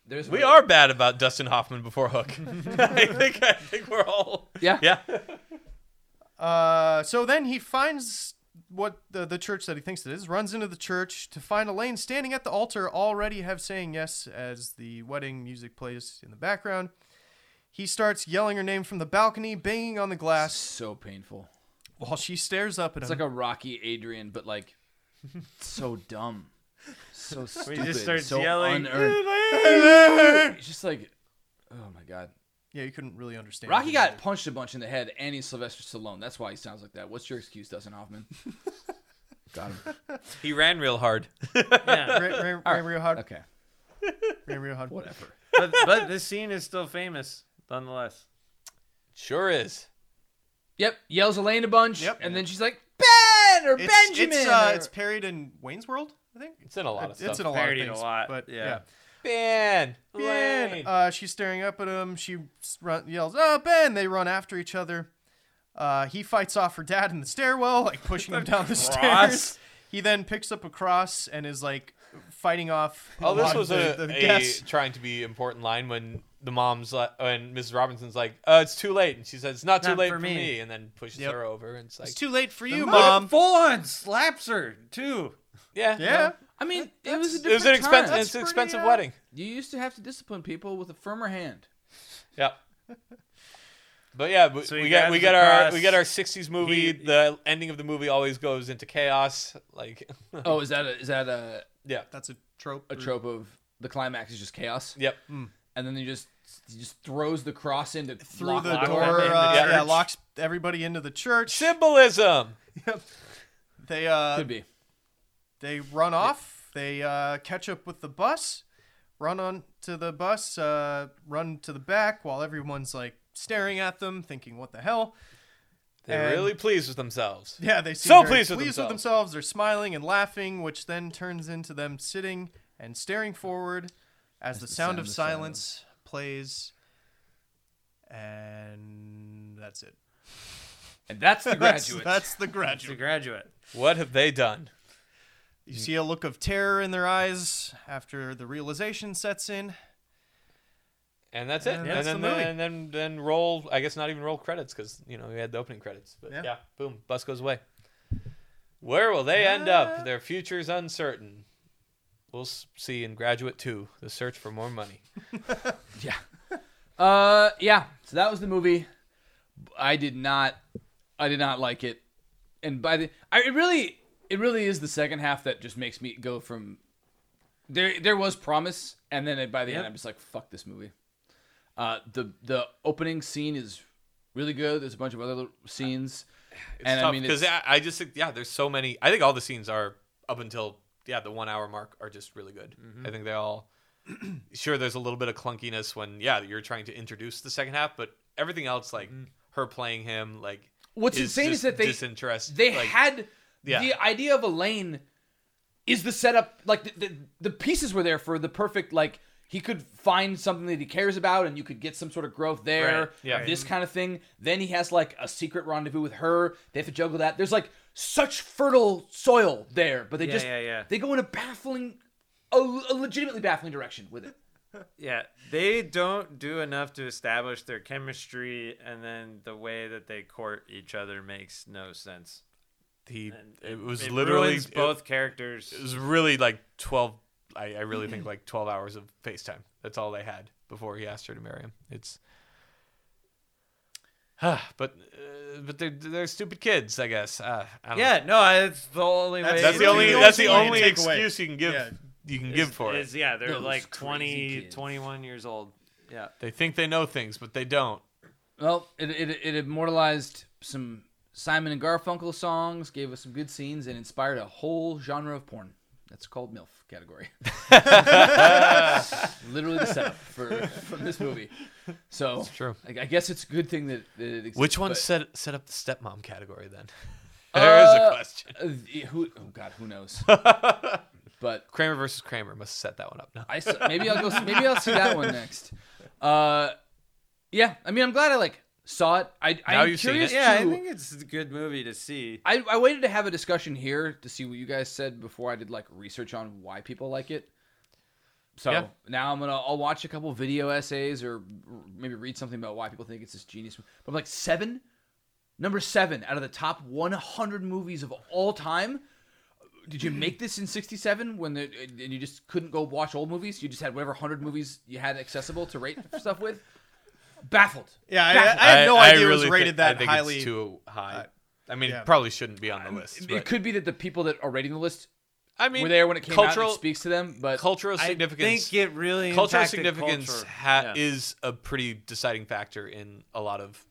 Speaker 3: There's
Speaker 5: We are bad about Dustin Hoffman before Hook. I think I think we're all
Speaker 3: Yeah.
Speaker 5: yeah.
Speaker 1: Uh, so then he finds what the, the church that he thinks it is, runs into the church to find Elaine standing at the altar, already have saying yes as the wedding music plays in the background. He starts yelling her name from the balcony, banging on the glass
Speaker 3: so painful.
Speaker 1: while she stares up at
Speaker 3: It's
Speaker 1: him.
Speaker 3: like a Rocky Adrian, but like so dumb, so stupid,
Speaker 4: starts
Speaker 3: so
Speaker 4: yelling,
Speaker 3: unearned. It's just like, oh my god.
Speaker 1: yeah, you couldn't really understand.
Speaker 3: Rocky got punched a bunch in the head, and he's Sylvester Stallone. That's why he sounds like that. What's your excuse, Dustin Hoffman? got him.
Speaker 5: He ran real hard.
Speaker 4: Yeah.
Speaker 1: Ray, Ray, Ray, real hard.
Speaker 3: Okay,
Speaker 1: Ray, real hard.
Speaker 3: whatever.
Speaker 4: but, but this scene is still famous nonetheless.
Speaker 5: Sure is.
Speaker 3: Yep, yells Elaine a bunch,
Speaker 1: Yep.
Speaker 3: and then she's like Ben or
Speaker 1: It's,
Speaker 3: Benjamin.
Speaker 1: It's, uh,
Speaker 3: or-
Speaker 1: it's parried in Wayne's World, I think.
Speaker 5: It's in a lot of stuff.
Speaker 1: It's in a lot
Speaker 4: Parodied
Speaker 1: of
Speaker 4: a
Speaker 1: things.
Speaker 4: lot,
Speaker 1: But
Speaker 4: yeah.
Speaker 1: yeah.
Speaker 5: Ben.
Speaker 1: Ben.
Speaker 5: Elaine.
Speaker 1: Uh, she's staring up at him. She s- run, yells, "Oh, Ben!" They run after each other. Uh, he fights off her dad in the stairwell, like pushing him down the stairs.
Speaker 4: cross.
Speaker 1: He then picks up a cross and is like fighting off.
Speaker 5: Oh, this
Speaker 1: lot of
Speaker 5: was
Speaker 1: the,
Speaker 5: a,
Speaker 1: the
Speaker 5: a
Speaker 1: guests.
Speaker 5: trying to be important line when the mom's like, when Mrs. Robinson's like, uh, "It's too late," and she says, "It's not too
Speaker 4: Not
Speaker 5: late
Speaker 4: for
Speaker 5: for me.
Speaker 4: me.
Speaker 5: and then pushes
Speaker 1: Yep.
Speaker 5: her over, and it's like,
Speaker 1: It's too late for you,
Speaker 4: The
Speaker 1: mom.
Speaker 4: full on slaps her too.
Speaker 5: "Yeah,
Speaker 1: Yeah,
Speaker 3: I mean, it was a
Speaker 5: no.
Speaker 3: different
Speaker 5: it was an expensive,
Speaker 3: time.
Speaker 5: it's an
Speaker 1: pretty,
Speaker 5: expensive
Speaker 1: uh,
Speaker 5: wedding."
Speaker 3: You used to have to discipline people with a firmer hand.
Speaker 5: Yeah. But yeah, but
Speaker 4: So he
Speaker 5: we get
Speaker 4: grabs
Speaker 5: we
Speaker 4: the
Speaker 5: get our
Speaker 4: cross.
Speaker 5: we get our '60s movie.
Speaker 4: He-
Speaker 5: the ending of the movie always goes into chaos. Like,
Speaker 3: Oh, is that a, is that a,
Speaker 5: yeah,
Speaker 1: that's a trope.
Speaker 3: a trope of the climax is just chaos?
Speaker 5: yep.
Speaker 3: And then he just he just throws the cross into
Speaker 1: Mm. through the
Speaker 4: lock
Speaker 1: door.
Speaker 4: them in the
Speaker 1: uh, yeah,
Speaker 5: church.
Speaker 1: locks everybody into the church.
Speaker 5: Symbolism.
Speaker 1: They uh,
Speaker 3: Could be.
Speaker 1: they run off. They uh, catch up with the bus, run on to the bus, uh, run to the back while everyone's like staring at them, thinking, "What the hell?"
Speaker 5: They're
Speaker 1: And-
Speaker 5: really pleased with themselves.
Speaker 1: Yeah, they seem
Speaker 5: So
Speaker 1: very
Speaker 5: pleased with themselves.
Speaker 1: themselves. They're smiling and laughing, which then turns into them sitting and staring forward as, the, sound, of silence, plays. And that's it.
Speaker 3: And that's the
Speaker 1: That's,
Speaker 3: graduate.
Speaker 1: that's the
Speaker 4: It's a
Speaker 1: graduate.
Speaker 4: graduate.
Speaker 5: What have they done?
Speaker 1: You see a look of terror in their eyes after the realization sets in.
Speaker 5: And that's it.
Speaker 1: And
Speaker 5: And,
Speaker 1: that's
Speaker 5: then,
Speaker 1: the movie.
Speaker 5: and then then roll. I guess not even roll credits because you know we had the opening credits. But
Speaker 1: Yeah.
Speaker 5: yeah. boom, bus goes away. Where will they end up? Their future's uncertain. We'll s- see in Graduate Two: The Search for More Money.
Speaker 3: yeah. Uh yeah. So that was the movie. I did not I did not like it. And by the I it really it really is the second half that just makes me go from there there was promise and then by the end
Speaker 4: Yep.
Speaker 3: I'm just like fuck this movie. Uh, the the opening scene is really good. There's a bunch of other little scenes, and
Speaker 5: and
Speaker 3: I mean,
Speaker 5: because
Speaker 3: it's,
Speaker 5: I, I just think yeah, there's so many. I think all the scenes are up until yeah the one hour mark are just really good.
Speaker 3: Mm-hmm.
Speaker 5: I think they all. sure, there's a little bit of clunkiness when yeah you're trying to introduce the second half, but everything else like her playing him like
Speaker 3: Mm-hmm. what's insane is
Speaker 5: just
Speaker 3: that they
Speaker 5: disinterest.
Speaker 3: they
Speaker 5: like,
Speaker 3: had
Speaker 5: Yeah.
Speaker 3: the idea of Elaine is the setup. Like the, the the pieces were there for the perfect like. He could find something that he cares about, and you could get some sort of growth there.
Speaker 5: Right, yeah.
Speaker 3: This kind of thing. Then he has like a secret rendezvous with her. They have to juggle that. There's like such fertile soil there, but they
Speaker 4: Yeah,
Speaker 3: just
Speaker 4: yeah, yeah.
Speaker 3: they go in a baffling, a, a legitimately baffling direction with it.
Speaker 4: Yeah, they don't do enough to establish their chemistry, and then the way that they court each other makes no sense.
Speaker 5: he
Speaker 4: And
Speaker 5: it was
Speaker 4: it
Speaker 5: literally
Speaker 4: ruins both characters.
Speaker 5: It was really like twelve. I, I really think like twelve hours of FaceTime. That's all they had before he asked her to marry him. It's, but uh, but they're they're stupid kids, I guess. Uh, I don't
Speaker 4: yeah,
Speaker 5: know.
Speaker 4: no, it's the only way.
Speaker 5: that's
Speaker 1: It's
Speaker 5: the only
Speaker 1: the only
Speaker 5: that's the
Speaker 1: thing you
Speaker 5: only
Speaker 1: can take away.
Speaker 5: excuse you can give
Speaker 1: Yeah.
Speaker 5: you can give for
Speaker 4: is,
Speaker 5: it.
Speaker 4: Yeah, they're
Speaker 3: Those
Speaker 4: like
Speaker 3: crazy
Speaker 4: 20,
Speaker 3: kids.
Speaker 4: 21 years old. Yeah,
Speaker 5: They think they know things, but they don't.
Speaker 3: Well, it, it, it immortalized some Simon and Garfunkel songs, gave us some good scenes, and inspired a whole genre of porn. That's called MILF category. Literally the setup for from this movie. So
Speaker 5: true.
Speaker 3: I, I guess it's a good thing that, that it exists.
Speaker 5: Which one
Speaker 3: but-
Speaker 5: set set up the stepmom category then? There is a
Speaker 3: Uh,
Speaker 5: question.
Speaker 3: Uh, the- who? Oh God, who knows? but
Speaker 5: Kramer versus Kramer must have set that one up. No.
Speaker 3: I s- maybe I'll go. Maybe I'll see that one next. Uh, yeah. I mean, I'm glad I like saw it. I,
Speaker 5: Now
Speaker 3: I'm
Speaker 5: you've seen
Speaker 3: curious
Speaker 5: it.
Speaker 4: yeah, I
Speaker 3: to-
Speaker 4: think it's a good movie to see.
Speaker 3: I, I waited to have a discussion here to see what you guys said before I did like research on why people like it. So
Speaker 5: Yeah.
Speaker 3: now I'm gonna I'll watch a couple video essays or r- maybe read something about why people think it's this genius. But I'm like seven, number seven out of the top 100 movies of all time. Did you make this in '67 when the and you just couldn't go watch old movies? You just had whatever 100 movies you had accessible to rate stuff with. Baffled.
Speaker 1: Yeah, I,
Speaker 3: Baffled.
Speaker 1: I had no idea it
Speaker 5: really
Speaker 1: was rated
Speaker 5: think- I
Speaker 1: that
Speaker 5: think
Speaker 1: highly.
Speaker 5: It's too high. I mean,
Speaker 1: yeah.
Speaker 5: it probably shouldn't be on the list.
Speaker 3: it
Speaker 5: but-
Speaker 3: could be that the people that are rating the list
Speaker 5: I mean,
Speaker 3: were there when it came
Speaker 5: cultural,
Speaker 3: out. And it speaks to them, but
Speaker 5: cultural
Speaker 4: I
Speaker 5: significance.
Speaker 4: think it really
Speaker 5: cultural
Speaker 4: impacted
Speaker 5: significance
Speaker 4: culture.
Speaker 5: Ha-
Speaker 4: yeah.
Speaker 5: is a pretty deciding factor in a lot of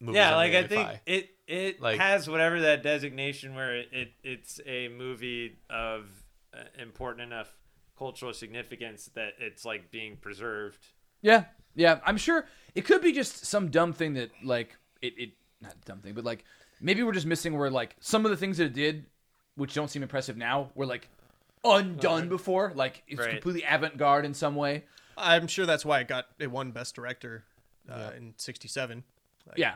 Speaker 5: movies.
Speaker 4: Yeah,
Speaker 5: on
Speaker 4: like I
Speaker 5: rated
Speaker 4: think
Speaker 5: Fi.
Speaker 4: it it
Speaker 5: Like-
Speaker 4: has whatever that designation where it, it it's a movie of uh, important enough cultural significance that it's like being preserved.
Speaker 3: Yeah, yeah. I'm sure it could be just some dumb thing that like it, it not dumb thing, but like maybe we're just missing where like some of the things that it did, which don't seem impressive now, were like undone before. Like it's
Speaker 4: Right.
Speaker 3: completely avant garde in some way.
Speaker 1: I'm sure that's why it got it won Best Director uh, in '67.
Speaker 3: Yeah,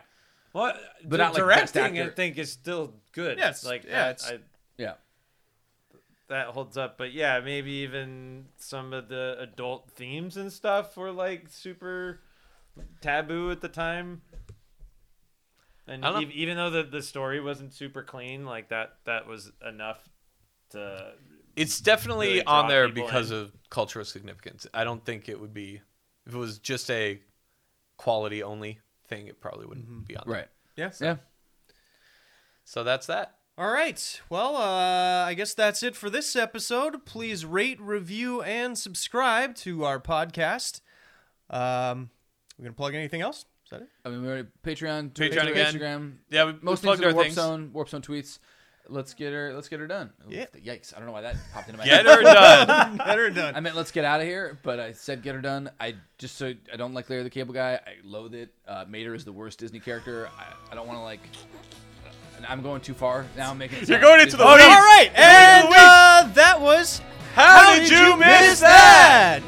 Speaker 4: What?
Speaker 3: But not, like, best
Speaker 4: directing, I
Speaker 3: actor.
Speaker 4: think is still good.
Speaker 1: Yeah, it's-
Speaker 4: like
Speaker 1: yeah,
Speaker 4: that,
Speaker 1: it's-
Speaker 4: I,
Speaker 3: yeah.
Speaker 4: that holds up. But yeah, maybe even some of the adult themes and stuff were like super taboo at the time. And
Speaker 5: I don't-
Speaker 4: ev- even though the, the story wasn't super clean, like that that was enough to
Speaker 5: it's definitely
Speaker 4: really draw
Speaker 5: on there
Speaker 4: people
Speaker 5: because
Speaker 4: in.
Speaker 5: of cultural significance. I don't think it would be if it was just a quality only thing. It probably wouldn't be on there.
Speaker 3: Right.
Speaker 1: Yeah.
Speaker 3: Yeah.
Speaker 5: So that's that.
Speaker 1: All right. Well, uh, I guess that's it for this episode. Please rate, review, and subscribe to our podcast. Um, we're gonna plug anything else. Is that it?
Speaker 3: I mean, we already Patreon, Twitter,
Speaker 5: Patreon again.
Speaker 3: Instagram.
Speaker 5: Yeah, we, we
Speaker 3: Most
Speaker 5: plugged
Speaker 3: things are
Speaker 5: our
Speaker 3: Warp
Speaker 5: things.
Speaker 3: Zone, Warp Zone tweets. Let's get her. Let's get her done. Ooh,
Speaker 1: Yeah.
Speaker 3: Yikes! I don't know why that popped into my head.
Speaker 5: Get her done.
Speaker 1: Better done.
Speaker 3: I meant let's get out of here, but I said get her done. I just so I don't like Larry the Cable Guy. I loathe it. Uh, Mater is the worst Disney character. I, I don't want to like. and I'm going too far now. I'm making it
Speaker 5: You're
Speaker 3: sound
Speaker 5: going into
Speaker 3: Disney-
Speaker 5: the
Speaker 1: All
Speaker 5: weeds.
Speaker 1: right, and uh, that was
Speaker 5: How, did, you miss that?